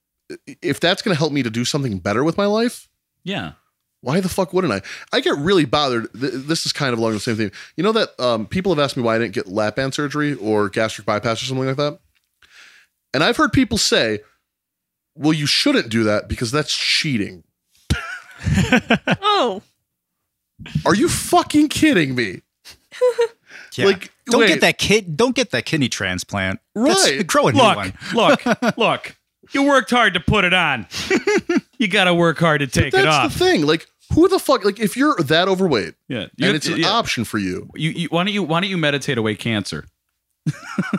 if that's going to help me to do something better with my life, yeah, why the fuck wouldn't I? I get really bothered. Th- This is kind of along the same thing. You know that um, people have asked me why I didn't get lap band surgery or gastric bypass or something like that. And I've heard people say, well, you shouldn't do that because that's cheating. Oh, Are you fucking kidding me? Yeah. Like, don't wait. get that kid. Don't get that kidney transplant. That's- Right. grow a new one. look, look, look. You worked hard to put it on. you got to work hard to take That's it off. the thing. Like, Who the fuck? Like, if you're that overweight Yeah, and it's an option for you, You, you, why don't you why don't you meditate away cancer?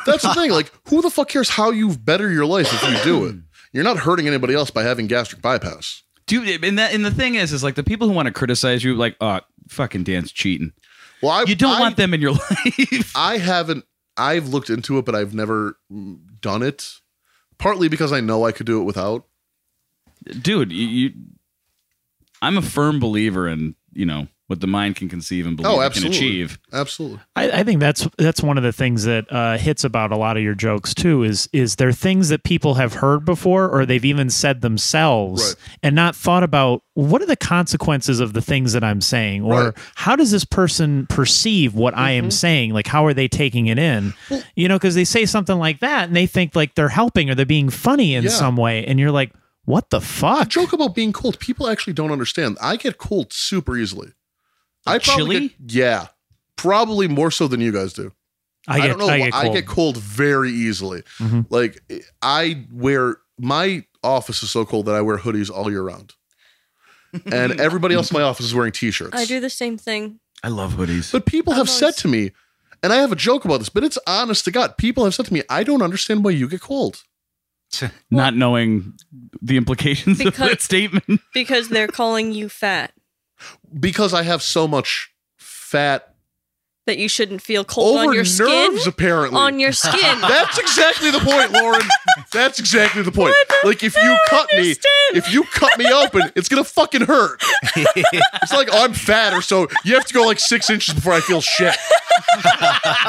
that's the thing. Like, who the fuck cares how you better your life if you do it? You're not hurting anybody else by having gastric bypass. Dude, and that and the thing is, is like the people who want to criticize you, like, oh, fucking Dan's cheating. Well, I, You don't I, want them in your life. I haven't. I've looked into it, but I've never mm, done it. Partly because I know I could do it without. dude you, you i'm a firm believer in you know what the mind can conceive and believe it Oh, can absolutely. achieve Absolutely. I, I think that's that's one of the things that uh, hits about a lot of your jokes too. Is is there things that people have heard before, or they've even said themselves, and not thought about what are the consequences of the things that I'm saying, or Right. how does this person perceive what I am saying? Like how are they taking it in? you know, because they say something like that, and they think like they're helping or they're being funny in Yeah. some way, and you're like, what the fuck? joke about being cold. People actually don't understand. I get cold super easily. I probably chilly? get- yeah, probably more so than you guys do. I, don't know. why- I get, cold. Mm-hmm. very easily. Mhm. Like I wear my office is so cold that I wear hoodies all year round, and everybody else in my office is wearing t-shirts. I do the same thing. i love hoodies But people have I've said always- to me, and I have a joke about this, but it's honest to God. People have said to me, I don't understand why you get cold. not knowing the implications of Because- that statement Because they're calling you fat. Because I have so much fat That you shouldn't feel cold over on your nerves, skin. apparently. On your skin. That's exactly the point, Lauren. That's exactly the point. Like if you cut me, understand. if you cut me open, it's gonna fucking hurt. It's like oh, I'm fat or so. You have to go like six inches before I feel shit.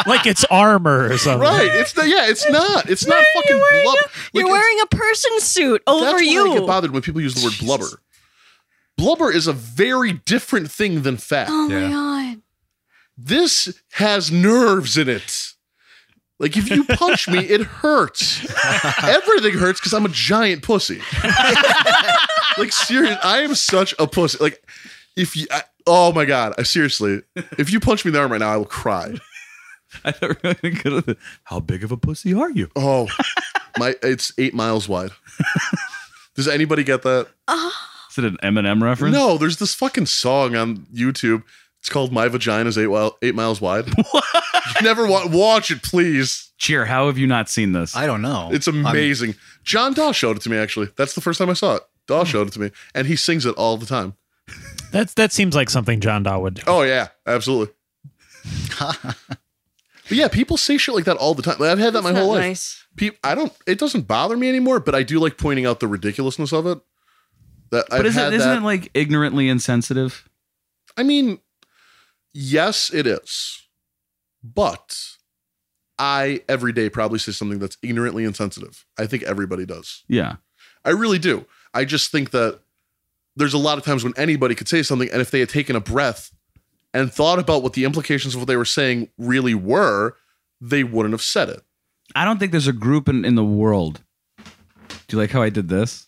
like it's armor or something. Right? It's not. Yeah, it's not. It's not fucking blubber. Like, You're it's- wearing a person suit that's over why I get Oh, you. bothered when people use the word blubber. Blubber is a very different thing than fat. Oh Yeah. my god. This has nerves in it. Like if you punch me, it hurts. Everything hurts because I'm a giant pussy. like serious, I am such a pussy. Like if you, I, oh my god, I seriously, if you punch me in the arm right now, I will cry. i thought we were gonna go to the- how big of a pussy are you Oh, my, it's eight miles wide. Does anybody get that? is it an eminem reference No, there's this fucking song on YouTube. It's called "My Vagina Is Eight, Wi- eight Miles Wide." You Never wa- watch it, please. cheer how have you not seen this I don't know. It's I'm- amazing. John Daw showed it to me actually. That's the first time I saw it. Hmm. Daw showed it to me, and he sings it all the time. That's that seems like something John Daw would do. Oh yeah, absolutely. but yeah, people say shit like that all the time. Like, I've had that That's my whole not life. nice. Peop- I don't. It doesn't bother me anymore, but I do like pointing out the ridiculousness of it. That but I've isn't, had isn't that. it like ignorantly insensitive I mean, yes, it is, but I every day probably say something that's ignorantly insensitive. I think everybody does. yeah I really do. I just think that there's a lot of times when anybody could say something, and if they had taken a breath and thought about what the implications of what they were saying really were, they wouldn't have said it. i don't think there's a group in, in the world do you like how i did this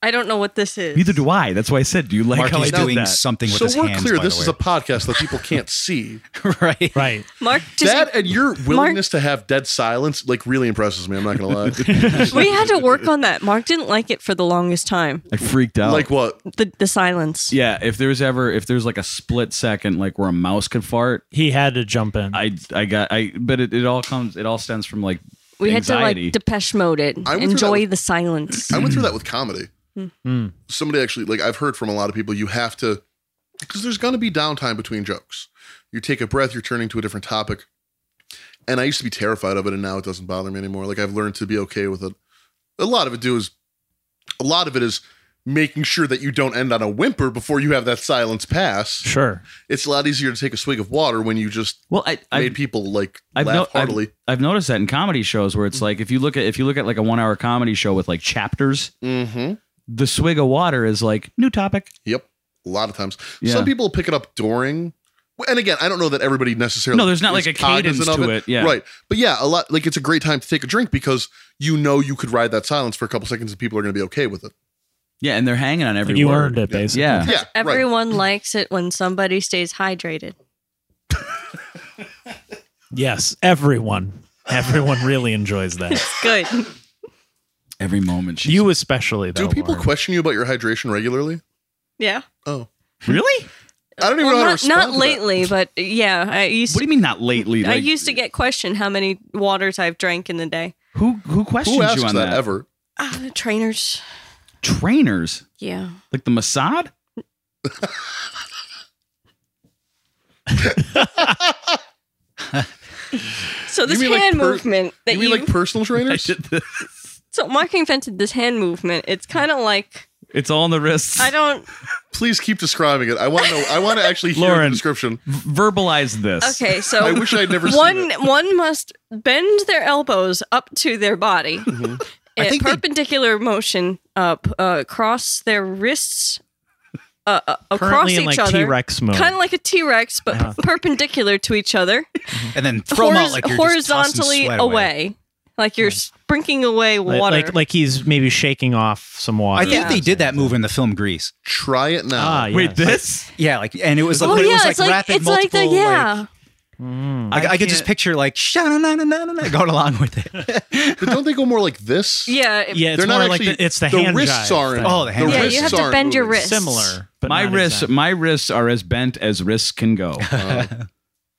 I don't know what this is. neither do i that's why i said do you like Mark how i is did doing that something with So his we're hands. clear by the this is way. a podcast that people can't see. right. Right. Mark just that and your willingness to have dead silence like really impresses me. I'm not gonna lie. we had to work on that. Mark didn't like it for the longest time. i freaked out like what? The the silence. Yeah, if there's ever if there's like a split second like where a mouse could fart, He had to jump in. I I got I but it, it all comes it all stems from like we anxiety. had to like Depeche Mode it. I went through Enjoy that- the silence. I went through that with comedy. Hmm. Mm. Somebody actually, like, I've heard from a lot of people, you have to, because there's going to be downtime between jokes. You take a breath, you're turning to a different topic. And I used to be terrified of it, and now it doesn't bother me anymore. Like, I've learned to be okay with it. A lot of it do is, a lot of it is making sure that you don't end on a whimper before you have that silence pass. Sure. It's a lot easier to take a swig of water when you just well I made I people like I've laugh no- I've- heartily. I've noticed that in comedy shows where it's like if you look at if you look at like a 1 hour comedy show with like chapters, mm-hmm. the swig of water is like new topic. Yep. A lot of times. Yeah. Some people pick it up during. And again, I don't know that everybody necessarily. No, there's not, is like, a cadence cognizant of to it, yeah. Right. But yeah, a lot like it's a great time to take a drink because you know you could ride that silence for a couple seconds and people are going to be okay with it. Yeah, and they're hanging on every you word. earned it, basically. Yeah. Yeah. right. Everyone likes it when somebody stays hydrated. Yes. Everyone. Everyone really enjoys that. Good. Every moment she's You especially, though. Do people Lauren. question you about your hydration regularly? Yeah. Oh, Really? I don't even know how to not, respond not to that. lately, but yeah, I used What do you mean not lately? I Like, used to get questioned how many waters I've drank in the day. who who questions Who asks you on that, ever? Uh, trainers. Trainers Yeah. like the Mossad. So this mean like hand per- movement that You mean you, like personal trainers? so Mark invented this hand movement. It's kind of like It's all in the wrists. I don't Please keep describing it. I want to know. I want to actually hear the Lauren. description. verbalize this. Okay, so I wish I'd never seen one it. one must bend their elbows up to their body Mm-hmm. I in think they- perpendicular motion up uh, across their wrists uh, uh, across Currently in each like T other Rex mode. kind of like a T-Rex but perpendicular to each other and then Uh-huh. throw 'em out horiz- like you're just tossing horizontally sweat away. like you're sprinking away Like- water Like like he's maybe shaking off some water. I think Yeah. they did that move in the film Grease. Try it now. Ah, Wait, yes. this? Yeah, like and it was like, oh but yeah it was like it's like rapid it's like multiple. the yeah Mm. like, I, could can't- just picture like na na na na na going along with it. But don't they go more like this? yeah it- yeah, it's They're not more like actually- the, it's the, the hand wrists jive aren't- thing. oh, the hand. The yeah wrists you have to aren't bend your moving. wrists similar, but my not wrists exact. my wrists are as bent as wrists can go. Uh,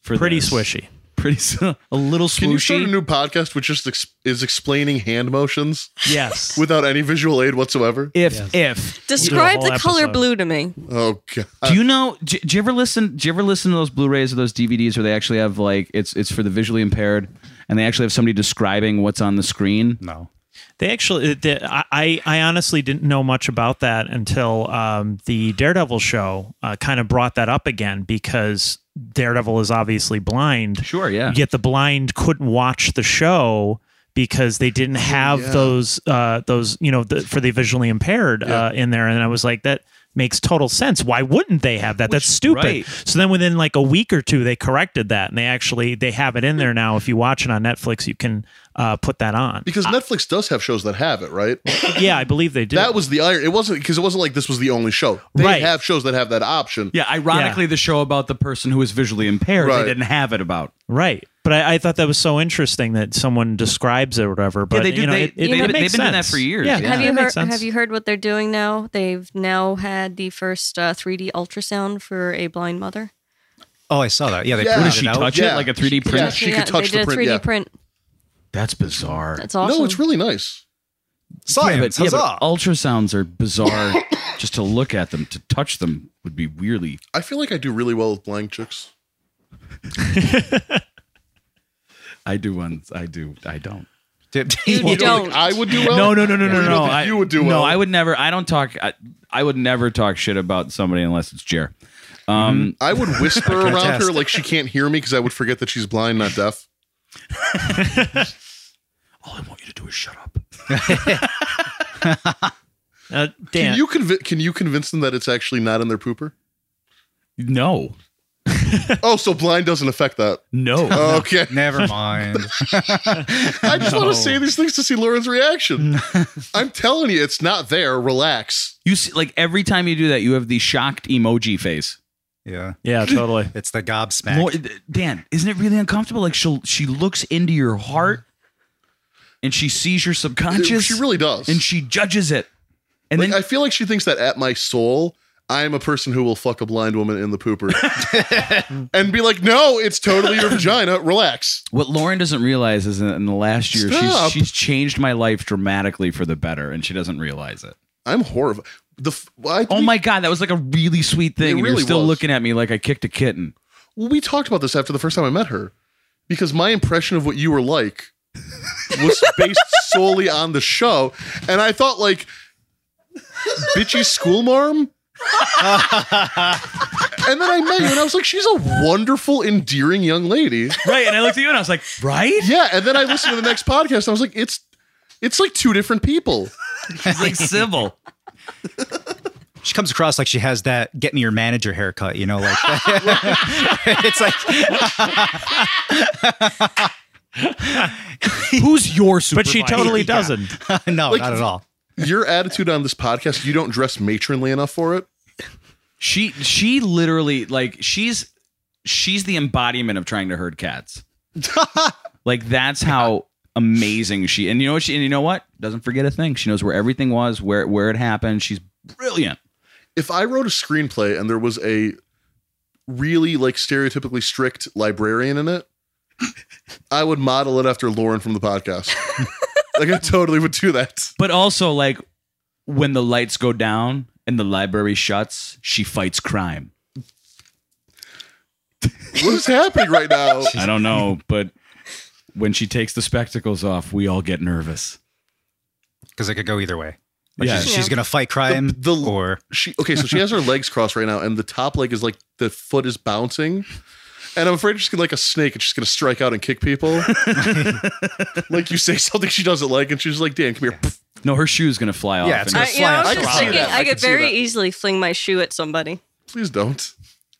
for pretty this. swishy. Pretty s- a little Can you start a swooshy. new podcast which just ex- is explaining hand motions Yes, without any visual aid whatsoever? If if describe We'll do a the whole color episode. blue to me Oh god. do you know? Do, do you ever listen? Do you ever listen to those Blu-rays or those DVDs where they actually have like it's it's for the visually impaired, and they actually have somebody describing what's on the screen? No. They actually, it- the- I, I I honestly didn't know much about that until um, the Daredevil show uh, kind of brought that up again because Daredevil is obviously blind. Sure, yeah. Yet the blind couldn't watch the show because they didn't Oh, have yeah. those uh, those you know the, for the visually impaired uh, in there, and I was like that. Makes total sense. Why wouldn't they have that? That's stupid. right. So then, within like a week or two, they corrected that, and they actually they have it in there now. If you watch it on Netflix, you can uh, put that on. Because Netflix does have shows that have it, right? yeah, I believe they do. That was the iron. It wasn't because it wasn't like this was the only show. They Right. have shows that have that option. Yeah, ironically, the show about the person who was visually impaired, Right. they didn't have it about. Right. But I, I thought that was so interesting that someone describes it or whatever. But they do- You know, they- it, it- they- it they've makes been doing that sense. for years, Yeah, yeah. it Have you heard? makes sense. Have you heard what they're doing now? They've now had the first uh, 3D ultrasound for a blind mother. Oh, I saw that. Yeah, they Yeah. printed What it does she out. touch it Yeah. like a 3D print? Yeah, she could touch they did the print. a 3D Yeah. print. That's bizarre. That's awesome. No, it's really nice. Science, yeah, but, yeah, huzzah. but ultrasounds are bizarre. just to look at them, to touch them would be weirdly. I feel like I do really well with blind chicks. I do ones. I do. I don't. You You don't don't. think I would do well. No, no, no, no, You no, don't no. think I, you would do No, well. I would never. I don't talk. I, I would never talk shit about somebody unless it's Jer. Um, I would whisper can around her attest. like she can't hear me because I would forget that she's blind, not deaf. Mm-hmm. All I want you to do is shut up. Uh, Can Dan, you convi- can you convince them that it's actually not in their pooper? No, Oh, so blind doesn't affect that. no. Okay. Never mind. I just want to say these things to see Lauren's reaction. I'm telling you, it's not there. Relax. You see, like every time you do that, you have the shocked emoji face. yeah, yeah, totally. it's the gobsmack. Lord- Dan, isn't it really uncomfortable? Like she she looks into your heart, and she sees your subconscious. she really does. and she judges it. And Like, then I feel like she thinks that at my soul, I am a person who will fuck a blind woman in the pooper and be like, no, it's totally your vagina. Relax. what Lauren doesn't realize is that in the last year Stop. she's she's changed my life dramatically for the better, and she doesn't realize it. I'm horrified. The f- I, Oh my god, that was like a really sweet thing. It and really you're still was. looking at me like I kicked a kitten. Well, we talked about this after the first time I met her because my impression of what you were like was based solely on the show. And I thought, like, bitchy school marm. and then I met you and I was like, she's a wonderful, endearing young lady. Right, and I looked at you and I was like, right? Yeah. And then I listened to the next podcast and I was like, it's. It's like two different people. It's like civil. she comes across like she has that "get me your manager" haircut. You know, like it's like Who's your But she totally doesn't. no, not at all. Your attitude on this podcast, you don't dress matronly enough for it. She she literally like she's she's the embodiment of trying to herd cats. like that's how amazing she and you know what she and you know what doesn't forget a thing. She knows where everything was, where where it happened. She's brilliant. if I wrote a screenplay and there was a really like stereotypically strict librarian in it, I would model it after Lauren from the podcast. like I totally would do that. But also, like, when the lights go down and the library shuts, she fights crime. What is happening right now? I don't know, but when she takes the spectacles off, we all get nervous. because it could go either way. Like Yeah. she's, Yeah. she's gonna fight crime The- the- or She okay, so she has her legs crossed right now, and the top leg is like the foot is bouncing. And I'm afraid she's gonna like a snake and she's gonna strike out and kick people. like you say something she doesn't like, and she's like, Dan, come here. No, her shoe's gonna fly Yeah, off. it's gonna I, fly yeah, I off was the just ground. thinking I I can could see very that. easily fling my shoe at somebody. Please don't.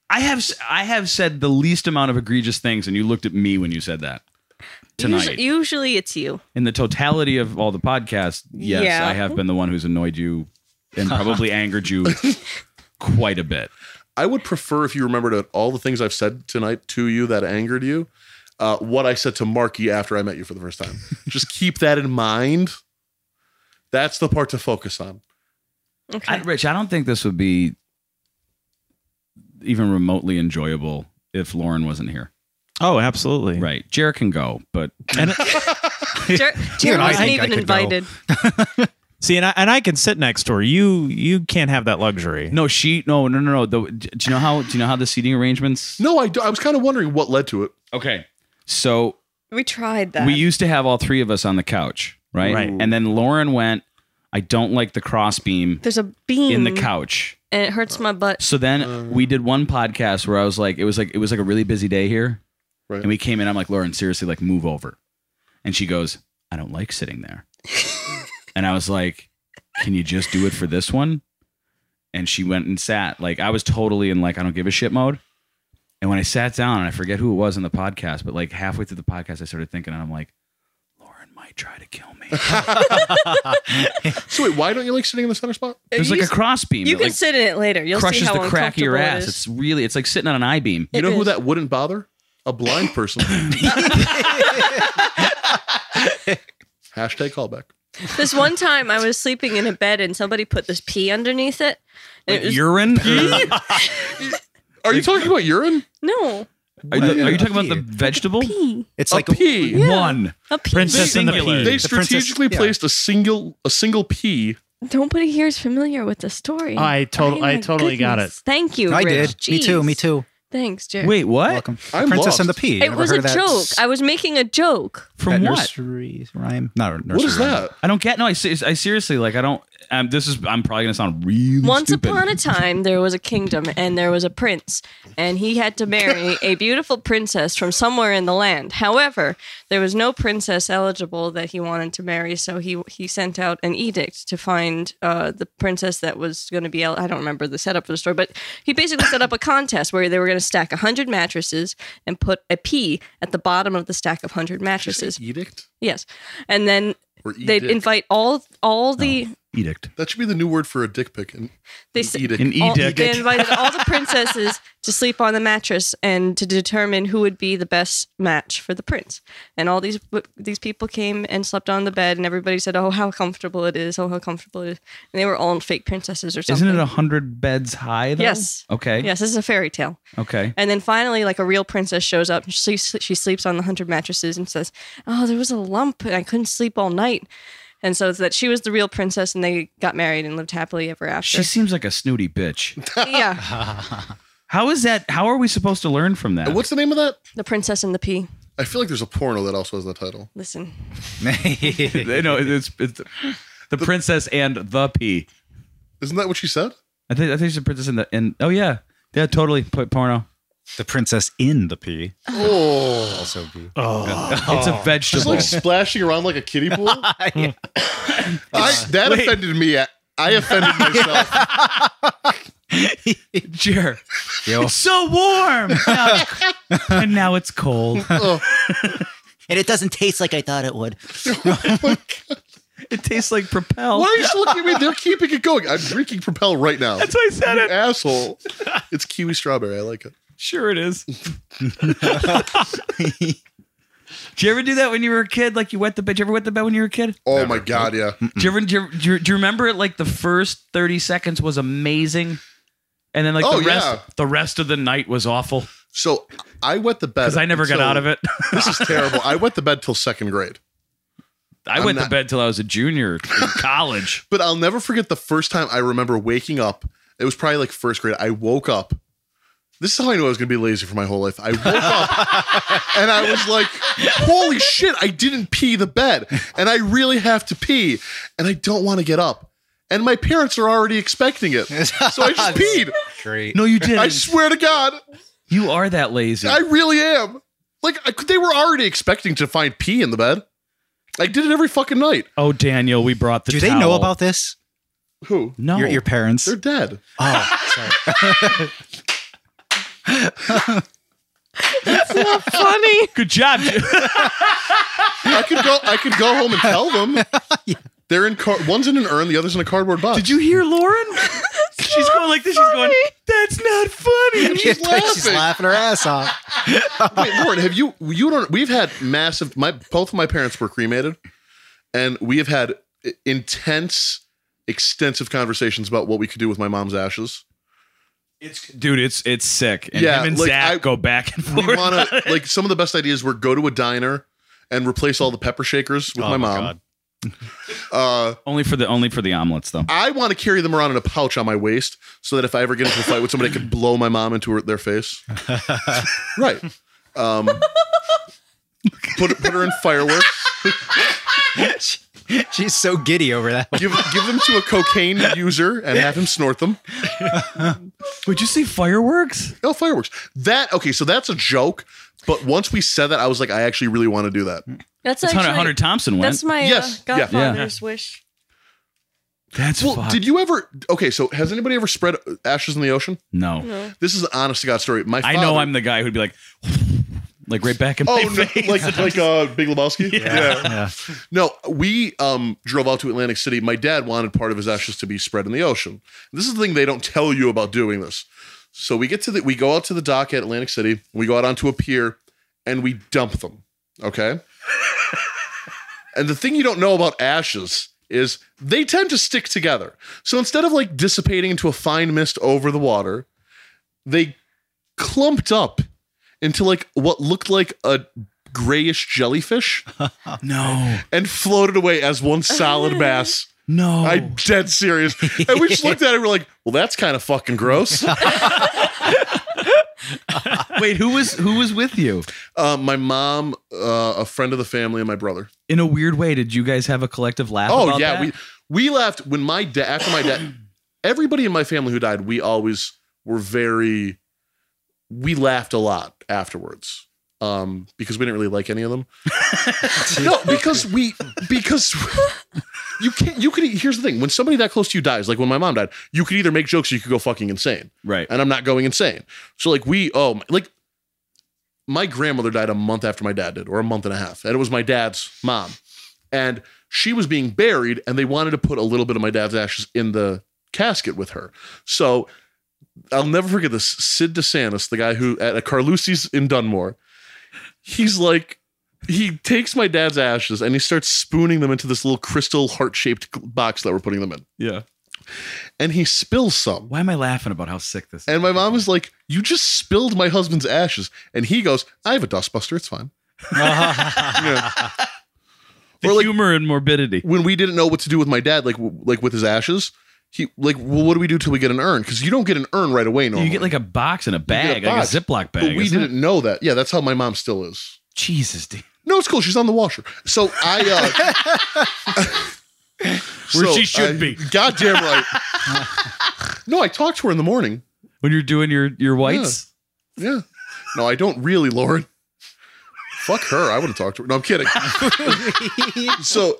I have s- I have said the least amount of egregious things, and you looked at me when you said that tonight. Usually, usually it's you. In the totality of all the podcasts, yes, Yeah. I have been the one who's annoyed you and probably angered you quite a bit. I would prefer if you remembered uh, all the things I've said tonight to you that angered you, uh, what I said to Marky after I met you for the first time. Just keep that in mind. That's the part to focus on. Okay. I, Rich, I don't think this would be even remotely enjoyable if Lauren wasn't here. Oh, absolutely. Right, Jared can go, but And Jer- Dude, Jer I wasn't think I even could go. invited. see, and I, and I can sit next to her. You you can't have that luxury. no, she no no no no. The, do you know how do you know how the seating arrangements? No, I, do, I was kind of wondering what led to it. Okay, so We tried that. We used to have all three of us on the couch, right? Right. And then Lauren went, I don't like the crossbeam There's a beam in the couch. and it hurts my butt. So then Uh-huh. we did one podcast where I was like, it was like it was like a really busy day here. Right. And we came in, I'm like, Lauren, seriously, like move over. And she goes, I don't like sitting there. and I was like, Can you just do it for this one? And she went and sat. Like I was totally in like, I don't give a shit mode. And when I sat down, and I forget who it was in the podcast, but like halfway through the podcast, I started thinking, and I'm like, Lauren might try to kill me. So wait, why don't you like sitting in the center spot? There's you like a s- crossbeam. you that, can like, sit in it later. You'll see crushes how the crack of your uncomfortable ass. It It's is. really, it's like sitting on an I beam. You It know who is. that wouldn't bother? A blind person. Hashtag callback. This one time I was sleeping in a bed and somebody put this pee underneath it. And it was, Urine? Are you talking about urine? no Are you, are you talking about pee. the vegetable? pee. it's A like pee. One. A pee. Princess and the Singular. Pea. They The princess- strategically yeah. placed a single a single pea. Nobody here is familiar with the story. Oh I total- my I totally got goodness. Thank you. I did. Rich. Me too. Me Jeez. too. Thanks, Jerry. Wait, what? Welcome. I'm Princess lost. and the Pea. You It never was heard a of that joke. s- I was making a joke. From that what? Nursery rhyme. No, nursery What is rhyme. that? I don't get. No, I, se- I seriously like. I don't. Um, this is. I'm probably gonna sound really Once stupid. upon a time, there was a kingdom and there was a prince, and he had to marry a beautiful princess from somewhere in the land. However, there was no princess eligible that he wanted to marry, so he he sent out an edict to find uh, the princess that was going to be. El- I don't remember the setup for the story, but he basically set up a contest where they were going to stack hundred mattresses and put a pea at the bottom of the stack of hundred mattresses. Edict Yes, and then or they'd edict? invite all all the. edict. that should be the new word for a dick pic. An They an s- edict. An all, edict. they invited all the princesses to sleep on the mattress and to determine who would be the best match for the prince. And all these these people came and slept on the bed, and everybody said, "Oh, how comfortable it is! Oh, how comfortable it is!" And they were all fake princesses or something. Isn't it a hundred beds high? Though? Yes. Okay. Yes, this is a fairy tale. Okay. And then finally, like a real princess shows up. and She sleeps, she sleeps on the hundred mattresses and says, "Oh, there was a lump, and I couldn't sleep all night." And so it's that she was the real princess, and they got married and lived happily ever after. She seems like a snooty bitch. yeah, How is that? How are we supposed to learn from that? And what's the name of that? the princess and the pea. I feel like there's a porno that also has that title. Listen, no, it's, it's the princess and the pea. Isn't that what she said? I think I think she's a princess in the in. Oh yeah, yeah, totally. P- porno. The princess in the pea. Oh, Also, pea. It's a she's vegetable. like splashing around like a kiddie pool. I, that offended me. I, I offended myself. Jer. Yo. It's so warm. Now- and now it's cold. Oh. And it doesn't taste like I thought it would. It tastes like Propel. Why are you still looking at me? They're keeping it going. I'm drinking Propel right now. That's why I said it. asshole. It's kiwi strawberry. I like it. Sure it is. Did you ever do that when you were a kid? Like you wet the bed? Did you ever wet the bed when you were a kid? Oh my god, yeah. Do you ever? Do you, do you- do you remember? Like the first thirty seconds was amazing, and then like Oh, the rest, yeah. the rest of the night was awful So I wet the bed because I never got until- out of it. This is terrible. I wet the bed till second grade. I I'm went not- to bed till I was a junior in college. But I'll never forget the first time I remember waking up. It was probably like first grade. I woke up. This is how I knew I was going to be lazy for my whole life. I woke up and I was like, holy shit, I didn't pee the bed. And I really have to pee. And I don't want to get up. And my parents are already expecting it. So I just peed. Great. No, you didn't. I swear to God, you are that lazy. I really am. Like, I, they were already expecting to find pee in the bed. I did it every fucking night. oh, Daniel, we brought the. Do they know towel. about this? Who? No, Your, your parents? They're dead. Oh, sorry. Funny. good job. Ju- I could go. I could go home and tell them. They're in car. One's in an urn. The other's in a cardboard box. Did you hear Lauren? she's going like this. She's going. That's not funny. She's She's laughing. laughing her ass off. Wait, Lauren, have you? You don't. We've had massive. My both of my parents were cremated, and we have had i- intense, extensive conversations about what we could do with my mom's ashes. It's dude. It's it's sick. And Yeah, him and like, Zach I- go back and We forth. want to like some of the best ideas were go to a diner and replace all the pepper shakers with Oh my my mom. Uh, only for the only for the omelets though. I want to carry them around in a pouch on my waist so that if I ever get into a fight with somebody, I could blow my mom into her, their face. right. Um, put, put her in fireworks. She- she's so giddy over that. Give, give them to a cocaine user and have him snort them. Would you see fireworks? No fireworks. That okay. So that's a joke. But once we said that, I was like, I actually really want to do that. That's That's actually how Hunter Thompson went. that's my Yes, uh, yeah. Godfather's wish. That's Well, fucked. did you ever? Okay, so has anybody ever spread ashes in the ocean? no. No. This is an honest to God story. My I know father- I'm the guy who'd be like, like right back in my Oh, no, face. like like uh, Big Lebowski. yeah. Yeah. No, we um, drove out to Atlantic City. My dad wanted part of his ashes to be spread in the ocean. This is the thing they don't tell you about doing this. So we get to the we go out to the dock at Atlantic City. We go out onto a pier, and we dump them. Okay. and the thing you don't know about ashes is they tend to stick together. So instead of like dissipating into a fine mist over the water, they clumped up into like what looked like a grayish jellyfish no, and floated away as one solid mass. no. Oh. I'm dead serious. And we just looked at it and we're like, well, that's kind of fucking gross. Wait, who was who was with you? Uh, my mom, uh, a friend of the family, and my brother. In a weird way, did you guys have a collective laugh? Oh, about yeah. that? We we laughed when my dad, after my dad, everybody in my family who died, we always were very, we laughed a lot afterwards. Um, because we didn't really like any of them. no, because we because you can't you could here's the thing when somebody that close to you dies, like when my mom died, you could either make jokes or you could go fucking insane. right. and I'm not going insane. So like we oh my- like my grandmother died a month after my dad did or a month and a half and it was my dad's mom and she was being buried and they wanted to put a little bit of my dad's ashes in the casket with her. So I'll never forget this Sid DeSantis, the guy who at a Carlucci's in Dunmore, he's like he takes my dad's ashes and he starts spooning them into this little crystal heart-shaped box that we're putting them in. Yeah. And he spills some. Why am I laughing about how sick this? is? And my mom is like, "You just spilled my husband's ashes," and he goes, "I have a dustbuster. It's fine." the or like- humor and morbidity. When we didn't know what to do with my dad, like w- like with his ashes, he like, "Well, what do we do till we get an urn?" Because you don't get an urn right away. Normally, You get like a box and a bag, like box. a Ziploc bag. but we isn't it? didn't know that. Yeah, that's how my mom still is. Jesus, dude. No, it's cool. She's on the washer. So I. Uh, Where she should I- be. Goddamn right. no, I talked to her in the morning. When you're doing your your whites, Yeah. No, I don't really, Lauren. Fuck her. I would have talked to her. No, I'm kidding. so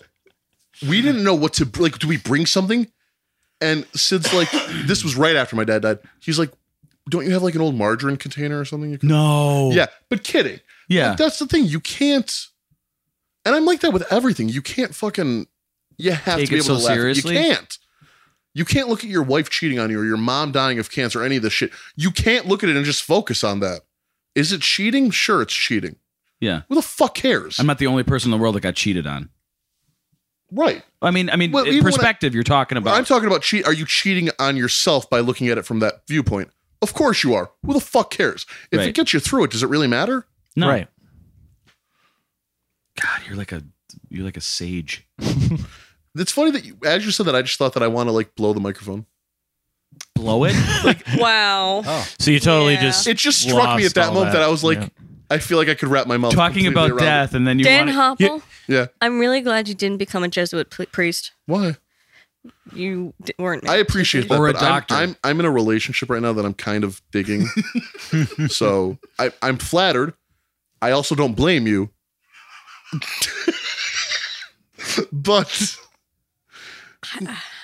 we didn't know what to like. Do we bring something? And Sid's like, this was right after my dad died. He's like, don't you have like an old margarine container or something? You could-" no, Yeah, but kidding. yeah. That's the thing. You can't. And I'm like that with everything. You can't fucking. You have Take to be it able so to laugh. seriously? You can't. You can't look at your wife cheating on you or your mom dying of cancer, or any of this shit. You can't look at it and just focus on that. Is it cheating? Sure, it's cheating. Yeah. Who the fuck cares? I'm not the only person in the world that got cheated on. right. I mean, I mean, Well, in even when I- perspective. you're talking But about. I'm talking about cheat. Are you cheating on yourself by looking at it from that viewpoint? Of course you are. Who the fuck cares? If Right. it gets you through it, does it really matter? no, Right. God, you're like a you're like a sage. It's funny that you, as you said that, I just thought that I want to like blow the microphone. Blow it. Wow. So you totally Yeah. just It just struck me at lost that all moment that. I was like, Yeah. I feel like I could wrap my mouth. talking completely about around it. death, and then you Dan want Hoppel, Yeah. I'm really glad you didn't become a Jesuit pl- priest. Why? You d- weren't. I appreciate that. Or a but I'm- doctor. I'm, I'm in a relationship right now that I'm kind of digging. so I, I'm flattered. I also don't blame you. but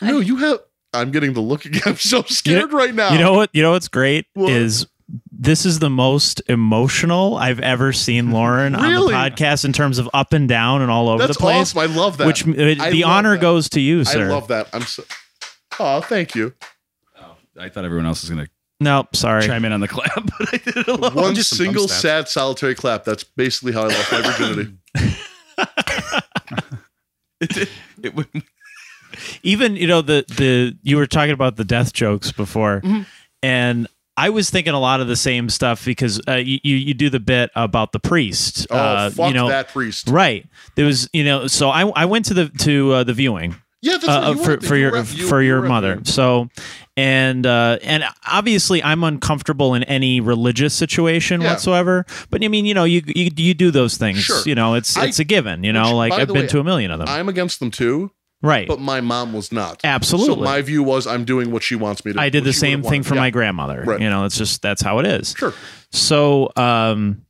no, you have. I'm getting the look again. I'm so scared right now. You know what? You know what's great What? is this is the most emotional I've ever seen Lauren on the Really? podcast in terms of up and down and all over that's the place. awesome. I love that. Which m- I the love honor that. goes to you, I sir. love that. I'm so. Oh, thank you. to. Oh, I thought everyone else was gonna nope, sorry. chime in on the clap, but I did it alone. One just some thumb single stabs. sad solitary clap. That's basically how I lost my virginity. Uh, It would- Even you know the the you were talking about the death jokes before, and I was thinking a lot of the same stuff because uh, you, you you do the bit about the priest. Oh, uh, fuck you know, that priest. Right. There was you know so I I went to the to uh, the viewing. Yeah, that's uh, right. You for were- for you your were- you- for you your were- mother. So, and uh, and obviously, I'm uncomfortable in any religious situation Yeah. whatsoever. But I mean, you know, you you, you do those things. Sure. You know, it's I- it's a given. You know, like which, by I've the been way, to a million of them. I'm against them too, right. but my mom was not. Absolutely. So my view was I'm doing what she wants me to. I did what the she same would've thing wanted. for Yeah, my grandmother. Right. You know, it's just that's how it is. Sure. So, um,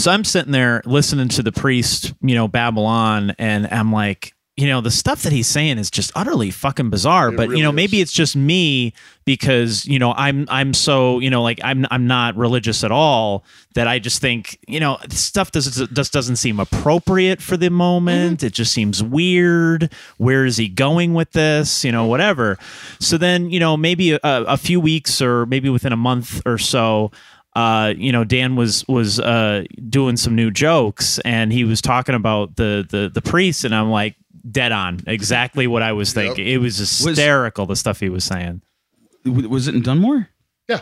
so I'm sitting there listening to the priest, you know, babble on, and I'm like, you know, the stuff that he's saying is just utterly fucking bizarre. It but really you know, is. maybe it's just me because you know I'm I'm so you know like I'm I'm not religious at all that I just think you know this stuff does just doesn't seem appropriate for the moment. It just seems weird. Where is he going with this? You know, whatever. So then you know maybe a, a few weeks or maybe within a month or so uh, you know, Dan was was uh, doing some new jokes, and he was talking about the the the priest, and I'm like, dead on, exactly what I was thinking. It was hysterical the stuff he was saying. W- was it in Dunmore? Yeah.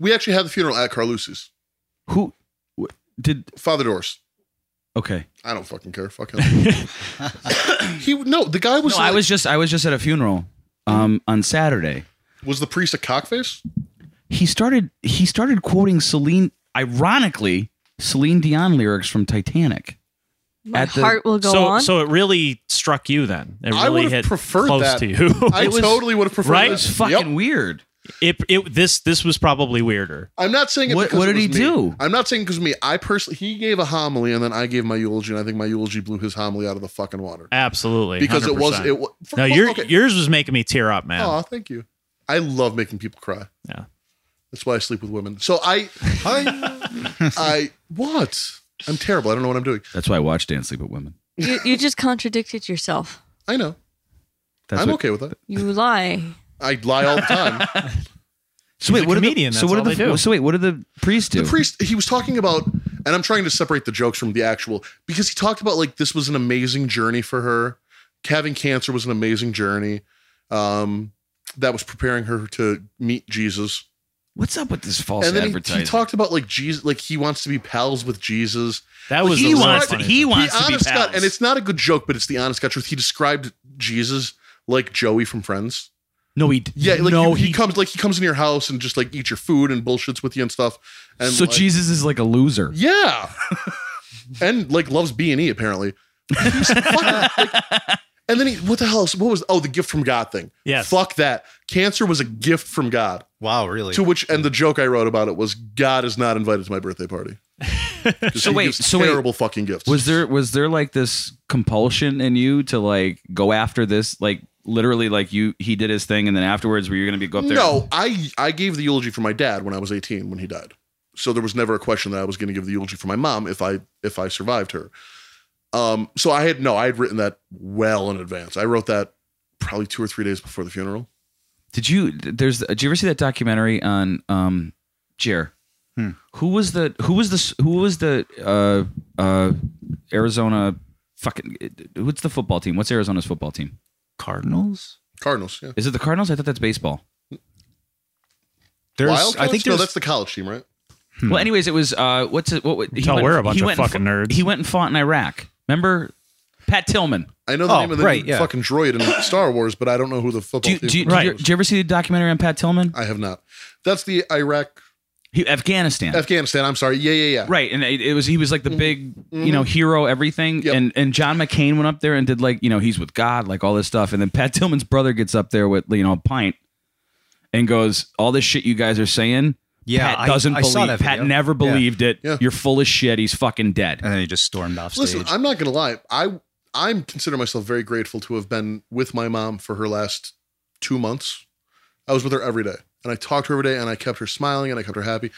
We actually had the funeral at Carlucci's. Who w- did? Father Doris. Okay, I don't fucking care. Fuck him. he no. The guy was. no, I like- was just I was just at a funeral um, on Saturday. Was the priest a cockface? He started he started quoting Celine, ironically Celine Dion lyrics from Titanic. My at the- heart will go so on. so it really struck you then. It I really would've hit preferred close that. to you. I It was- totally would have preferred. Right? this. It's fucking Yep. weird. it it this this was probably weirder. I'm not saying it What- because what it did he was me. do? I'm not saying because me. I personally, he gave a homily and then I gave my eulogy, and I think my eulogy blew his homily out of the fucking water Absolutely, because it was 100%. it. wa- For, no, your yours was making me tear up, man. Oh, thank you. I love making people cry. Yeah. That's why I sleep with women. So I, I, I what? I'm terrible. I don't know what I'm doing. That's why I watch Dan Sleep with Women. you, you just contradicted yourself. I know. That's I'm what- okay with that. You lie. I lie all the time. He's So wait, a what did comedian, The, so that's what all did they the do. so wait, what did the priest do? the priest, he was talking about, and I'm trying to separate the jokes from the actual because he talked about like this was an amazing journey for her. Having cancer was an amazing journey. Um, that was preparing her to meet Jesus. What's up with this false and then he- he, advertising? talked about like Jesus, like he wants to be pals with Jesus. That was the He wants- funny he thing. He honest God, and it's not a good joke, but it's the honest God truth. He described Jesus like Joey from Friends. no, he d- Yeah, like no, he, he comes like he comes in your house and just like eats your food and bullshits with you and stuff. And so like, Jesus is like a loser. yeah, and like loves B and E apparently. He's fucking, like- and then he, what the hell? Is, what was? Oh, the gift from God thing. Yes. fuck that. Cancer was a gift from God. Wow, really? To which, and the joke I wrote about it was, God is not invited to my birthday party. So wait, so wait. terrible fucking gifts. Was there was there like this compulsion in you to like go after this like literally like you he did his thing and then afterwards were you gonna be go up there? No, I I gave the eulogy for my dad when I was 18 when he died. So there was never a question that I was going to give the eulogy for my mom if I if I survived her. Um so I had no, I had written that well in advance. I wrote that probably 2 or 3 days before the funeral. Did you there's did you ever see that documentary on um Jer Who was the who was the who was the uh uh Arizona fucking what's the football team? What's Arizona's football team? Cardinals? Cardinals. Yeah. Is it the Cardinals? I thought that's baseball. There's, Wild I think no, there's, that's the college team, right? Well, anyways, it was uh what's it what he Tell went- we're a bunch he of went and fucking fou- nerds. He went and fought in Iraq. Remember Pat Tillman. I know the Oh, name of the right, new yeah. fucking droid in Star Wars, but I don't know who the football Do you, team. do, you, Right. do, you, do you ever see the documentary on Pat Tillman? I have not. That's the Iraq, He, Afghanistan. Afghanistan. I'm sorry. Yeah, yeah, yeah. Right, and it, it was he was like the big you know hero everything, Mm-hmm. Yep. and and John McCain went up there and did like you know he's with God like all this stuff, and then Pat Tillman's brother gets up there with you know a pint, and goes all this shit you guys are saying. yeah, Pat doesn't I, I believe. saw that Pat video. never Yeah. believed it. Yeah. You're full of shit. He's fucking dead. And then he just stormed off stage. Listen, I'm not gonna lie. I I'm consider myself very grateful to have been with my mom for her last two months. I was with her every day, and I talked to her every day, and I kept her smiling, and I kept her happy.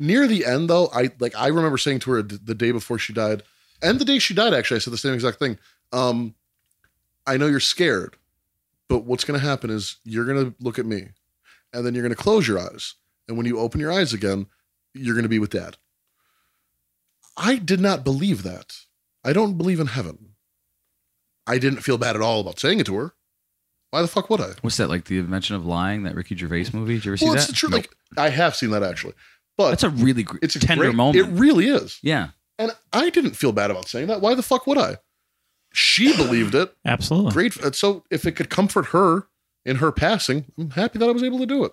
Near the end, though, I like I remember saying to her th- the day before she died, and the day she died, actually, I said the same exact thing. Um, I know you're scared, but what's gonna happen is you're gonna look at me, and then you're gonna close your eyes, and when you open your eyes again, you're gonna be with dad. I did not believe that. I don't believe in heaven. I didn't feel bad at all about saying it to her. Why the fuck would I? What's that like? The invention of lying? That Ricky Gervais movie? Did you ever see Well, it's that? the truth. Like I have seen that actually, but That's a really gr- it's a tender great- moment. It really is, yeah, and I didn't feel bad about saying that. Why the fuck would I? She believed it. Absolutely. Great. So if it could comfort her in her passing, I'm happy that I was able to do it.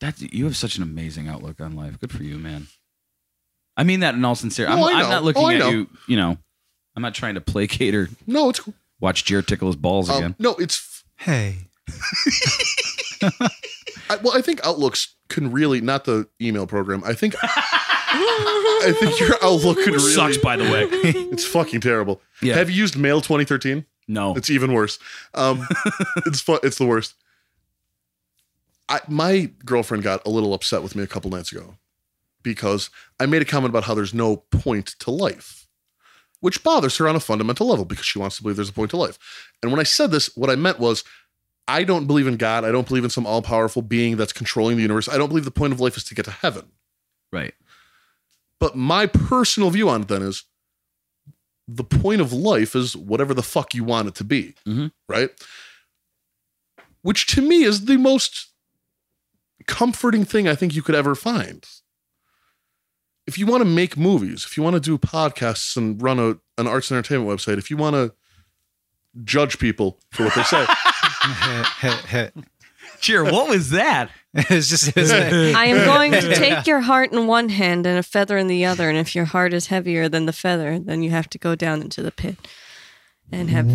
that's you have such an amazing outlook on life. Good for you, man. I mean that in all sincerity. I'm, No, I I'm know. not looking Oh, I at know. you. You know, I'm not trying to placate or No, it's cool. watch Jared tickle his balls Um, again. no, it's hey. I, well, I think Outlooks can really not the email program. I think I think your Outlook could really Sucks, by the way. It's fucking terrible. Yeah. Have you used Mail 2013? No, It's even worse. Um, it's fu- it's the worst. I, my girlfriend got a little upset with me a couple nights ago because I made a comment about how there's no point to life, which bothers her on a fundamental level because she wants to believe there's a point to life. And when I said this, what I meant was I don't believe in God. I don't believe in some all powerful being that's controlling the universe. I don't believe the point of life is to get to heaven. right. But my personal view on it then is the point of life is whatever the fuck you want it to be, Mhm. right? Which to me is the most comforting thing I think you could ever find. If you want to make movies, if you want to do podcasts and run a, an arts and entertainment website, if you want to judge people for what they say, Cheer. What was that? it's just it's like, I am going to take your heart in one hand and a feather in the other, and if your heart is heavier than the feather, then you have to go down into the pit and have.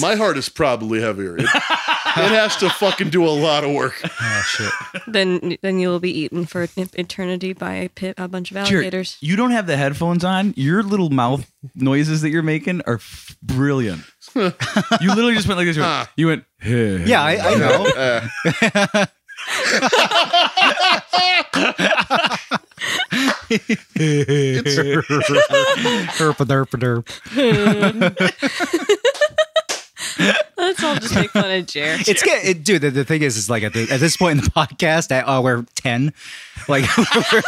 my heart is probably heavier. It, it has to fucking do a lot of work. oh, shit. then then you will be eaten for an eternity by a pit a bunch of Cheer. alligators. You don't have the headphones on. Your little mouth noises that you're making are f- brilliant. you literally just went like this. You Ah. went. You went "Hey." Yeah, I, I know. Uh, Herpaderpaderp. Let's all just make fun of Jer. It's good, it, dude. The, the thing is, is like at, the, at this point in the podcast, I, uh, we're ten. Like we're, we're-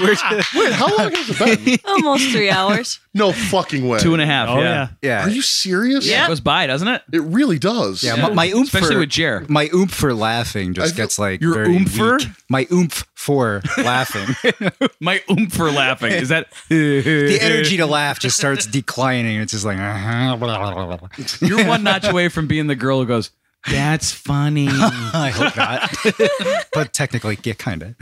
we're- wait, how long has it been? Almost three hours. No fucking way. two and a half. Oh, yeah. yeah. yeah, Are you serious? Yeah, It goes by, doesn't it? It really does. yeah. My, my oomph Especially for, with Jer. my oomph for laughing I just feel- gets like Your very oompher? weak. My oomph for laughing. My oomph for laughing is that. the energy to laugh just starts declining. It's just like uh-huh, You're one notch away from being the girl who goes, "That's funny." I hope not, but technically, yeah, kind of.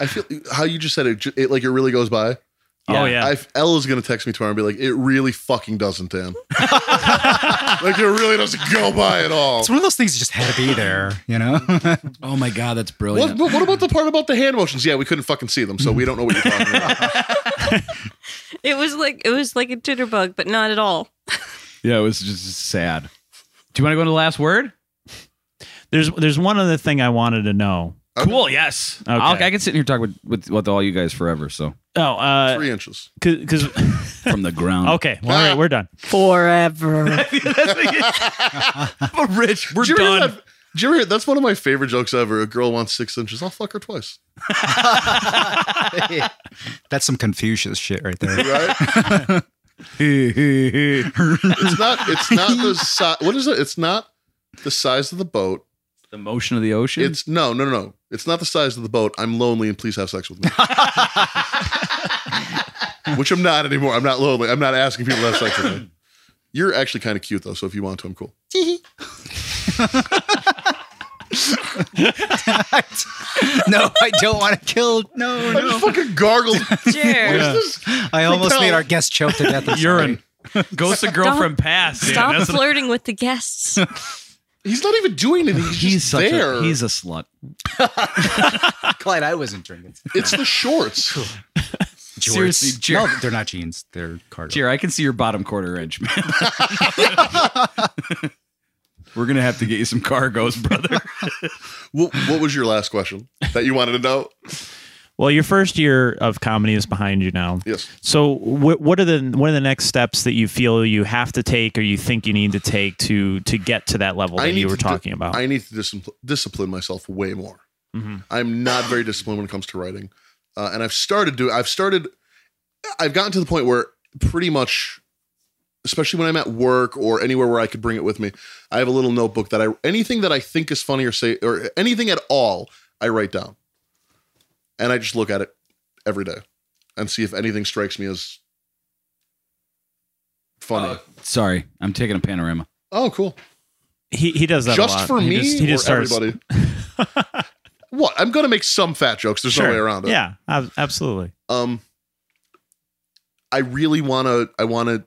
I feel how you just said it, ju- it like it really goes by. Oh, yeah. I, Elle is going to text me tomorrow and be like, it really fucking doesn't, Dan. like, it really doesn't go by at all. It's one of those things that just had to be there, you know. oh my god, that's What, brilliant. but what about the part about the hand motions? Yeah, we couldn't fucking see them, so we don't know what you're talking about. It was like it was like a jitterbug, but not at all. Yeah, it was just sad. Do you want to go into the last word? There's there's one other thing I wanted to know. Cool. Yes. Okay. I'll, I can sit in here and talk with, with with all you guys forever. So Oh, uh, Three Ah. inches. because from the ground. okay, well, all right, we're done. Forever. Rich, we're Did you hear that? Did you ever, that's one of my favorite jokes ever. A girl wants six inches. I'll fuck her twice. That's some Confucius shit right there. Right? it's not. It's not the size. What is it? It's not the size of the boat. The motion of the ocean. It's no, no, no, no. It's not the size of the boat. I'm lonely, and please have sex with me. Which I'm not anymore. I'm not lonely. I'm not asking people to have sex with me. You're actually kind of cute though, so if you want to, I'm cool. no, I don't want to kill. No, I just fucking gargled. Cheers. I almost Repel. made our guest choke to death. I'm Urine. Ghost of girlfriend pass. Dan. Stop That's- flirting with the guests. He's not even doing anything. He's, he's just such there. a he's a slut. Clyde, I wasn't drinking. it's the shorts. sorry. Seriously, Jorts. Jer- no, they're not jeans. They're cargo. Dear, I can see your bottom quarter inch, man. We're gonna have to get you some cargos, brother. what, what was your last question that you wanted to know? Well, your first year of comedy is behind you now. Yes. So, wh- what are the what are the next steps that you feel you have to take, or you think you need to take to to get to that level that you were to di- talking about? I need to discipl- discipline myself way more. Mhm. I'm not very disciplined when it comes to writing, uh, and I've started do. I've started. I've gotten to the point where pretty much, especially when I'm at work or anywhere where I could bring it with me, I have a little notebook that I anything that I think is funny or say or anything at all, I write down, and I just look at it every day, and see if anything strikes me as funny. Sorry, I'm taking a panorama. oh, cool he he does that a just lot. for He me just- he or just starts- everybody? what? I'm gonna make some fat jokes. There's Sure. no way around it. Yeah, ab- absolutely. Um, I really wanna. I wanna.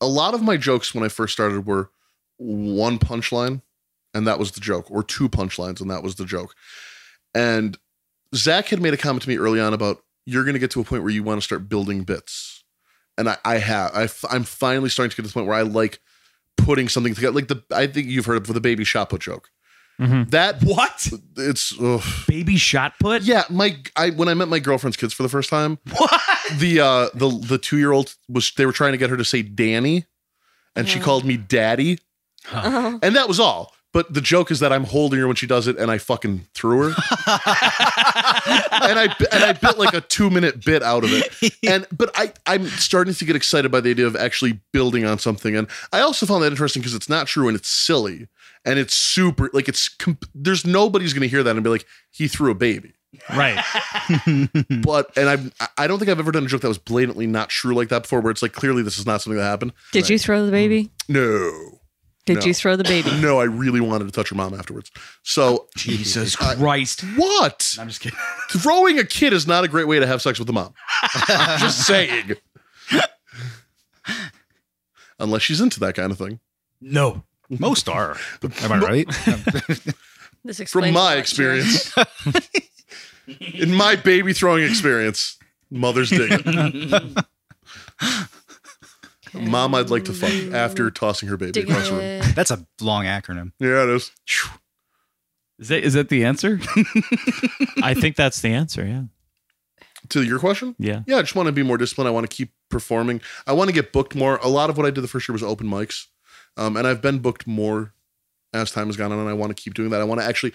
A lot of my jokes when I first started were one punchline, and that was the joke, or two punchlines, and that was the joke. And Zach had made a comment to me early on about you're gonna get to a point where you want to start building bits, and I, I have. I f- I'm finally starting to get to the point where I like putting something together. Like the I think you've heard of the baby shot put joke. Mhm. That What? it's. ugh. Baby shot put? Yeah, my I when I met my girlfriend's kids for the first time, the uh the the two year old was they were trying to get her to say Danny, and she Yeah. called me Daddy, Oh, and that was all. But the joke is that I'm holding her when she does it, and I fucking threw her, and I and I bit like a two minute bit out of it. And but I I'm starting to get excited by the idea of actually building on something, and I also found that interesting because it's not true and it's silly and it's super like it's comp- there's nobody's gonna hear that and be like he threw a baby. Right. but and I'm- I I don't think I've ever done a joke that was blatantly not true like that before, where it's like clearly this is not something that happened. did you throw the baby? Did No, Mm-hmm. No. you throw the baby? no, I really wanted to touch your mom afterwards. So Jesus I- Christ. what? I'm just kidding. Throwing a kid is not a great way to have sex with the mom. I'm just saying. Unless she's into that kind of thing. No, most are. Am I right? This From explains a lot, my Jerry. experience, in my baby throwing experience, mothers dig it. Mom, I'd like to fuck after tossing her baby Dig across the room. it. That's a long acronym. Yeah, it is. Is that is that the answer? I think that's the answer. Yeah. To your question, Yeah. yeah, I just want to be more disciplined. I want to keep performing. I want to get booked more. A lot of what I did the first year was open mics, um, and I've been booked more as time has gone on. And I want to keep doing that. I want to actually.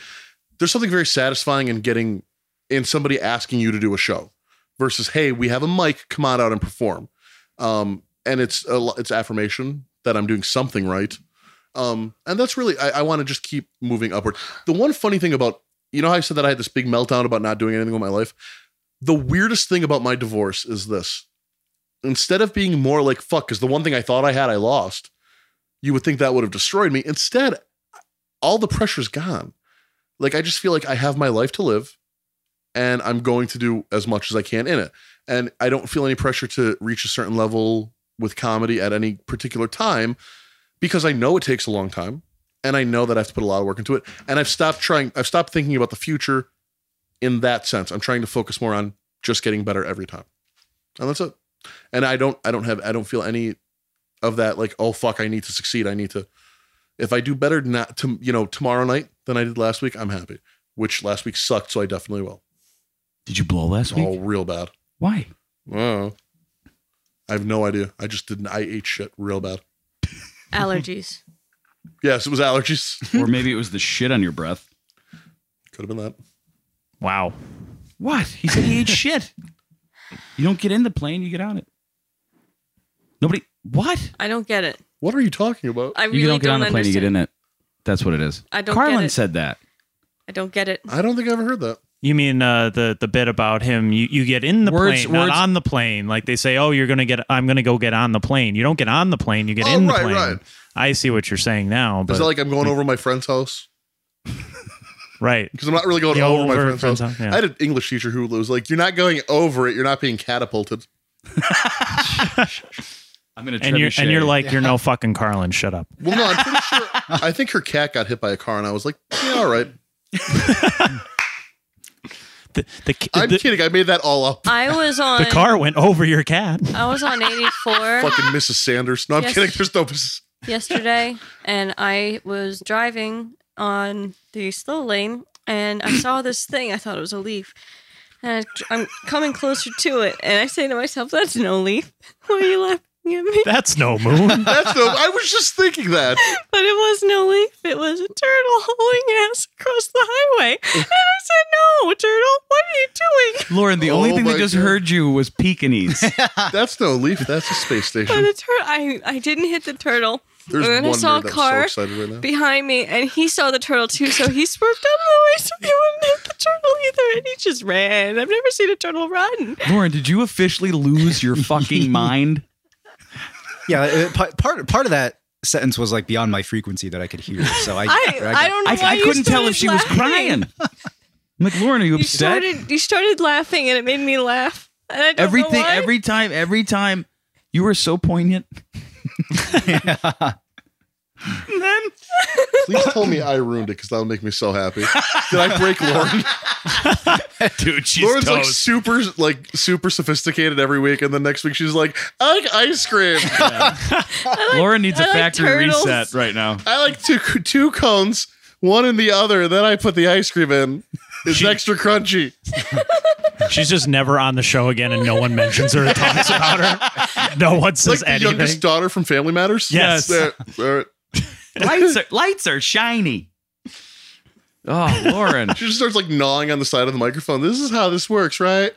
There's something very satisfying in getting in somebody asking you to do a show versus hey, we have a mic, come on out and perform. Um, and it's a, lo- it's affirmation that I'm doing something right. Um, and that's really I, I want to just keep moving upward. The one funny thing about you know how I said that I had this big meltdown about not doing anything with my life the weirdest thing about my divorce is this instead of being more like fuck because the one thing i thought i had i lost you would think that would have destroyed me instead all the pressure's gone like i just feel like i have my life to live and i'm going to do as much as i can in it and i don't feel any pressure to reach a certain level with comedy at any particular time because i know it takes a long time and i know that i have to put a lot of work into it and i've stopped trying i've stopped thinking about the future in that sense. I'm trying to focus more on just getting better every time. And that's it. And I don't I don't have I don't feel any of that like, oh fuck, I need to succeed. I need to if I do better not to you know, tomorrow night than I did last week, I'm happy. Which last week sucked, so I definitely will. Did you blow last week? Oh, real bad. Why? Oh. I have no idea. I just didn't I ate shit real bad. Allergies. Yes, it was allergies. or maybe it was the shit on your breath. Could have been that. Wow. What? He said he ate shit. You don't get in the plane, you get on it. Nobody. What? I don't get it. What are you talking about? I You really don't get on the plane, you get understand. in it. That's what it is. I don't Carlin get it. said that. I don't get it. I don't think I ever heard that. You mean uh, the the bit about him? You, you get in the Words- plane, not words- on the plane. Like they say, oh, you're gonna get. I'm gonna go get on the plane. You don't get on the plane. You get in the Oh, right, plane. right. I see what you're saying now, but Is that like I'm going over my friend's house? right. Because I'm not really going Yeah, over, my over friend's, friend's house. house, yeah. I had an English teacher who was like, "You're not going over it. You're not being catapulted." I'm gonna. And you're trebuchet. and you're like you're no fucking Carlin. Shut up. Well, no, I'm pretty sure. I think her cat got hit by a car, and I was like, "Yeah, all right." The the, ki- I'm the, kidding. I made that all up. I was on the car went over your cat. I was on 84 Fucking Mrs. Sanders. No, I'm Yes. kidding. There's no Mrs. yesterday and I was driving on the slow lane and I saw this thing. I thought it was a leaf. And I, I'm coming closer to it and I say to myself, that's no leaf. Why are you laughing at me? That's no moon. That's no. I was just thinking that. But it was no leaf. It was a turtle hauling ass across the highway. And I said, no, turtle, what are you doing? Lauren. The only Oh thing my that just God. heard you was Pekingese. That's no leaf. That's a space But station. the turtle, I, I didn't hit the turtle. There's and one then I saw a car so excited right now. behind me, and he saw the turtle too, so he swerved out of the way so he wouldn't hit the turtle either, and he just ran. I've never seen a turtle run. Lauren, did you officially lose your fucking mind? Yeah, it, pa- part part of that sentence was like beyond my frequency that I could hear. So I, I, I don't know I, why I you couldn't tell started if she laughing. was crying. I'm like, Lauren, are you You upset? started, you started laughing, and it made me laugh. And I don't know Everything, why. every time, every time, you were so poignant. and then Please tell me I ruined it because that'll make me so happy. Did I break Lauren? Dude, she's Lauren's like super, like super sophisticated every week, and then next week she's like, "I like ice cream. Lauren needs I a like factory turtles. reset right now. I like two two cones, one in the other. Then I put the ice cream in. It's extra crunchy." She's just never on the show again, and no one mentions her or talks about her. No one It's like says the anything. youngest daughter from Family Matters. Yes. There- there- Lights are lights are shiny. Oh, Lauren, she just starts like gnawing on the side of the microphone. This is how this works, right?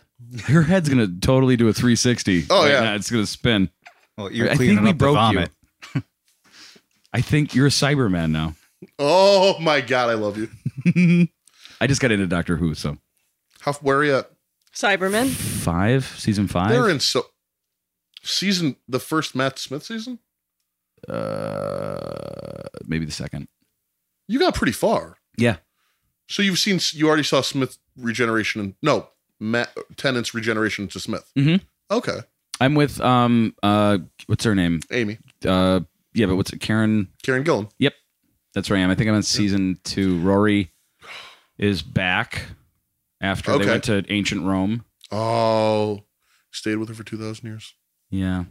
her head's gonna totally do a 360. Oh, yeah. now. it's gonna spin. Well, you're I cleaning think we up the broke you. vomit. I think you're a Cyberman now. Oh my god, I love you. I just got into Doctor Who, so How where are you at? Cyberman. five season They're five. in so season the first Matt Smith season. Uh, maybe the second. You got pretty far. Yeah. So you've seen you already saw Smith regeneration and no Matt Tennant's regeneration to Smith. Mm-hmm. Mhm. Okay, I'm with um uh what's her name? Amy, Uh yeah, but what's it? Karen? Karen Gillan. That's where I am. I think I'm on season two. Rory is back after Okay. they went to ancient Rome. Oh, stayed with her for two thousand years. Yeah,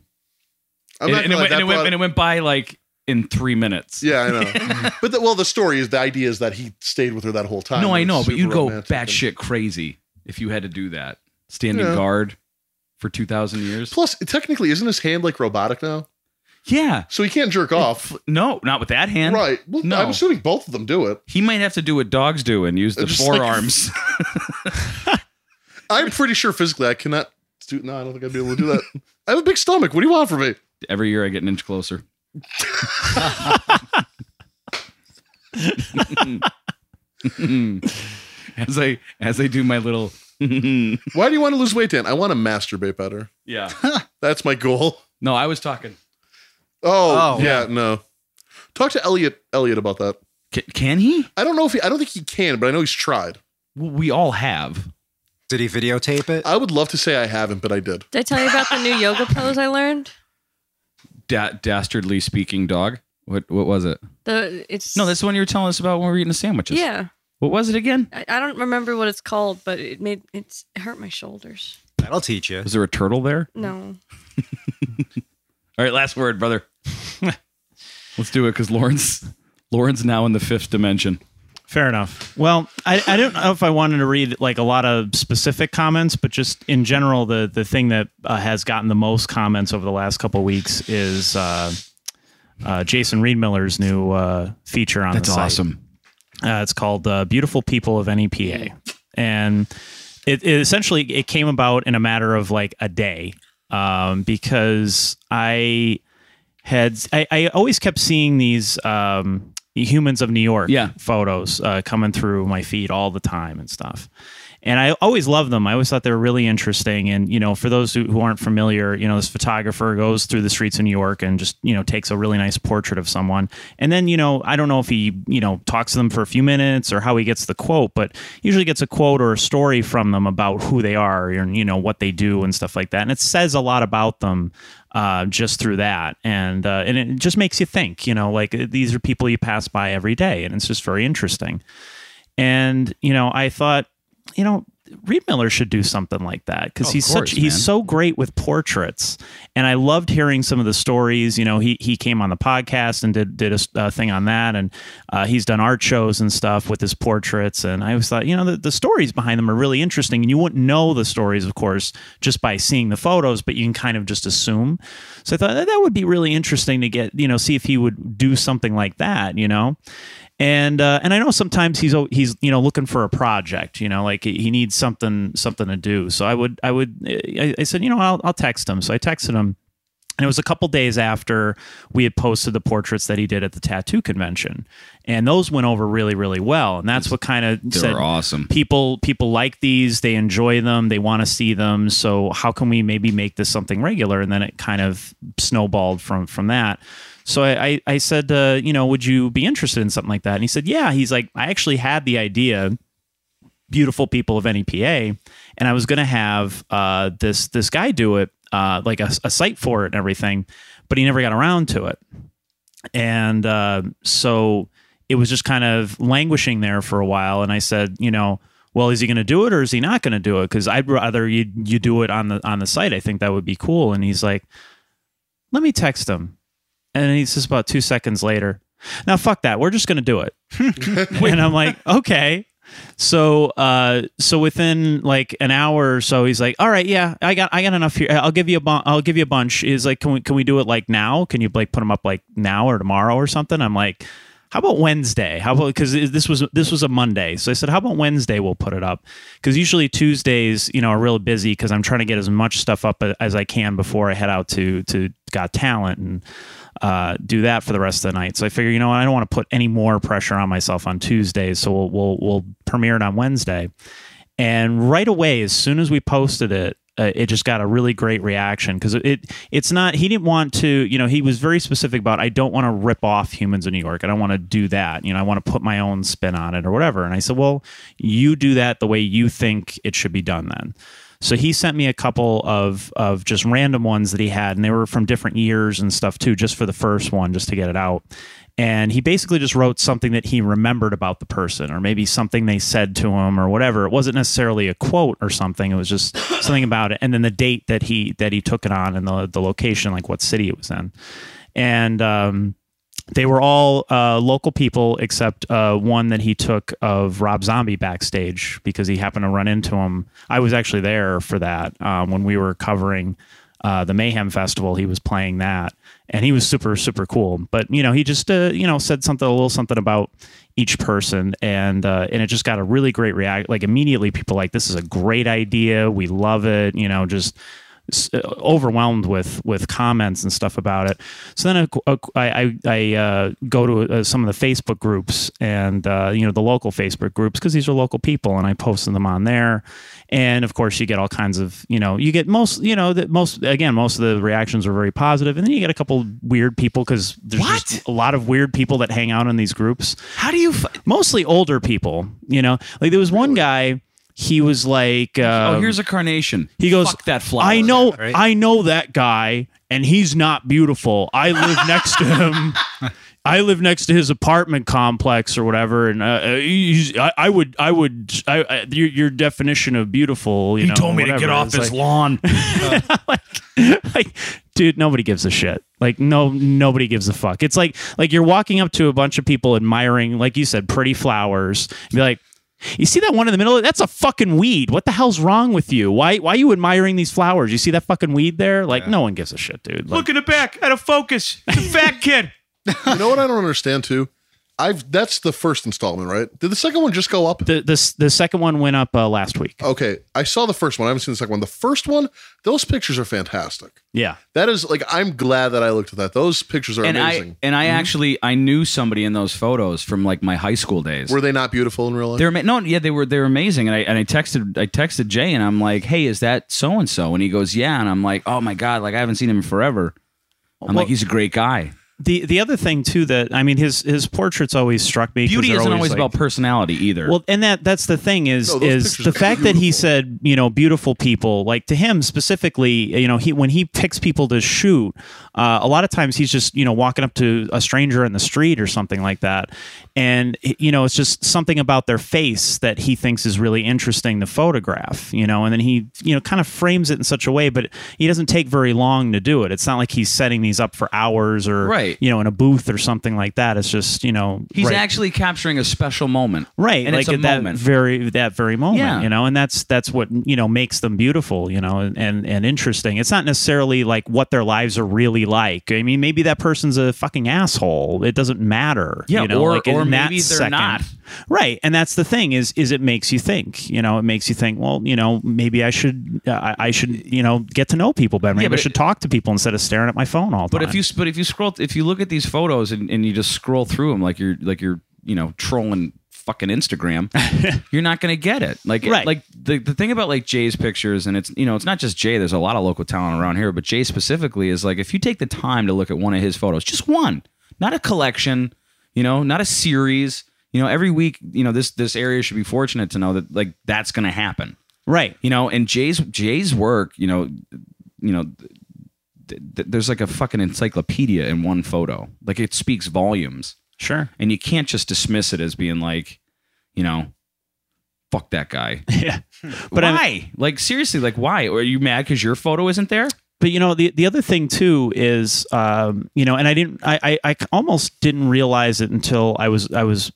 I'm and, not and it gonna lie, went, that and, it went, brought- and it went by like in three minutes. yeah, I know. but the, well, the story is the idea is that he stayed with her that whole time. no, I It's know, but super you'd go romantic and- batshit crazy if you had to do that, standing Yeah. guard for two thousand years. Plus, technically, isn't his hand like robotic now? Yeah, So he can't jerk off. no, not with that hand. right. Well, no. I'm assuming both of them do it. He might have to do what dogs do and use the Just like- forearms. I'm pretty sure physically I cannot do no, I don't think I'd be able to do that. I have a big stomach. What do you want from me? Every year, I get an inch closer. as I as I do my little Why do you want to lose weight, Dan? I want to masturbate better. yeah. That's my goal. No, I was talking. Oh, Oh. yeah, no. Talk to Elliot Elliot about that. Can, can he? I don't know if he I don't think he can, but I know he's tried. Well, We all have. Did he videotape it? Oh. I would love to say I haven't, but I did. Did I tell you about the new yoga pose I learned? Da- dastardly speaking dog. What what was it? The it's No, that's the one you were telling us about when we were eating the sandwiches. yeah. What was it again? I, I don't remember what it's called, but it made it's it hurt my shoulders. That'll teach you. Was there a turtle there? No, All right, last word, brother. Let's do it because Lauren's Lauren's now in the fifth dimension. Fair enough. Well, I, I don't know if I wanted to read like a lot of specific comments, but just in general, the the thing that uh, has gotten the most comments over the last couple of weeks is uh, uh, Jason Reed Miller's new uh, feature on That's the site. awesome. Uh, it's called uh, "Beautiful People of NEPA," and it, it essentially it came about in a matter of like a day um, because I had I, I always kept seeing these um, humans of New York Yeah. photos uh, coming through my feed all the time and stuff. And I always loved them. I always thought they were really interesting. And you know, for those who, who aren't familiar, you know, this photographer goes through the streets of New York and just you know takes a really nice portrait of someone. And then you know, I don't know if he you know talks to them for a few minutes or how he gets the quote, but usually gets a quote or a story from them about who they are and you know what they do and stuff like that. And it says a lot about them uh, just through that, and uh, and it just makes you think. You know, like uh, these are people you pass by every day, and it's just very interesting. And you know, I thought, you know, Reed Miller should do something like that because he's Oh, course, such he's man. so great with portraits. And I loved hearing some of the stories. You know, he he came on the podcast and did did a s- uh, thing on that, and uh, he's done art shows and stuff with his portraits. And I always thought, you know, the, the stories behind them are really interesting, and you wouldn't know the stories, of course, just by seeing the photos, but you can kind of just assume. So I thought that, that would be really interesting to get, you know, see if he would do something like that, you know and uh, and I know sometimes he's al- he's you know looking for a project, you know, like he he needs something something to do. So I would I would I, I said you know I'll I'll text him. So I texted him, and it was a couple days after we had posted the portraits that he did at the tattoo convention, and those went over really really well, and that's what kind of They said were awesome. people people like these they enjoy them they want to see them so how can we maybe make this something regular and then it kind of snowballed from from that so i i, I said uh, you know would you be interested in something like that and he said yeah he's like i actually had the idea beautiful people of NEPA, and I was going to have uh, this this guy do it, uh, like a, a site for it and everything, but he never got around to it, and uh, so it was just kind of languishing there for a while. And I said, you know, well, is he going to do it or is he not going to do it? Because I'd rather you you do it on the on the site. I think that would be cool. And he's like, let me text him, and he's just about two seconds later. Now fuck that. We're just going to do it. and I'm like, okay. So uh so within like an hour or so he's like, "All right, yeah, I got I got enough here. I'll give you a bu- I'll give you a bunch." He's like, "Can we can we do it like now? Can you like put them up like now or tomorrow or something?" I'm like, "How about Wednesday? How about cuz this was this was a Monday." So I said, "How about Wednesday we'll put it up?" Cuz usually Tuesdays, you know, are real busy cuz I'm trying to get as much stuff up a- as I can before I head out to to Got Talent and uh, do that for the rest of the night. So I figure, you know what, I don't want to put any more pressure on myself on Tuesdays, so we'll we'll, we'll premiere it on Wednesday. And right away, as soon as we posted it, uh, it just got a really great reaction because it, it it's not he didn't want to you know he was very specific about I don't want to rip off humans in New York. I don't want to do that. You know, I want to put my own spin on it or whatever. And I said, well, you do that the way you think it should be done then. So he sent me a couple of of just random ones that he had, and they were from different years and stuff too, just for the first one, just to get it out. And he basically just wrote something that he remembered about the person, or maybe something they said to him, or whatever. It wasn't necessarily a quote or something. It was just something about it, and then the date that he that he took it on, and the the location, like what city it was in, and. um they were all uh, local people except uh, one that he took of Rob Zombie backstage because he happened to run into him. I was actually there for that um, when we were covering uh, the Mayhem Festival. He was playing that, and he was super super cool. But you know, he just uh, you know said something a little something about each person, and uh, and it just got a really great react. Like immediately, people like this is a great idea. We love it. You know, just s- uh, overwhelmed with with comments and stuff about it. So then I- I I, I uh, go to uh, some of the Facebook groups and uh, you know the local Facebook groups because these are local people, and I posted them on there. And of course, you get all kinds of you know you get most you know that most again most of the reactions are very positive, and then you get a couple weird people because there's just a lot of weird people that hang out in these groups How do you? F- mostly older people. You know, like there was one guy. He was like, uh, oh, here's a carnation. he goes, Fuck that flower. I know, right? I know that guy, and he's not beautiful. I live next to him. I live next to his apartment complex or whatever, and uh, he's, I, I would, I would, I, I, your, your definition of beautiful. You know, whatever, is like- lawn. like, like, dude, nobody gives a shit. Like, no, nobody gives a fuck. It's like, like you're walking up to a bunch of people admiring, like you said, pretty flowers. And be like, you see that one in the middle? That's a fucking weed. What the hell's wrong with you? Why, why are you admiring these flowers? You see that fucking weed there? Like, no one gives a shit, dude. Like, Look in the back at a focus. It's a fat kid. You know what I don't understand too? I've that's the first installment, right? Did the second one just go up? The the, the second one went up uh, last week. Oh. Okay, I saw the first one. I haven't seen the second one. The first one, those pictures are fantastic. Yeah. That is like I'm glad that I looked at that. Those pictures are and I amazing. and Mm-hmm. I actually I knew somebody in those photos from like my high school days. Were they not beautiful in real life? They're ama- no, yeah, they were they were amazing, and I and I texted I texted Jay, and I'm like, hey, is that so and so? And he goes, yeah, and I'm like, oh my god, like I haven't seen him in forever. I'm like, he's a great guy. The the other thing too that I mean his his portraits always struck me. 'cause Beauty they're isn't always like- about personality either. Well, and that that's the thing is No, those is pictures the are fact that he beautiful. said you know beautiful people like to him specifically you know he when he picks people to shoot uh, a lot of times he's just you know walking up to a stranger in the street or something like that and you know it's just something about their face that he thinks is really interesting to photograph you know and then he you know kind of frames it in such a way but he doesn't take very long to do it it's not like he's setting these up for hours or Right. you know in a booth or something like that it's just you know he's right- actually capturing a special moment. right And like it's a at that moment. very that very moment Yeah. you know and that's that's what you know makes them beautiful you know and, and and interesting it's not necessarily like what their lives are really like i mean maybe that person's a fucking asshole it doesn't matter Yeah, you know or- like in or that maybe they're second not. right and that's the thing is is it makes you think you know it makes you think well you know maybe i should uh, I- i should you know get to know people better maybe but i should it- talk to people instead of staring at my phone all the But time if you but if you scroll if you look at these photos and, and you just scroll through them like you're like you're you know trolling fucking Instagram, you're not gonna get it. Like Right. like the the thing about like Jay's pictures and it's you know it's not just Jay. There's a lot of local talent around here, but Jay specifically is like if you take the time to look at one of his photos, just one, not a collection, you know, not a series. You know, every week, you know this this area should be fortunate to know that like that's gonna happen right you know and jay's jay's work you know you know th- th- there's like a fucking encyclopedia in one photo like it speaks volumes sure and you can't just dismiss it as being like you know fuck that guy yeah but why I'm- like seriously like why are you mad because your photo isn't there but you know the the other thing too is um, you know and i didn't I, I i almost didn't realize it until i was i was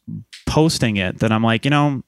posting it that i'm like you know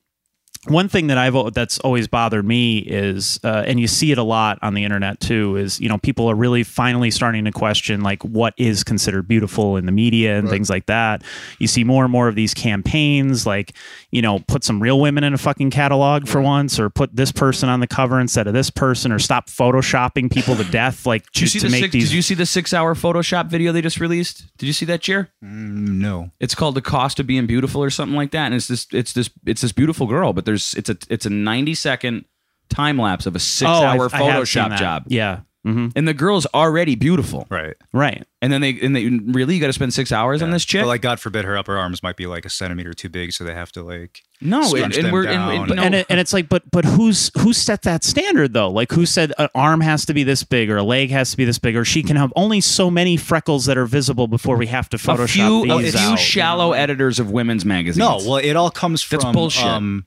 one thing that I've al- that's always bothered me is, uh, and you see it a lot on the internet too, is you know people are really finally starting to question like what is considered beautiful in the media and things like that. You see more and more of these campaigns like you know put some real women in a fucking catalog for once, or put this person on the cover instead of this person, or stop photoshopping people to death like did you to, see to the make six, these. did you see the six hour photoshop video they just released did you see that cheer No. It's called The Cost of Being Beautiful or something like that. And it's this it's this it's this beautiful girl, but there's it's a it's a 90 second time lapse of a 6 Oh, I- hour I have seen Photoshop that. job. Yeah. hmm And the girl's already beautiful. Right. Right. And then they and they really you got to spend 6 hours on this chick? But like, God forbid, her upper arms might be like a centimeter too big, so they have to like. no, and, scrunch and them we're and- down and, no, and it, and it's like, but but who's who set that standard though? Like who said an arm has to be this big or a leg has to be this big or she can have only so many freckles that are visible before we have to Photoshop a few a these few out. shallow editors of women's magazines. No, well, it all comes from That's bullshit. Um,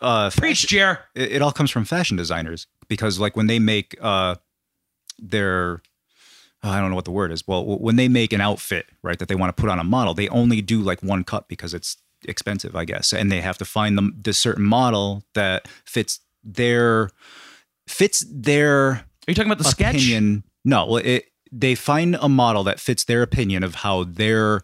uh, preach, Jer. it, it all comes from fashion designers because like when they make uh their uh, I don't know what the word is. Well, w- when they make an outfit, right, that they want to put on a model, they only do like one cut because it's expensive, I guess, and they have to find them the certain model that fits their fits their Are you talking about the sketch? opinion. No, well, it they find a model that fits their opinion of how their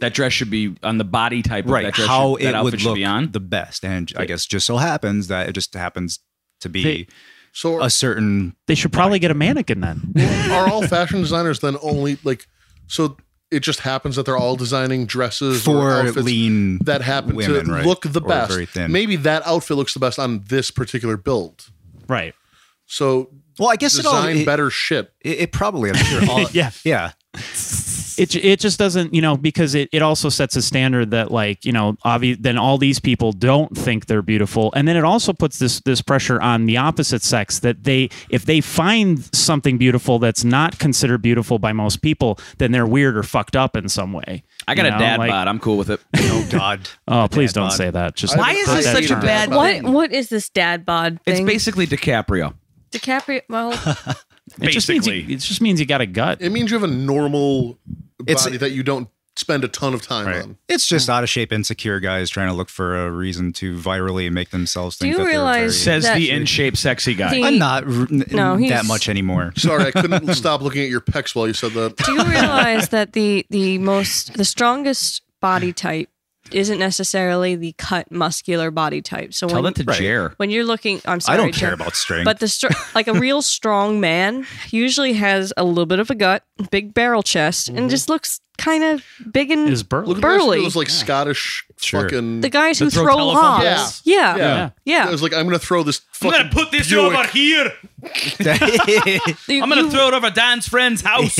That dress should be on the body type. Of that right dress how should, that it outfit would should look be on. the best, and I guess just so happens that it just happens to be They- so a certain They should probably get a mannequin then. are all fashion designers then only like so it just happens that they're all designing dresses or for outfits lean that happen women, to right? look the Or best. Very thin. Maybe that outfit looks the best on this particular build. right. So well, I guess it all design it, better shit. It, it probably I'm sure. All, Yeah. yeah. It, ju- it just doesn't, you know, because it, it also sets a standard that like, you know, obvi- then all these people don't think they're beautiful. And then it also puts this this pressure on the opposite sex that they if they find something beautiful that's not considered beautiful by most people, then they're weird or fucked up in some way. I got You a know, dad like- bod. I'm cool with it. Oh God. Oh, please don't bod. say that. Just Why is put this that such a term. bad- What what is this dad bod It's thing? basically DiCaprio. DiCaprio. Well, It just means you, basically. it just means you got a gut. It means you have a normal body It's- that you don't spend a ton of time Right. on. It's just hmm. out of shape, insecure guys trying to look for a reason to virally make themselves Do think you that they're realize very- Says That- the in shape sexy guy. The- I'm not r- n- No, that he's- much anymore. Sorry, I couldn't stop looking at your pecs while you said that. Do you realize that the the most the strongest body type isn't necessarily the cut muscular body type? So Tell when, that to Right. Jer. when you're looking, I'm I sorry, don't care Jer, about strength. But the str- like a real strong man usually has a little bit of a gut, big barrel chest, Mm-hmm. and just looks kind of big and Is burly. Look at the guys who do Burly. those like Scottish Sure. fucking. the guys who throw throw telephone logs. Yeah. poles? Yeah. yeah. yeah. I was like, I'm gonna throw this. Fucking Buick. here. You- I'm gonna you- throw it over Dan's friend's house.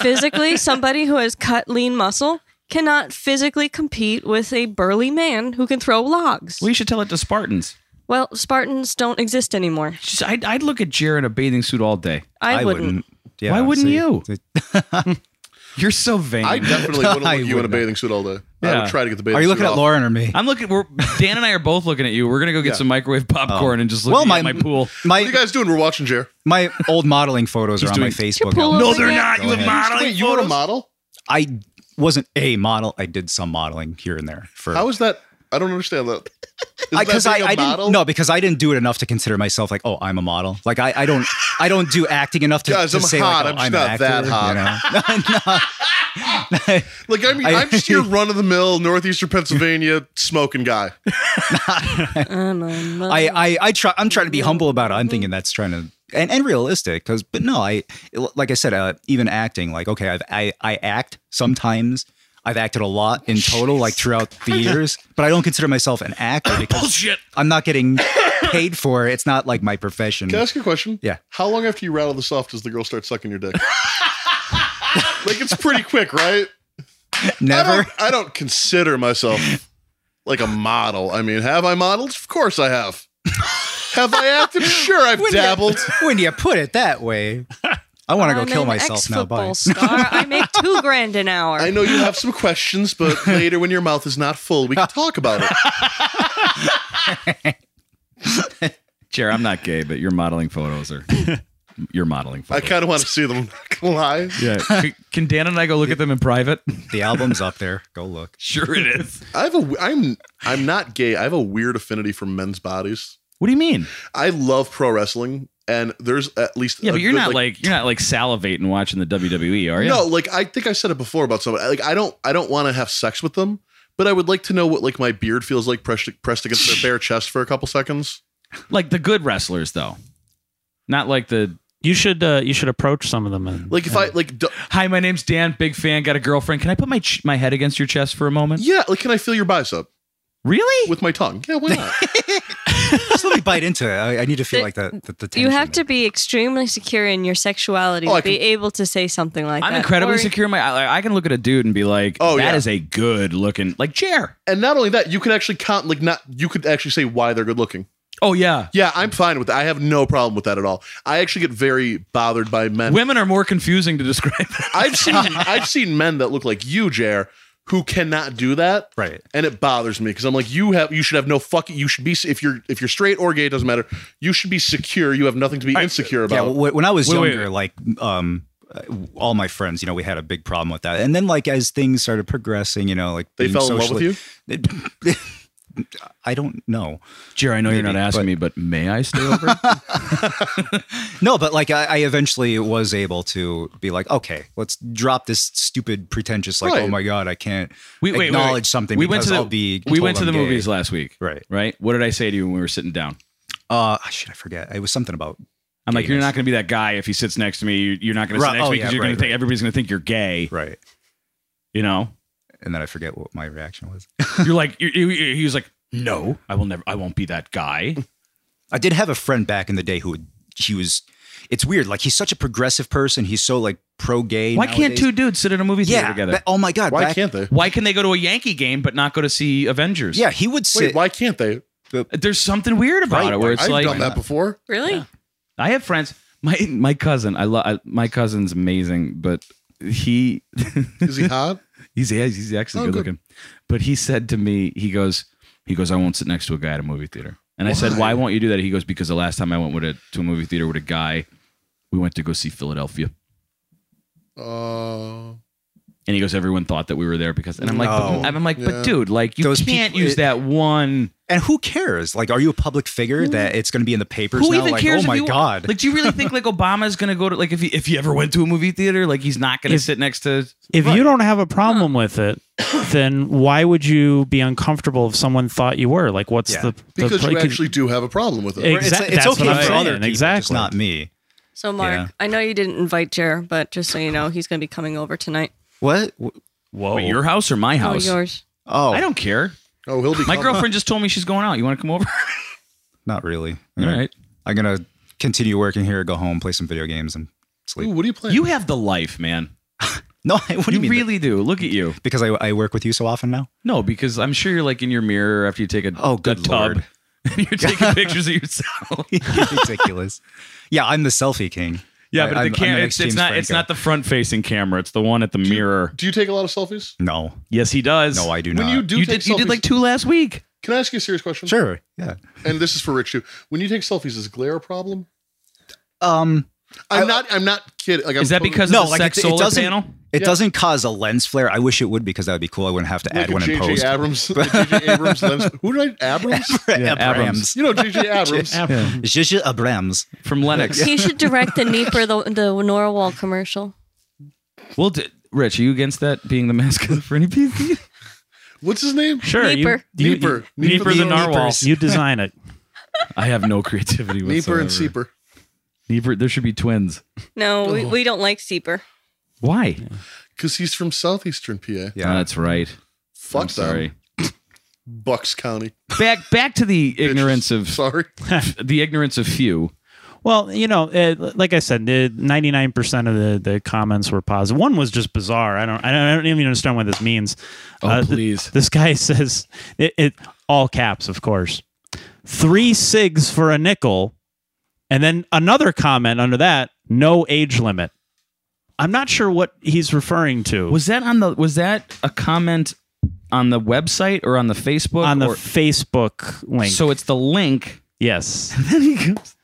physically somebody who has cut lean muscle cannot physically compete with a burly man who can throw logs. we should tell it to Spartans. well, Spartans don't exist anymore. Just- I'd, I'd look at Jer in a bathing suit all day. I, wouldn't. Yeah, Why wouldn't see, you? th- You're so vain. I definitely wouldn't look I at you in a wouldn't. bathing suit all day. I Yeah. would try to get the bathing. Are you suit looking at off. Lauren or me? I'm looking. We're Dan and I are both looking at you. We're gonna go get Yeah. some microwave popcorn and just look Well, at my- my, my pool. What are My you guys doing? We're watching Jer. my old modeling photos are on my doing- Facebook. pull now. up- No, they're not. You Go have ahead. modeling Wait, you were a photos? model? I wasn't a model. I did some modeling here and there for How is that? I don't understand that. Is because that I, being a I model? didn't no because I didn't do it enough to consider myself like oh I'm a model like I, I don't I don't do acting enough to, Guys, to I'm say hot. like, I'm oh, just an not actor, that hot. Like I mean, I, I- am just your run of the mill northeastern Pennsylvania smoking guy. I'm a mo- I, I I try. I'm trying to be humble about it. I'm thinking that's trying to and, and realistic because, but no, I like I said, uh, even acting like okay, I've, I I act sometimes. I've acted a lot in total, like throughout the years, but I don't consider myself an actor because I'm not getting paid for it. It's not like my profession. Can I ask you a question? Yeah. How long after you rattle this off does the girl start sucking your dick? like it's pretty quick, right? I Never. don't, I don't consider myself like a model. I mean, have I modeled? Of course I have. have I acted? Sure, I've dabbled. When you put it that way, I want to go I'm kill an myself now. Bye. ex-football star. I make two grand an hour. I know you have some questions, but later when your mouth is not full, we can talk about it. Jer, I'm not gay, but your modeling photos are. Your modeling I photos. kind of want to see them. I'm not gonna lie. Yeah. C- Can Dan and I go look at them in private? The album's up there. Go look. Sure, it is. I have a. w- I'm. I'm not gay. I have a weird affinity for men's bodies. What do you mean? I love pro wrestling, and there's at least Yeah, a but you're good, not like, you're not like salivating watching the WWE, are you? no, like I think I said it before about somebody. Like I don't, I don't want to have sex with them, but I would like to know what like my beard feels like pressed pressed against their bare chest for a couple seconds. Like the good wrestlers, though. Not like the You should uh, you should approach some of them and Like if I like, d- hi, my name's Dan, big fan, got a girlfriend. Can I put my ch- my head against your chest for a moment? yeah, like can I feel your bicep Really? with my tongue? Yeah, why not? Just let me bite into it. I, I need to feel The- like that. The, the you have tension. to be extremely secure in your sexuality Oh, I to be able to say something like I'm that. incredibly Or- secure. In my I, I can look at a dude and be like, Oh, "Oh, that yeah. is a good looking like chair." and not only that, you could actually count like not you could actually say why they're good looking. Oh yeah. Yeah, I'm fine with that. I have no problem with that at all. I actually get very bothered by men. Women are more confusing to describe. I've seen I've seen men that look like you, Jer, who cannot do that. Right. And it bothers me because I'm like, you have you should have no fucking you should be if you're if you're straight or gay, it doesn't matter. You should be secure. You have nothing to be insecure Yeah, about. wh- when I was Wait, wait, younger, like um, uh, all my friends, you know, we had a big problem with that. And then, like as things started progressing, you know, like They being fell in love with you? socially- I don't know. Jer, I know you're not Maybe, asking but- me, but may I stay over? No, but like I, I eventually was able to be like, okay, let's drop this stupid pretentious, like, Right. oh my god, I can't We- wait, wait, acknowledge wait. something. We went because to the I'll be we told went to I'm the gay. movies last week. Right. Right. What did I say to you when we were sitting down? Uh, ah, shit, I forget. It was something about. I'm like, you're Gayness. not going to be that guy if he sits next to me. You- You're not going to sit Right. next to Oh, me because yeah, you're going right, to think right. everybody's going to think you're gay. Right. You know, And then I forget what my reaction was. you're like, you you- you- he was like, no, I will never, I won't be that guy. I did have a friend back in the day who would, he was. It's weird. Like he's such a progressive person. He's so like pro gay. Why can't two dudes sit in a movie theater Yeah. together? ba- oh my god. why back- can't they? Why can they go to a Yankee game but not go to see Avengers? Yeah, he would Wait, sit. why can't they? There's something weird about Right, it where like, it's I've like, done that before. Really? I have friends. My my cousin, I love my cousin's amazing, but he Is he hot? He's yeah, he's actually Oh, good good. looking. But he said to me, he goes, he goes, I won't sit next to a guy at a movie theater. And I said, Why won't you do that? He goes, Because the last time I went with a, to a movie theater with a guy, we went to go see Philadelphia. Uh, And he goes, everyone thought that we were there because, and I'm like, No. but, I'm like, Yeah. but dude, like you Those can't people- use that one. And who cares? Like, are you a public figure that it's going to be in the papers Who now? even like, oh cares? if my you- god! Like, do you really think like Obama's gonna go to like if he if he ever went to a movie theater, like he's not gonna If- sit next to? If you don't have a problem with it, then why would you be uncomfortable if someone thought you were? Like, what's Yeah. the, the because pla- you actually do have a problem with it. Ex- Or it's, exact- it's that's okay what I'm for saying, other people, just exactly. not me. So, Mark, Yeah. I know you didn't invite Jer, but just so you know, he's going to be coming over tonight. What? Whoa. Wait, your house or my house? Oh, yours. Oh, I don't care. Oh, he'll be My coming. girlfriend just told me she's going out. You want to come over? not really. All right. I'm gonna continue working here, go home, play some video games, and Ooh, sleep. what are you playing? You have the life, man. No, I what do you mean? you really do. Look at you. because I, I work with you so often now. No, because I'm sure you're like in your mirror after you take a Oh, good a tub. Lord. And you're taking pictures of yourself. Ridiculous. Yeah, I'm the selfie king. Yeah, I- but I'm- the camera I'm it's, it's James not it's Franco. not the front facing camera. It's the one at the mirror. do you take a lot of selfies? No, Yes, he does. no, I do When not. you do you take did you did selfies- like two last week. Can I ask you a serious question? sure. Yeah. And this is for Rick Shoe. When you take selfies, is glare a problem? Um. I'm I- not. I'm not kidding. Like, I'm Is that totally- because No, of the like, sex it- it solar doesn't- panel? It Yeah. doesn't cause a lens flare. I wish it would because that would be cool. I wouldn't have to Like add one a in J.J. post. Abrams, a J.J. Abrams lens. Who did I? Abrams. Yeah, Abrams. Abrams. You know J.J. Abrams. Zsa Abrams. From Lennox. He should direct the Nieper, the, the Norwal commercial. well, d- Rich, are you against that being the mascot for any PC? What's his name? Sure. You, Neeper. you, Neeper. You, Neeper Neeper the the narwhal. Neepers. You design it. I have no creativity Neeper whatsoever. and Seeper. Neeper, there should be twins. No, we, we don't like Seeper. Why? Because he's from southeastern PA. Oh, Yeah. that's right. Fuck I'm them. sorry. Bucks County. Back back to the ignorance of Sorry. the ignorance of few. Well, you know, uh, like I said, ninety nine percent of the, the comments were positive. One was just bizarre. I don't, I don't, I don't even understand what this means. Uh, Oh, th- please. this guy says it, it all caps, of course. Three sigs for a nickel, and then another comment under that: no age limit. I'm not sure what he's referring to. Was that on the was that a comment on the website or on the Facebook on the or- Facebook link? So it's the link. yes.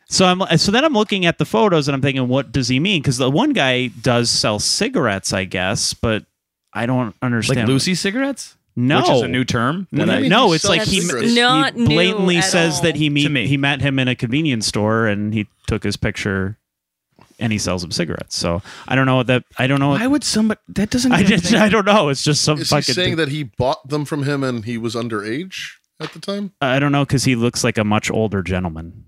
So I'm so then I'm looking at the photos and I'm thinking, what does he mean? Because the one guy does sell cigarettes, I guess, but I don't understand. Like Lucy cigarettes? no, Which is a new term. No, that I- no, he it's like sells he, cigarettes? he Not new blatantly at says all. that he meet, To me. he met him in a convenience store and he took his picture and he sells him cigarettes. So I don't know what that I don't know. What, Why would somebody that doesn't I make just sense. I don't know. It's just some Is he fucking. saying that he bought them from him and he was underage at the time? I don't know because he looks like a much older gentleman.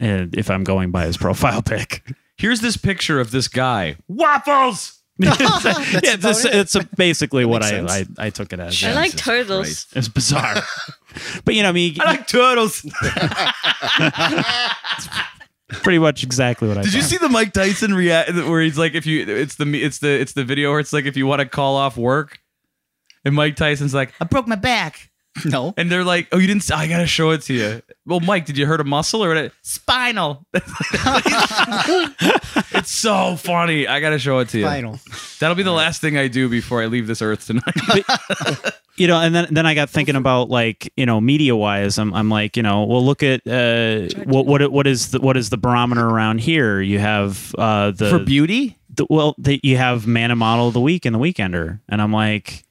And if I'm going by his profile pic. Here's this picture of this guy. waffles. it's yeah, it's, it's basically what I, makes I I took it as. I like Jesus turtles. Christ. It's bizarre, but you know, I mean, turtles. pretty much exactly what I. Did you thought. see the Mike Tyson react where he's like, if you, it's the, it's the, it's the video where it's like, if you want to call off work, and Mike Tyson's like, I broke my back, No. and they're like, oh, you didn't, I gotta show it to you. Well, Mike, did you hurt a muscle or what? Spinal. it's so funny. I gotta show it to you. Final. That'll be the last thing I do before I leave this earth tonight. you know, and then then I got thinking about like you know media wise, I'm I'm like you know well look at uh what what what is the what is the barometer around here? You have uh the beauty, the, well, that you have man and model of the week and the weekender, and I'm like,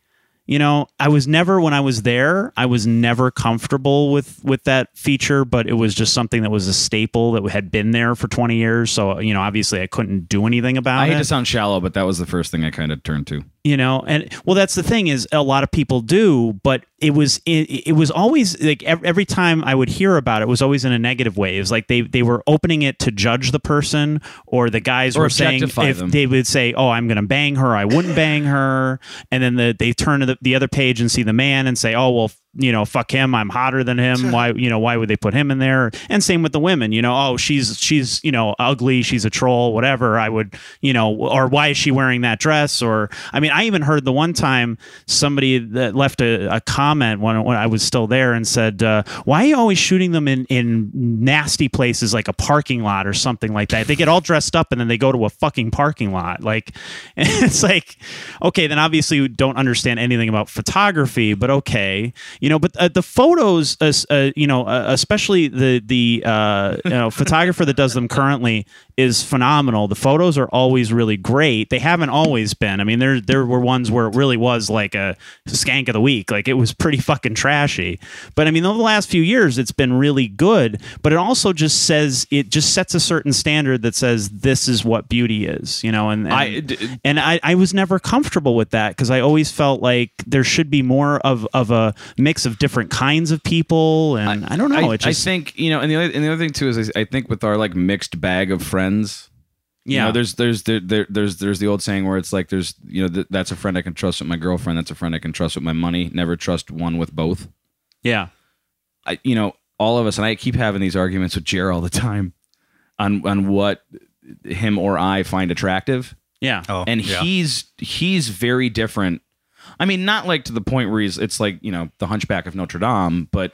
you know, I was never when I was there, I was never comfortable with with that feature, but it was just something that was a staple that had been there for 20 years. So you know, obviously, I couldn't do anything about I it hate to sound shallow, but that was the first thing I kind of turned to. you know and well that's the thing is a lot of people do but it was it, it was always like ev- every time i would hear about it, it was always in a negative way it was like they they were opening it to judge the person or the guys Or were saying objectify if them. they would say oh i'm gonna bang her i wouldn't bang her and then the, they turn to the, the other page and see the man and say oh well f- you know fuck him i'm hotter than him why you know why would they put him in there and same with the women you know oh she's she's you know ugly she's a troll whatever i would you know or why is she wearing that dress or i mean i even heard the one time somebody that left a, a comment when, when i was still there and said uh, why are you always shooting them in in nasty places like a parking lot or something like that they get all dressed up and then they go to a fucking parking lot like it's like okay then obviously you don't understand anything about photography but okay you you know but uh, the photos uh, s- uh, you know uh, especially the the uh, you know photographer that does them currently is phenomenal the photos are always really great they haven't always been i mean there there were ones where it really was like a skank of the week like it was pretty fucking trashy but i mean over the last few years it's been really good but it also just says it just sets a certain standard that says this is what beauty is you know and, and I- d- and I, I was never comfortable with that because I always felt like there should be more of, of a mix of different kinds of people, and I, don't know. I, it just I think you know, and the other, and the other thing too is I, I think with our like mixed bag of friends, you know, there's there's there, there there's there's the old saying where it's like there's you know th- that's a friend I can trust with my girlfriend, that's a friend I can trust with my money. Never trust one with both. yeah, I, you know, all of us, and I keep having these arguments with Jer all the time on on what him or I find attractive, yeah, Oh, and yeah. he's he's very different. I mean, not like to the point where he's it's like you know the Hunchback of Notre Dame, but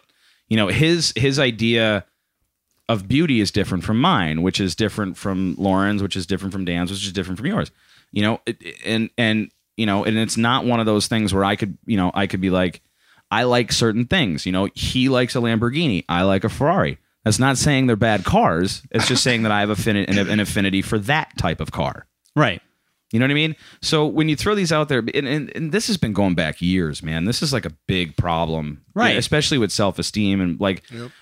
you know his his idea of beauty is different from mine, which is different from Lauren's, which is different from Dan's, which is different from yours. You know, it- and and you know, and it's not one of those things where I could you know I could be like I like certain things. You know, he likes a Lamborghini, I like a Ferrari. That's not saying they're bad cars. It's just saying that I have affini- an, an affinity for that type of car. right. You know what I mean? So when you throw these out there, and, and, and this has been going back years, man. This is like a big problem, Right. Especially with self esteem and like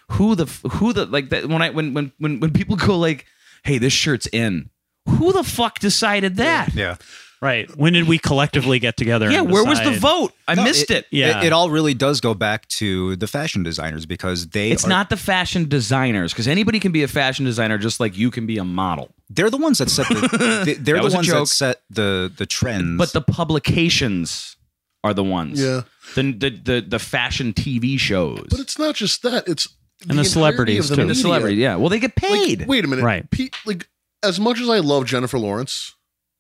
who the f- who the like that when I when when when when people go like, hey, this shirt's in. Who the fuck decided that? yeah. Right. When did we collectively get together? Yeah, and where was the decide- vote? I No, missed it. Yeah. It, all really does go back to the fashion designers because they It's are- not the fashion designers because anybody can be a fashion designer just like you can be a model. they're the ones that set the they, they're That the was a ones joke. that set the the trends. But the publications are the ones. Yeah. The the the, the fashion TV shows. But it's not just that. It's And the entirety celebrities, of too. the media. celebrity, yeah. Well, they get paid. Like, wait a minute, Right. Pe- like as much as I love Jennifer Lawrence,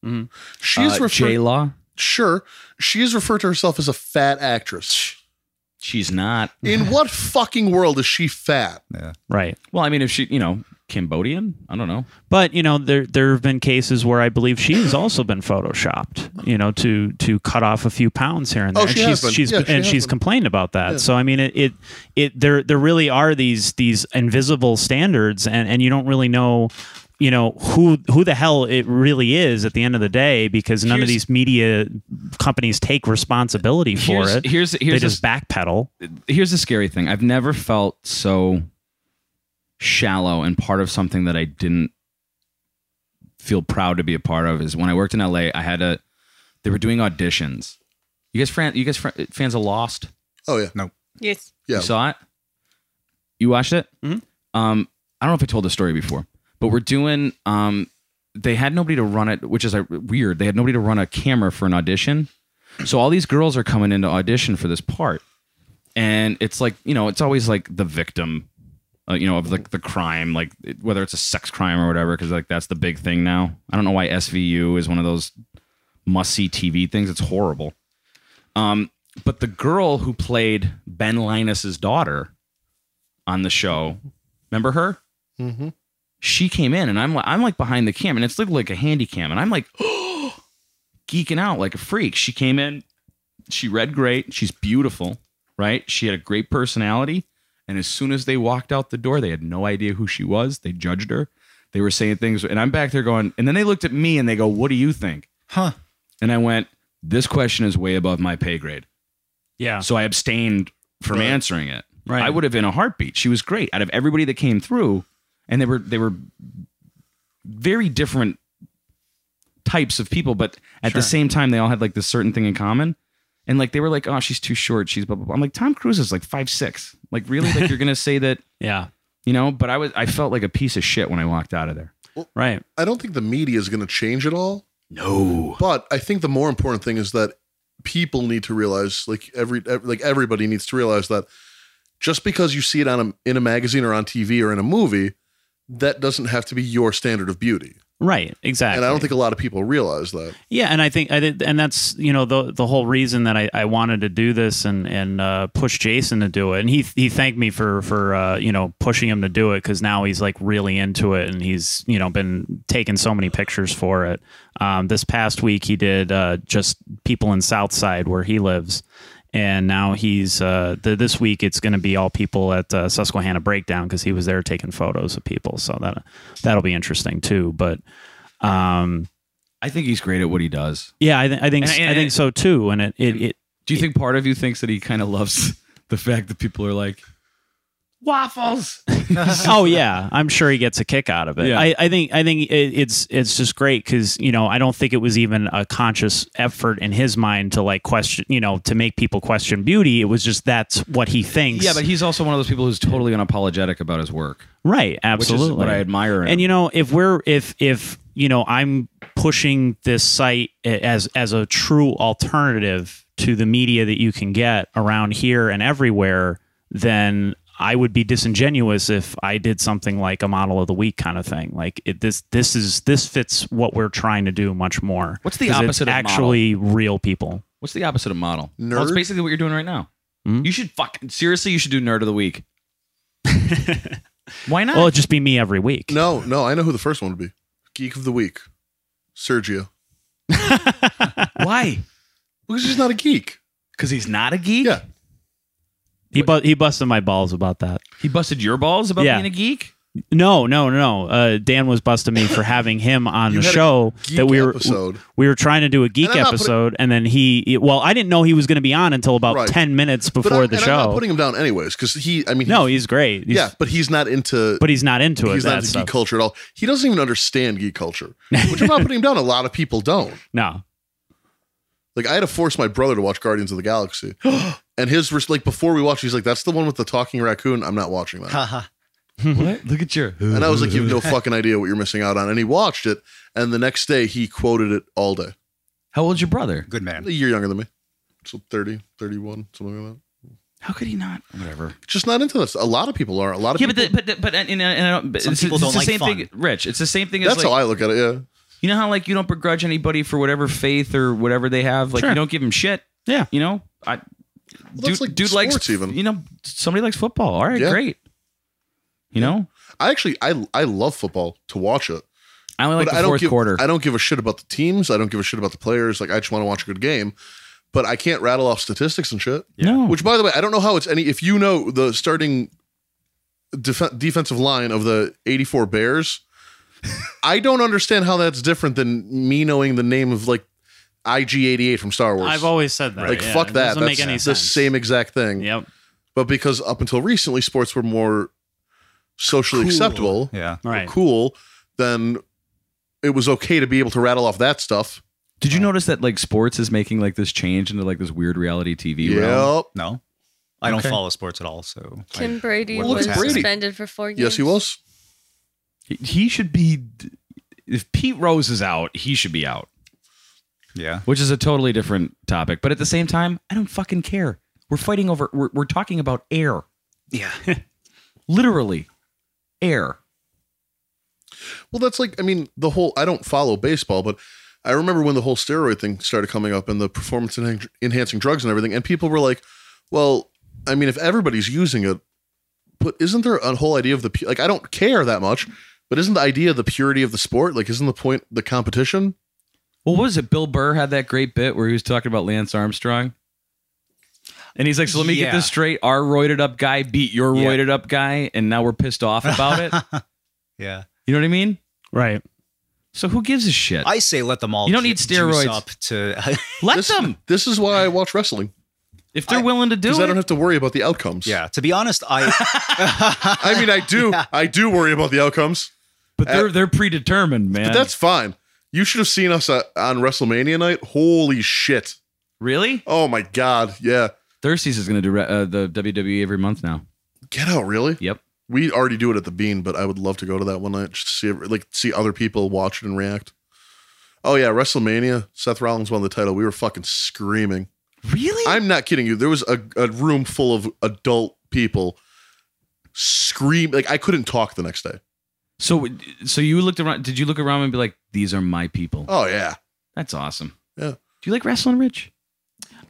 Mhm. she's J referred. Law. Sure, she is referred to herself as a fat actress. She's not. In what fucking world is she fat? Right. Well, I mean, if she, you know, Cambodian, I don't know. But you know, there there have been cases where I believe she has also been photoshopped. You know, to to cut off a few pounds here and Oh, there. she and has she's been. she's Yeah, she and has she's been. complained about that. So I mean, it, it it there there really are these these invisible standards, and and you don't really know. You know who who the hell it really is at the end of the day because none of Here's- these media companies take responsibility for Here's- it. here's- here's they just backpedal. Here's the scary thing: I've never felt so shallow and part of something that I didn't feel proud to be a part of. Is when I worked in LA, I had a. They were doing auditions. You guys, fran- you guys, fran- fans of Lost. Oh yeah, Yes. yeah. You saw it? You watched it? Mhm. Um, I don't know if I told this story before, but we're doing. Um, they had nobody to run it, which is uh, weird. They had nobody to run a camera for an audition, so all these girls are coming in to audition for this part, and it's like you know, it's always like the victim, uh, you know, of like the crime, like it- whether it's a sex crime or whatever, because like that's the big thing now. I don't know why SVU is one of those must see TV things. It's horrible. Um, but the girl who played Ben Linus's daughter on the show, remember her? Mm-hmm. She came in, and I'm like, I'm like behind the cam, and it's like like a handy cam, and I'm like geeking out like a freak. She came in, she read great, she's beautiful, right? She had a great personality, and as soon as they walked out the door, they had no idea who she was. They judged her. They were saying things, and I'm back there going, and then they looked at me and they go, "What do you think?" Huh. And I went, "This question is way above my pay grade." Yeah. So I abstained from Right. answering it. Right. I would have in a heartbeat. She was great. Out of everybody that came through, and they were they were very different types of people, but at the same time, they all had like this certain thing in common. And like they were like, oh, she's too short. She's blah blah blah. I'm like, Tom Cruise is like five six. Like really? Like you're gonna say that? Yeah. You know? But I was I felt like a piece of shit when I walked out of there. Right. I don't think the media is going to change at all. No. But I think the more important thing is that people need to realize, like every, ev- like everybody needs to realize that just because you see it on a, in a magazine or on TV or in a movie, that doesn't have to be your standard of beauty. Right. Exactly. And I don't think a lot of people realize that. Yeah, and I think I did, and that's you know the the whole reason that I, I wanted to do this and and uh, push Jason to do it, and he he thanked me for for uh, you know pushing him to do it because now he's like really into it, and he's you know been taking so many pictures for it. Um, this past week he did uh, just people in Southside where he lives, and now he's uh, the, this week. It's going to be all people at uh, Susquehanna Breakdown because he was there taking photos of people. So that that'll be interesting too. But um, I think he's great at what he does. yeah, I, th- I think And- and- I think so too. And it it, it Do you think part of you thinks that he kind of loves the fact that people are like waffles? oh yeah, I'm sure he gets a kick out of it. Yeah. I, I think I think it, it's it's just great because you know I don't think it was even a conscious effort in his mind to like question you know to make people question beauty. It was just that's what he thinks. Yeah, but he's also one of those people who's totally unapologetic about his work, right, which absolutely. is what I admire. In him. And you know, if we're if if you know, I'm pushing this site a- as as a true alternative to the media that you can get around here and everywhere, then I would be disingenuous if I did something like a model of the week kind of thing. Like it, this this is this fits what we're trying to do much more. What's the 'Cause it's opposite of model? actually real people? What's the opposite of model? Well, it's Nerd? basically what you're doing right now. Mhm. You should fucking seriously. You should do nerd of the week. Why not? Well, it'd just be me every week. Ah. No, no, I know who the first one would be. Geek of the week, Sergio, Why? because he's not a geek. Because he's not a geek. Yeah. He bu- he busted my balls about that. He busted your balls about Yeah. being a geek. No, no, no. Uh, Dan was busting me for having him on You the had a show geek that we were episode. we were trying to do a geek And I'm not putting- episode, and then he, he- Well, I didn't know he was going to be on until about Right. ten minutes But before I'm- the and show. I'm not putting him down anyways because he. I mean, no, he's great. He's- yeah, but he's not into. but he's not into it. he's not that into stuff. geek culture at all. He doesn't even understand geek culture, which I'm not putting him down. A lot of people don't. No, Like I had to force my brother to watch Guardians of the Galaxy, and his res- like before we watched, he's like, "That's the one with the talking raccoon." I'm not watching that. Haha. What? Look at your. and I was like, "You have no fucking idea what you're missing out on." And he watched it, and the next day he quoted it all day. How old's your brother? Good man. A year younger than me, so 30, 31, something like that. How could he not? Whatever. Just not into this. A lot of people are. A lot of Yeah, but people. the, but the, but and, and, and I don't, but Some it's, people it's don't the like same fun. thing, Rich. It's the same thing that's as how like I look at it. Yeah. you know how like you don't begrudge anybody for whatever faith or whatever they have. Like Sure. you don't give them shit. Yeah. you know, I Well, dude, that's like dude likes sports even. You know, somebody likes football. All right, Yeah. great. You know, I actually I I love football to watch it. I only like but the I don't fourth give quarter. I don't give a shit about the teams. I don't give a shit about the players. Like I just want to watch a good game. But I can't rattle off statistics and shit. No, Which by the way, I don't know how it's any if you know the starting def- defensive line of the 84 Bears, I don't understand how that's different than me knowing the name of like IG88 from Star Wars. I've always said that. like yeah. fuck It that. Doesn't That's make any the sense. same exact thing. Yep. But because up until recently sports were more socially Cool. acceptable Yeah. Right. cool, then it was okay to be able to rattle off that stuff. did you notice that like sports is making like this change into like this weird reality TV? realm? Yep. No. I don't Okay. follow sports at all, so I- Tim Brady what Look was at Brady. suspended for four games. Yes, he was. He- he should be. If Pete Rose is out, he should be out. yeah. which is a totally different topic. But at the same time, I don't fucking care. We're fighting over. We're, we're talking about air. Yeah. Literally, air. Well, that's like, I mean, the whole, I don't follow baseball, but I remember when the whole steroid thing started coming up and the performance enhan- enhancing drugs and everything. And people were like, well, I mean, if everybody's using it, but isn't there a whole idea of the, pu- like, I don't care that much, but isn't the idea the purity of the sport? Like, isn't the point the competition? Well, what was it? Bill Burr had that great bit where he was talking about Lance Armstrong. And he's like, so let me get Yeah. this straight. Our roided up guy beat your Yeah. roided up guy, and now we're pissed off about it. Yeah. You know what I mean? Right. So who gives a shit? I say let them all You don't need ju- juice steroids. up to Let this, them This is why I watch wrestling if they're willing to do because it. I don't have to worry about the outcomes. Yeah, to be honest, I I mean, I do, I do worry about the outcomes. but they're they're predetermined, man. But that's fine. You should have seen us uh, on WrestleMania night. Holy shit. really Oh my God. Yeah. Thirsties is going to do re- uh, the WWE every month now. Get out, really? Yep. We already do it at the Bean, but I would love to go to that one night just to see, if- like, see other people watch it and react. Oh, yeah. WrestleMania. Seth Rollins won the title. We were fucking screaming. Really? I'm not kidding you. There was a, a room full of adult people scream. Like, I couldn't talk the next day. So, so you looked around. Did you look around and be like, "These are my people"? Oh, yeah. That's awesome. Yeah. Do you like wrestling, Rich?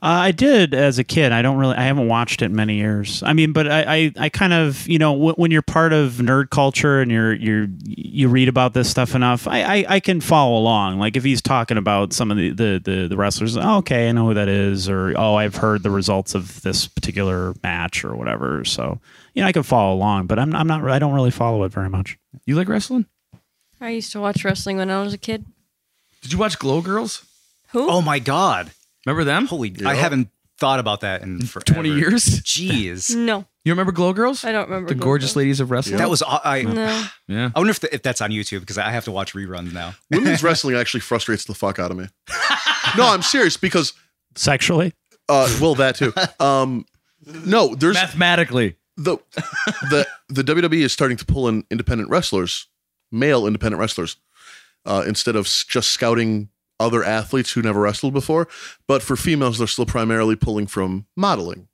Uh, I did as a kid. I don't really. I haven't watched it in many years. I mean, but I, I, I kind of, you know, w- when you're part of nerd culture and you're, you're, you read about this stuff enough, I, I, I can follow along. Like if he's talking about some of the, the, the, the wrestlers, oh, okay, I know who that is, or oh, I've heard the results of this particular match or whatever. So you know, I can follow along, but I'm, I'm not. I don't really follow it very much. You like wrestling? I used to watch wrestling when I was a kid. Did you watch Glow Girls? Who? Oh my god! Remember them? Holy! I haven't thought about that in forever. Twenty years. Jeez. No, You remember Glow Girls? I don't remember. the Glow gorgeous Girls. ladies of wrestling. That was aw- I. No. yeah. I wonder if, the, if that's on YouTube because I have to watch reruns now. Women's wrestling actually frustrates the fuck out of me. No, I'm serious because Sexually? uh well that too. Um no, there's Mathematically, the the the WWE is starting to pull in independent wrestlers, male independent wrestlers, uh, instead of s- just scouting other athletes who never wrestled before. But for females, they're still primarily pulling from modeling,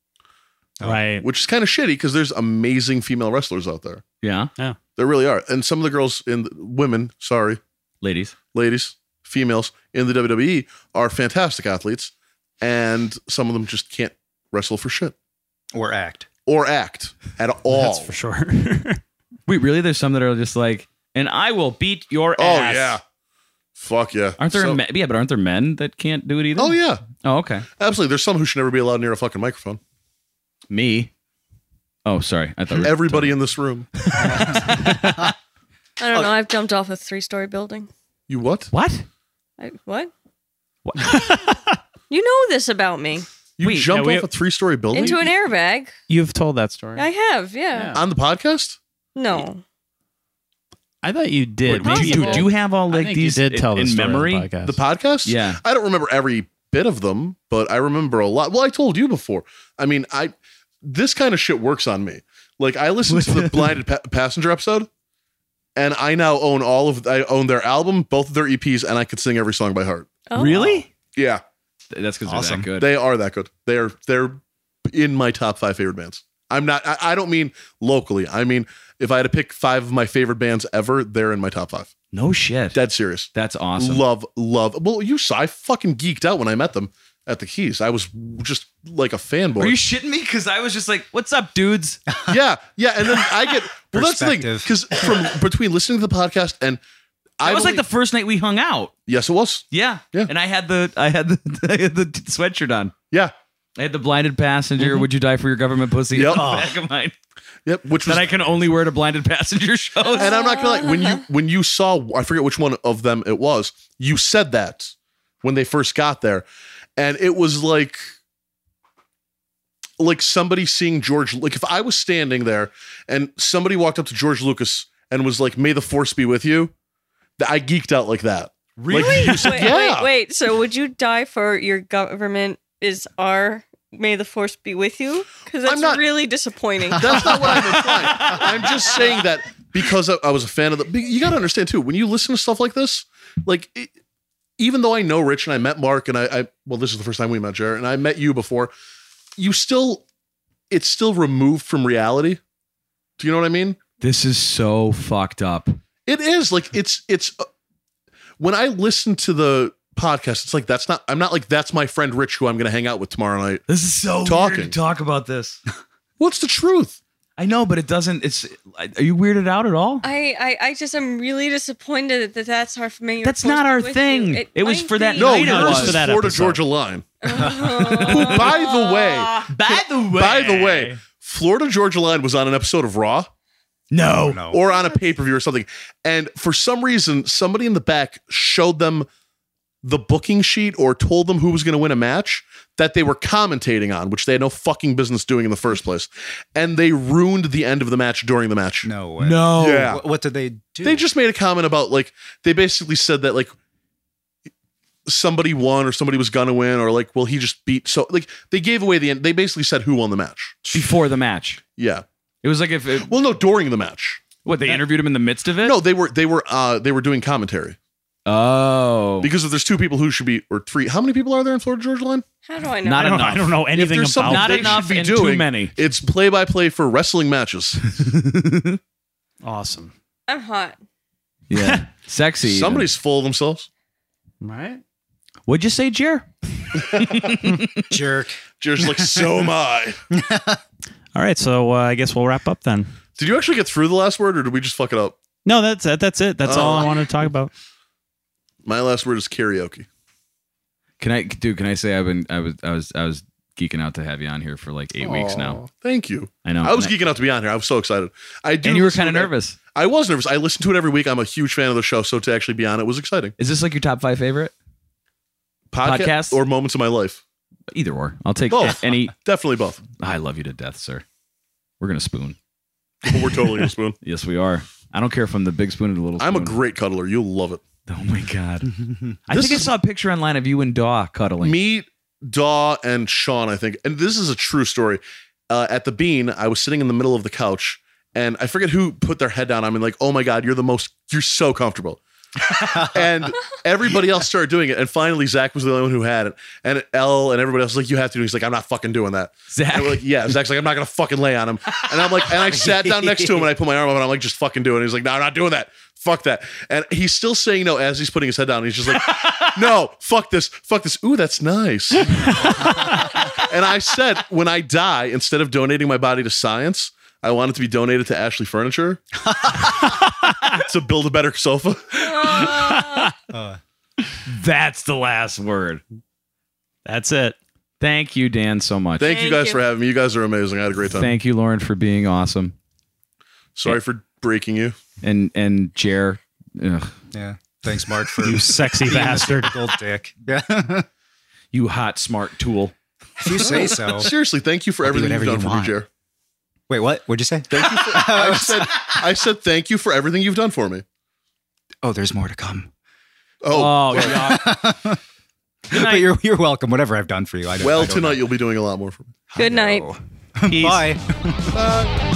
Right. which is kind of shitty because there's amazing female wrestlers out there. yeah, There really are, and some of the girls in the, women, sorry, ladies. ladies, females in the WWE are fantastic athletes, and some of them just can't wrestle for shit or act. or act at all. That's for sure. Wait, really? There's some that are just like, and I will beat your Oh ass. yeah, fuck yeah. Aren't there So- men? Yeah, but aren't there men that can't do it either? Oh yeah, Oh, okay. Absolutely. There's some who should never be allowed near a fucking microphone. Me. Oh, sorry. I thought we were- Everybody in this room. I don't know. I've jumped off a three-story building. You what? What? I, what? you know this about me. You Wait, jumped yeah, we- off a three story building Into an airbag. You've told that story. I have. Yeah. on the podcast? No. I thought you did. Wait, Maybe you do- you Dude, Possible. do you have all I like think these you did in- tell the in story on the memory? podcast. The podcast? Yeah. I don't remember every bit of them, but I remember a lot. Well, I told you before. I mean, I this kind of shit works on me. Like I listened to the Blinded pa- Passenger episode, and I now own all of I own their album, both of their EPs, and I could sing every song by heart. Oh. Really? Yeah, Th- That's because Awesome. they're that good. they are that good. They are they're in my top five favorite bands. I'm not. I, I don't mean locally. I mean if I had to pick five of my favorite bands ever, they're in my top five. no shit. Dead serious. That's awesome. Love, love. Well, you saw. I fucking geeked out when I met them at the Keys. I was just like a fanboy. Are you shitting me? Because I was just like, "What's up, dudes?" yeah, yeah. And then I get. Well, that's the thing because Perspective. from between listening to the podcast and That I was like the believe- first night we hung out. yes, it was. Yeah. Yeah. And I had the I had the I had the sweatshirt on. Yeah, I had the blinded passenger. Would you die for your government pussy? Yep. on the back of mine. yep. Which was That I can only wear to blinded passenger shows. and I'm not gonna lie, when you when you saw I forget which one of them it was, you said that when they first got there. And it was like like somebody seeing George like if I was standing there and somebody walked up to George Lucas and was like, May the force be with you, th- I geeked out like that. Really? Wait, yeah. wait, wait. So would you die for your government is our may the force be with you? Because that's not- really disappointing. That's not what I'm implying. I'm just saying that because I, I was a fan of the. be- You got to understand too. When you listen to stuff like this, like it, even though I know Rich and I met Mark and I, I well, this is the first time we met Jared and I met you before. You still, it's still removed from reality. Do you know what I mean? This is so fucked up. It is like it's it's. uh, when I listen to the podcast, it's like that's not. I'm not like that's my friend Rich who I'm going to hang out with tomorrow night. This is so Talking. weird to talk about this. What's the truth? I know, but it doesn't. It's are you weirded out at all? I, I, I just am really disappointed that that's our may your That's force not be our with you. thing. It was might for that be. No, I know yours it is was. That Florida episode. Georgia line. Oh. by the way, By the way, By the way, Florida Georgia Line was on an episode of Raw Oh no. no. or on a pay per view or something. And for some reason, somebody in the back showed them the booking sheet or told them who was going to win a match that they were commentating on, which they had no fucking business doing in the first place. And they ruined the end of the match during the match. no way. No. Yeah. What, what did they do? They just made a comment about like they basically said that like somebody won or somebody was gonna win or like well he just beat so like they gave away the end they basically said who won the match Before the match, yeah it was like if it, well no during the match what they interviewed him in the midst of it. No, they were they were uh they were doing commentary Oh. because if there's two people who should be or three, how many people are there in Florida Georgia Line? How do I know? Not I don't, enough. I don't know anything there's about something- Not They enough should be and too doing- many. It's play by play for wrestling matches. Awesome. I'm hot. Yeah. Sexy. even. Somebody's full of themselves. Right? What'd you say, Jer? Jerk. Jared's like, so am I. All right, so uh, I guess we'll wrap up then. Did you actually get through the last word, or did we just fuck it up? No, that's it. That's it. That's all I wanted to talk about. My last word is karaoke. Can I, dude? Can I say I've been, I was, I was, I was geeking out to have you on here for like eight weeks now. Aw, Thank you. I know. I was and, geeking out to be on here. I was so excited. I do and you were listen kind of to it- nervous. I was nervous. I listen to it every week. I'm a huge fan of the show, so to actually be on it was exciting. Is this like your top five favorite? Podca- Podcast? or moments of my life, Either or, I'll take Both. any. definitely both. I love you to death, sir. We're gonna spoon. But we're totally gonna spoon. Yes, we are. I don't care if I'm the big spoon or the little. Spoon. I'm a great cuddler. You'll love it. Oh my god! I This think I is- saw a picture online of you and Daw cuddling. Me, Daw, and Sean, I think, and this is a true story. Uh, at the Bean, I was sitting in the middle of the couch, and I forget who put their head down. I mean, like, oh my god, you're the most, you're so comfortable. and everybody else started doing it, and finally Zach was the only one who had it. And L and everybody else was like, "You have to do." it." He's like, "I'm not fucking doing that." Zach, And we're like, yeah. Zach's like, I'm not gonna fucking lay on him. And I'm like, and I sat down next to him and I put my arm up and I'm like, just fucking do it. And he's like, no, I'm not doing that. Fuck that. And he's still saying no as he's putting his head down. He's just like, no, fuck this, fuck this. Ooh, that's nice. and I said, when I die, instead of donating my body to science, I want it to be donated to Ashley Furniture to build a better sofa. that's the last word. That's it. Thank you, Dan, so much. Thank, you Thank guys you. for having me. You guys are amazing. I had a great time. Thank you, Lauren, for being awesome. Sorry for breaking you. And and Jer, ugh, Yeah. Thanks, Mark, for You sexy bastard. gold dick. Yeah. you hot smart tool. if you say so. Seriously, thank you for I'll do everything you've whatever done you for me, want. Jer. Wait, what? What'd you say? Thank you for, I said I said thank you for everything you've done for me. Oh, there's more to come. Oh, yeah. But you're you're welcome. Whatever I've done for you, I don't. well, I don't tonight know. you'll be doing a lot more for me. Good night. Bye. Bye.